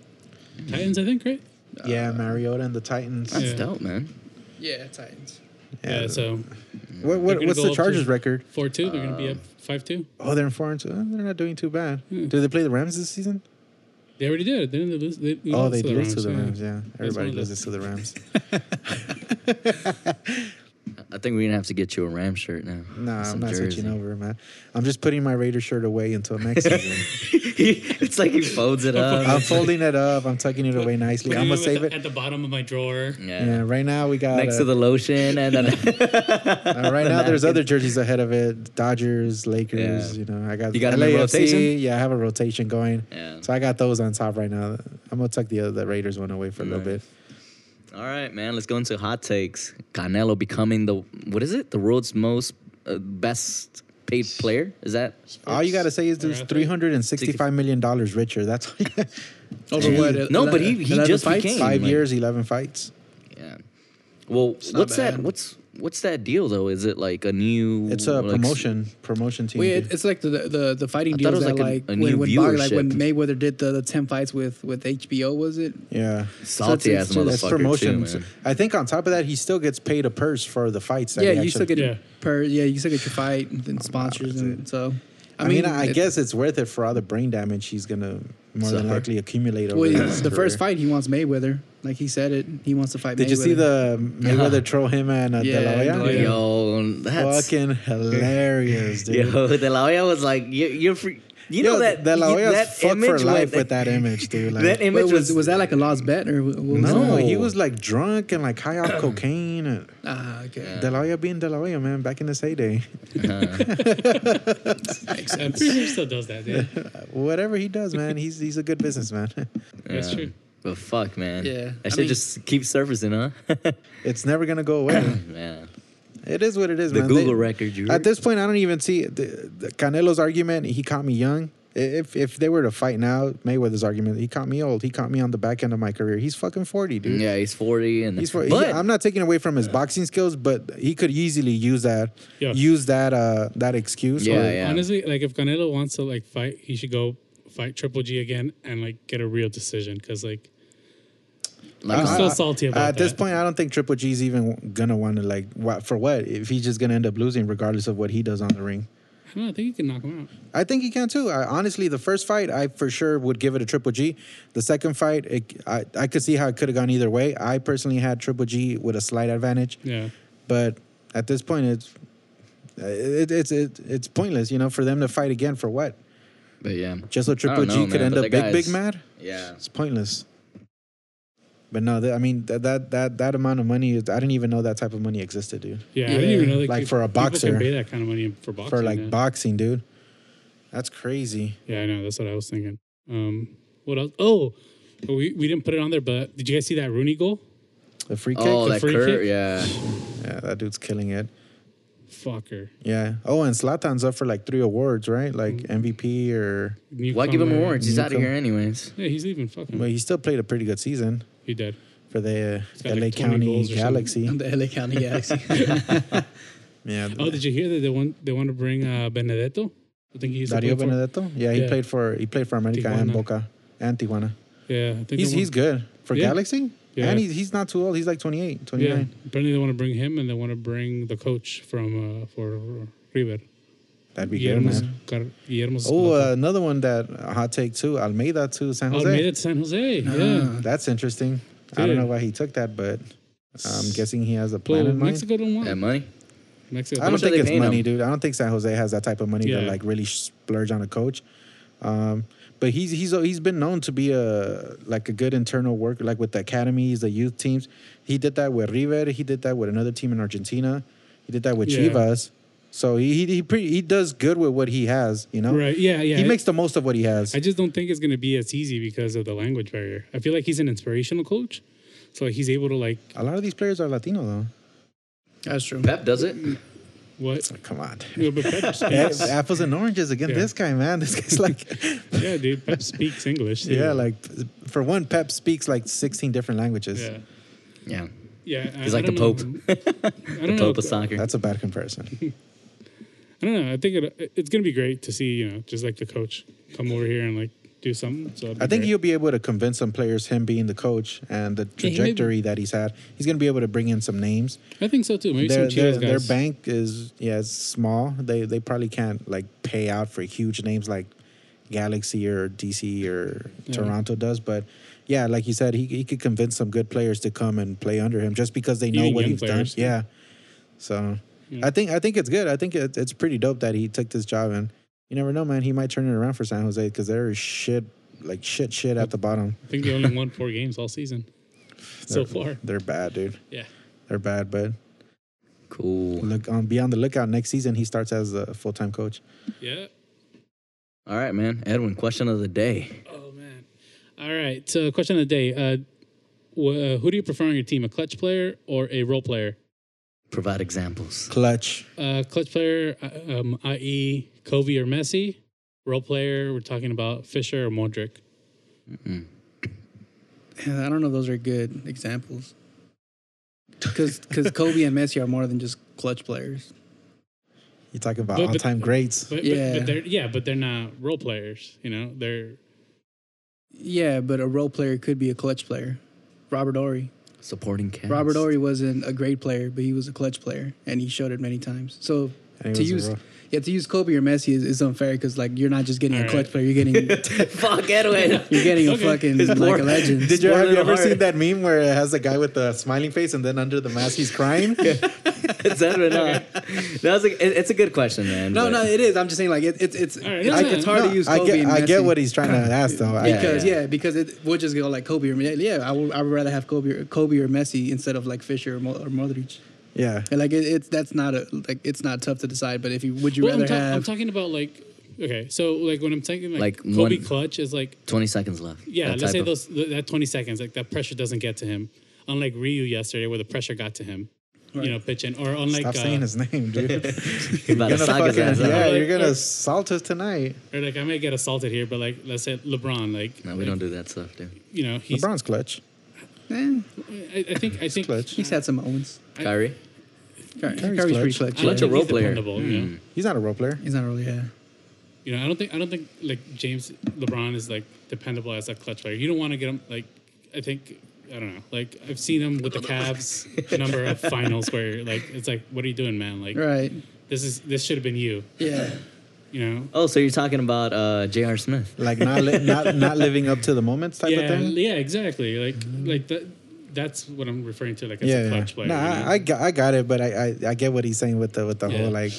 S4: Titans, I think, right?
S3: yeah, Mariota and the Titans.
S2: That's
S4: Yeah.
S2: dope, man.
S5: Yeah, Titans.
S4: Yeah.
S3: Yeah.
S4: so
S3: What,
S4: They're
S3: what,
S4: gonna
S3: what's
S4: go
S3: the
S4: up
S3: Chargers
S4: too.
S3: record?
S4: four two. They're gonna be up five two.
S3: Oh, they're in four and two. Oh, they're not doing too bad.
S4: Hmm.
S3: Do they play the Rams this season?
S4: They already did. Didn't they lose? They lose
S3: oh, they
S4: to the
S3: lose to the
S4: yeah.
S3: Rams. Yeah,
S4: one
S3: everybody
S4: of the-
S3: loses to the Rams.
S2: I think we're gonna have to get you a Ram shirt now.
S3: Nah,
S2: Some
S3: I'm not
S2: jersey.
S3: switching over, man. I'm just putting my Raider shirt away until next season.
S2: it's like he folds it up.
S3: I'm folding it up. I'm tucking it away nicely. I'm gonna
S4: Putting
S3: save
S4: at the,
S3: it.
S4: at the bottom of my drawer.
S2: yeah.
S3: Yeah, right now we got
S2: Next to
S3: uh,
S2: the lotion and then
S3: uh, right now there's other jerseys ahead of it. Dodgers, Lakers.
S2: Yeah.
S3: You know, I got
S2: You got 'em in
S3: LAFC.
S2: rotation?
S3: Yeah, I have a rotation going.
S2: Yeah.
S3: So I got those on top right now. I'm gonna tuck the other the Raiders one away for a little bit.
S2: All right, man. Let's go into hot takes. Canelo becoming the what is it? The world's most uh, best paid player? Is that?
S3: All you gotta say is there's
S4: Yeah.
S3: 365 million dollars richer. That's
S5: Over what? uh,
S2: Dude. No, but he- he
S5: 11
S2: just
S5: fights?
S2: became-
S3: five
S2: like-
S3: years, 11 fights.
S2: Yeah. Well,
S5: not
S2: what's that?
S5: bad.
S2: What's what's that deal though? Is it like a new?
S3: It's a
S2: like,
S3: promotion promotion team.
S5: Wait,
S3: dude.
S5: it- it's like the the, the fighting
S2: I thought it was
S5: deals that
S2: like a-
S5: like
S2: a
S5: when,
S2: new
S5: when Bobby, like when
S2: viewership.
S5: Mayweather did the, the ten fights with with HBO was it?
S3: yeah.
S2: Salty
S5: it's-
S2: ass
S5: it's-
S3: That's
S2: motherfucker
S3: promotion.
S2: too, man.
S3: I think on top of that, he still gets paid a purse for the fights. That
S5: yeah,
S3: he
S5: you still
S3: actually-
S5: get
S4: Yeah.
S5: per yeah you still get your fight and then sponsors
S3: that's
S5: and
S3: it.
S5: so.
S3: I mean, I
S5: it-
S3: guess it's worth it for all the brain damage he's gonna more
S2: Suffer.
S3: than likely accumulate over
S5: well,
S3: his
S5: the first
S3: career.
S5: fight he wants Mayweather, like he said it. He wants to fight.
S3: Did you see
S5: Mayweather.
S3: the Mayweather troll him and uh,
S5: Yeah,
S3: De La Hoya?
S5: De La Hoya.
S2: Yo, that's
S3: Fucking hilarious, dude.
S2: yo. De La Hoya was like, you, you're free. You know
S3: Yo,
S2: that
S3: De La
S2: you-
S3: Hoya's
S2: that
S3: fucked
S2: image
S3: for
S2: went-
S3: life with that image, dude. Like,
S2: That
S5: Wait,
S2: image
S5: was
S2: was,
S5: was that like a lost bet or what was
S3: no,
S5: that?
S3: he was like drunk and like high off cocaine. And
S5: Ah, okay.
S3: De La Hoya being De La Hoya, man, back in his heyday.
S4: I'm pretty sure he still does that. Dude.
S3: Whatever he does, man, he's he's a good businessman.
S4: That's true.
S2: But fuck, man.
S5: Yeah, I
S2: That shit
S5: mean-
S2: just keeps surfacing, huh?
S3: it's never gonna go away.
S2: man.
S3: It is what it is.
S2: The
S3: man.
S2: Google record, you
S3: At
S2: heard?
S3: this point, I don't even see the, the Canelo's argument. He caught me young. I- If if they were to fight now, Mayweather's argument. He caught me old. He caught me on the back end of my career. He's fucking forty, dude.
S2: Yeah, he's 40 and
S3: He's 40. He-
S2: But
S3: I'm not taking away from his boxing skills, but he could easily use that
S4: Yeah.
S3: use that uh that excuse.
S2: Yeah,
S3: or-
S2: yeah.
S4: Honestly, like if Canelo wants to like fight, he should go fight Triple G again and like get a real decision because like
S2: like,
S4: I'm
S2: uh,
S4: still salty about
S3: At this
S4: that.
S3: point, I don't think Triple G's even gonna want to like what for what if he's just gonna end up losing regardless of what he does on the ring.
S4: I don't know, I think he can knock him out.
S3: I think he can too. I, honestly, the first fight, I for sure would give it a Triple G. The second fight, it, I, I could see how it could have gone either way. I personally had Triple G with a slight advantage,
S4: Yeah.
S3: but at this point, it's it, it's it, it's pointless, you know, for them to fight again for what?
S2: but yeah.
S3: Just so Triple
S2: know,
S3: G could
S2: man,
S3: end
S2: but
S3: up
S2: that
S3: big,
S2: guy
S3: big
S2: is-
S3: mad.
S2: Yeah.
S3: It's pointless. But no, that, I mean that, that that that amount of money, is- I didn't even know that type of money existed, dude.
S4: Yeah, I didn't even know
S3: Like,
S4: peop-
S3: for a
S4: people
S3: boxer.
S4: can pay that kind of money for boxing.
S3: for like
S4: yeah.
S3: boxing, dude. That's crazy.
S4: yeah, I know. That's what I was thinking. Um, what else? Oh, we, we didn't put it on there, but did you guys see that Rooney goal?
S3: The free kick,
S2: Oh,
S4: the
S2: that
S4: free
S2: curve.
S4: kick?
S2: Yeah.
S3: yeah, that dude's killing it.
S4: Fucker.
S3: Yeah. Oh, and Slatan's up for like three awards, right? Like
S4: Mm-hmm.
S3: MVP or.
S2: Why give him
S4: Newcomer.
S2: awards? He's out of
S3: Newcomer.
S2: here anyways.
S4: Yeah, he's leaving. Fuck him.
S3: Well, he still played a pretty good season
S4: He did.
S3: for the uh,
S4: got,
S3: LA
S4: like, 20
S3: County
S4: goals or something.
S3: Galaxy.
S5: the LA County Galaxy.
S3: Yeah.
S4: Oh, did you hear that they want they want to bring uh, Benedetto? I think he's
S3: Dario Benedetto? Yeah, he
S4: Yeah.
S3: played for he played for America and
S4: Tijuana.
S3: Boca and Tijuana.
S4: Yeah, I think they
S3: He's
S4: want-
S3: he's good for
S4: Yeah.
S3: Galaxy.
S4: Yeah.
S3: And he's, he's not too old. He's like 28,
S4: Yeah,
S3: 29.
S4: apparently they want to bring him and they want to bring the coach from uh, for River.
S3: That'd be good,
S4: Guillermo,
S3: man.
S4: Car- Guillermo
S3: Oh,
S4: Zapata.
S3: uh, another one that a hot take too. Almeida to San Jose.
S4: Almeida to San Jose. Yeah.
S3: That's interesting. I don't
S4: Dude.
S3: know why he took that, but I'm guessing he has a plan
S4: Well,
S3: in mind.
S4: Mexico don't want
S2: That
S4: him.
S2: money?
S4: Mexico.
S3: I don't
S2: much are
S3: think
S2: they
S3: it's
S2: paying
S3: money,
S2: him?
S3: dude. I don't think San Jose has that type of money to
S4: Yeah.
S3: like really splurge on a coach. Um, but he's he's he's been known to be a like a good internal worker, like with the academies, the youth teams. He did that with River. He did that with another team in Argentina. He did that with
S4: Yeah.
S3: Chivas. So he he he, pretty, he does good with what he has, you know.
S4: Right. Yeah. Yeah.
S3: He makes the most of what he has.
S4: I just don't think it's going to be as easy because of the language barrier. I feel like he's an inspirational coach, so he's able to like
S3: a lot of these players are Latino though.
S5: That's true.
S2: Pep does it.
S4: what.
S3: Come on. dude.
S4: Yeah, but Pep
S3: Yeah,
S4: speaks.
S3: apples and oranges against
S4: Yeah.
S3: this guy, man. This guy's like,
S4: yeah, dude. Pep speaks English. too.
S3: yeah, like for one, Pep speaks like 16 different languages.
S4: yeah,
S2: Yeah.
S4: yeah. I-
S2: He's
S4: I
S2: like the
S4: don't
S2: Pope.
S4: know. I
S2: the
S4: don't know.
S2: Pope of soccer.
S3: That's a bad comparison.
S4: I don't know. I think it, it's going to be great to see you know just like the coach come over here and like do something. So
S3: I think he'll be able to convince some players, him being the coach and the
S4: he may be-
S3: trajectory that he's had. He's going to be able to bring in some names.
S4: I think so too. Maybe
S3: Their,
S4: some Chivas
S3: their, their
S4: guys.
S3: bank is yeah, it's small. They they probably can't like pay out for huge names like Galaxy or DC or Toronto does, but yeah, like you said, he he could convince some good players to come and play under him just because they know
S4: Even
S3: what
S4: young
S3: he's
S4: players.
S3: done. Yeah. So I think I think it's good. I think it, it's pretty dope that he took this job, and you never know, man. He might turn it around for San Jose because there is shit, like shit, shit at the bottom.
S4: I think they only won four games all season so far.
S3: They're bad, dude.
S4: Yeah.
S3: They're bad, but
S2: Cool.
S3: look on be on the lookout next season. He starts as a full time coach.
S4: Yeah.
S2: All right, man. Edwin, question of the day.
S4: Oh man. All right. So question of the day: uh, wh- uh, Who do you prefer on your team, a clutch player or a role player?
S2: Provide examples.
S3: Clutch.
S4: Uh, clutch player, uh, um, i.e., Covey or Messi. Role player, we're talking about Fisher or Modric.
S5: Yeah, I don't know. if Those are good examples. Because Kobe and Messi are more than just clutch players.
S3: You talking about
S4: But-
S3: all
S4: but-
S3: time greats?
S4: But,
S5: Yeah.
S4: But, but they're yeah, but they're not role players. You know, they're
S5: Yeah, but a role player could be a clutch player. Robert Ory.
S2: Supporting cast.
S5: Robert Ory wasn't a great player, but he was a clutch player, and he showed it many times. So
S3: And he
S5: to
S3: was a
S5: use,
S3: real-
S5: yeah, to use Kobe or Messi is, is unfair because like you're not just getting
S4: All
S5: a
S4: right.
S5: clutch player, you're getting
S2: Fuck Edwin.
S5: you're getting a
S4: Okay.
S5: fucking
S2: His
S5: like
S2: board-
S5: a legend.
S3: Did you
S2: Spoiler
S3: have you ever
S2: alert.
S3: seen that meme where it has a guy with a smiling face and then under the mask he's crying?
S2: it's Edwin. Huh? That was a, it- it's a good question, man.
S5: No,
S2: but-
S5: no, it is. I'm just saying like it, it's it's
S4: right,
S5: it's,
S4: no, no,
S5: it's
S4: no.
S5: hard
S3: No,
S5: to use
S3: I
S5: Kobe
S3: get,
S5: and
S3: I get
S5: Messi.
S3: what he's trying to ask though. I-
S5: because
S2: yeah.
S5: yeah, because it we'll just go like Kobe or yeah, I would I would rather have Kobe or, Kobe or Messi instead of like Fisher or, Mo, or Modric.
S3: yeah.
S5: And like it, it's that's not a like it's not tough to decide. But if you would you
S4: Well, I'm,
S5: rather
S4: ta- I'm
S5: have
S4: talking about like okay, so like when I'm thinking like,
S2: Like
S4: Kobe
S2: one-
S4: clutch is like
S2: 20 seconds left.
S4: yeah,
S2: That
S4: let's
S2: type
S4: say
S2: of-
S4: those th- that 20 seconds like that pressure doesn't get to him. Unlike Ryu yesterday, where the pressure got to him, you know, pitching or unlike
S3: Stop
S4: uh,
S3: saying his name, dude.
S2: He's about to
S3: You're
S2: sock
S3: gonna
S2: his ass
S3: fucking-
S2: out.
S3: yeah,
S4: Like,
S3: you're
S4: uh,
S3: gonna salt us tonight.
S4: or like I may get assaulted here, but like let's say LeBron, like
S2: No, we don't do that stuff, dude.
S4: you know he's
S3: LeBron's clutch.
S5: eh,
S4: I, I think I think
S3: Clutch.
S5: he's had some moments.
S2: Kyrie?
S5: Car- Kyrie's,
S3: clutch.
S5: pretty clutch.
S4: I
S5: yeah.
S4: don't
S2: Clutch a
S4: think
S2: role
S4: he's
S2: player. Hmm.
S4: dependable, You, know?
S3: He's not a role player.
S5: He's not really yeah.
S4: you know, I don't think I don't think like James LeBron is like dependable as a clutch player. You don't want to get him like I think I don't know. Like I've seen him with the Cavs a number of finals where like it's like what are you doing, man? Like
S5: Right.
S4: this is this should have been you.
S5: Yeah.
S4: You know.
S2: Oh, so you're talking about uh, J.R. Smith.
S3: Like not li- not not living up to the moments type of
S4: Yeah,
S3: thing.
S4: yeah, exactly. Like like that. That's what I'm referring to, like as
S3: Mm-hmm. Yeah,
S4: a
S3: yeah.
S4: clutch player.
S3: No,
S4: you
S3: I,
S4: know?
S3: I got I got it, but I, I I get what he's saying with the with the
S4: Yeah.
S3: whole like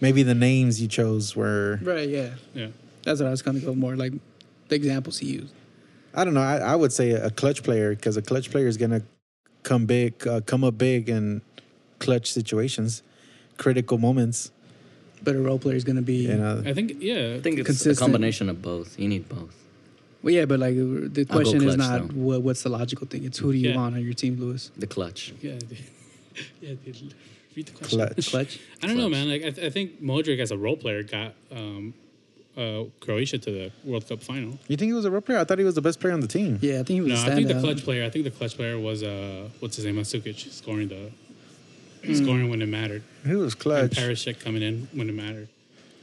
S3: maybe the names you chose were
S5: Right. Yeah.
S4: yeah.
S5: That's what I was gonna go more like the examples he used.
S3: I don't know. I, I would say a clutch player because a clutch player is gonna come big, uh, come up big in clutch situations, critical moments.
S5: But a role player is gonna be.
S3: You know,
S4: I think yeah.
S2: I think it's
S5: Consistent.
S2: a combination of both. You need both.
S5: Well, yeah, but like the
S2: I'll go
S5: question is
S2: clutch,
S5: not
S2: though.
S5: what, what's the logical thing. It's who do you
S4: Yeah.
S5: want on your team, Lewis?
S2: The clutch.
S4: yeah, dude. yeah, dude. Read the question.
S3: clutch.
S5: Clutch.
S4: I don't know, man. Like I, th- I think Modric as a role player got um, uh, Croatia to the World Cup final.
S3: You think he was a role player? I thought he was the best player on the team.
S5: Yeah, I think he was.
S4: No,
S5: a
S4: I think the
S5: standout.
S4: clutch player. I think the clutch player was uh, what's his name, Masukic, scoring the scoring when it mattered.
S3: He was
S4: And
S3: clutch.
S4: Perisic coming in when it mattered.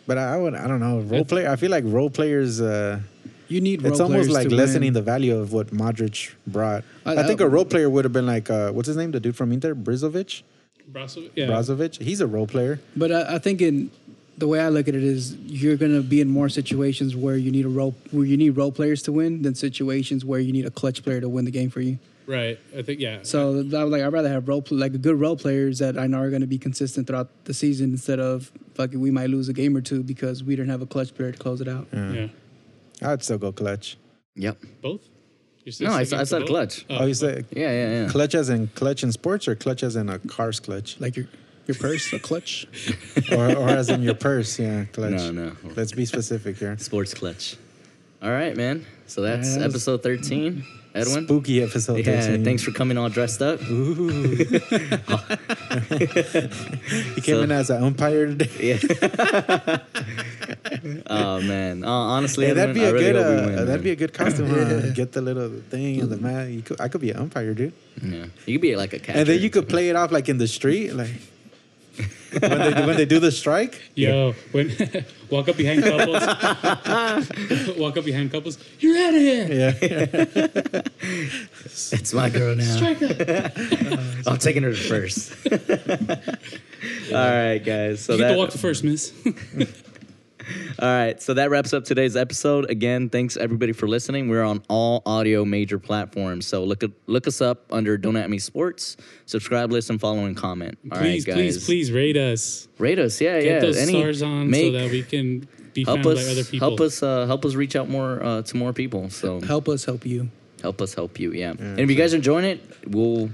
S3: But I, I would. I don't know. Role player. I feel like role players. Uh,
S5: You need. Role
S3: it's almost
S5: players
S3: like
S5: to
S3: lessening
S5: win.
S3: the value of what Modric brought.
S5: I-
S3: I, think
S5: I-
S3: a role player would have been like uh, what's his name, the dude from Inter, Brizovic.
S4: Brozovic. Yeah.
S3: Brozovic. He's a role player.
S5: But I, I think in the way I look at it is you're gonna be in more situations where you need a role where you need role players to win than situations where you need a clutch player to win the game for you.
S4: Right. I think yeah.
S5: So I would like I'd rather have role pl- like good role players that I know are gonna be consistent throughout the season instead of fucking we might lose a game or two because we didn't have a clutch player to close it out.
S4: yeah.
S3: I'd still go clutch.
S2: Yep.
S4: Both. You're still
S2: No, I,
S4: sticking
S2: I
S4: to
S2: said
S4: both? Uh,
S2: clutch.
S3: Oh, you said
S2: Yeah, yeah, yeah.
S3: clutch as in clutch in sports or clutch as in a car's clutch?
S5: Like your your purse, a clutch.
S3: or, or as in your purse, yeah, clutch.
S2: No, no.
S3: Let's be specific here.
S2: Sports clutch. All right, man. So that's
S5: Yeah, that was-
S2: episode 13. Edwin?
S3: Spooky episode.
S2: yeah,
S3: 13.
S2: thanks for coming all dressed up.
S3: You came in as an umpire today.
S2: Yeah. oh man. Uh, honestly,
S3: Hey, that'd
S2: Edwin,
S3: be
S2: I
S3: a
S2: really
S3: good.
S2: hope we
S3: Uh,
S2: win, man.
S3: that'd be a good costume. huh? Get the little thing and the mat. You could, I could be an umpire, dude.
S2: Yeah. You could be like a cat.
S3: And then you could play it off like in the street, like when they when they do the strike.
S4: Yo, when walk up behind couples, walk up behind couples. You're out of here.
S3: Yeah,
S2: It's my girl now. I'm taking her to first. all right, guys. So
S4: you get to
S2: that
S4: walk first, miss.
S2: All right, so that wraps up today's episode. Again, thanks everybody for listening. We're on all audio major platforms, so look look us up under Don't At Me Sports. Subscribe, listen, follow, and comment. All right,
S4: please,
S2: guys,
S4: please, please rate us.
S2: rate us. Yeah,
S4: Get
S2: yeah.
S4: those
S2: Any-
S4: stars on
S2: make-
S4: so that we can be
S2: help
S4: found
S2: us
S4: by other people.
S2: help us uh, help us reach out more uh, to more people. So
S5: Help us help you.
S2: help us help you. Yeah, and if you guys are enjoying it, we'll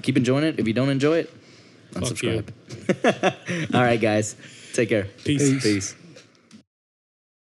S2: keep enjoying it. If you don't enjoy it,
S4: Fuck you.
S2: unsubscribe. all right, guys, take care.
S4: Peace.
S2: Peace.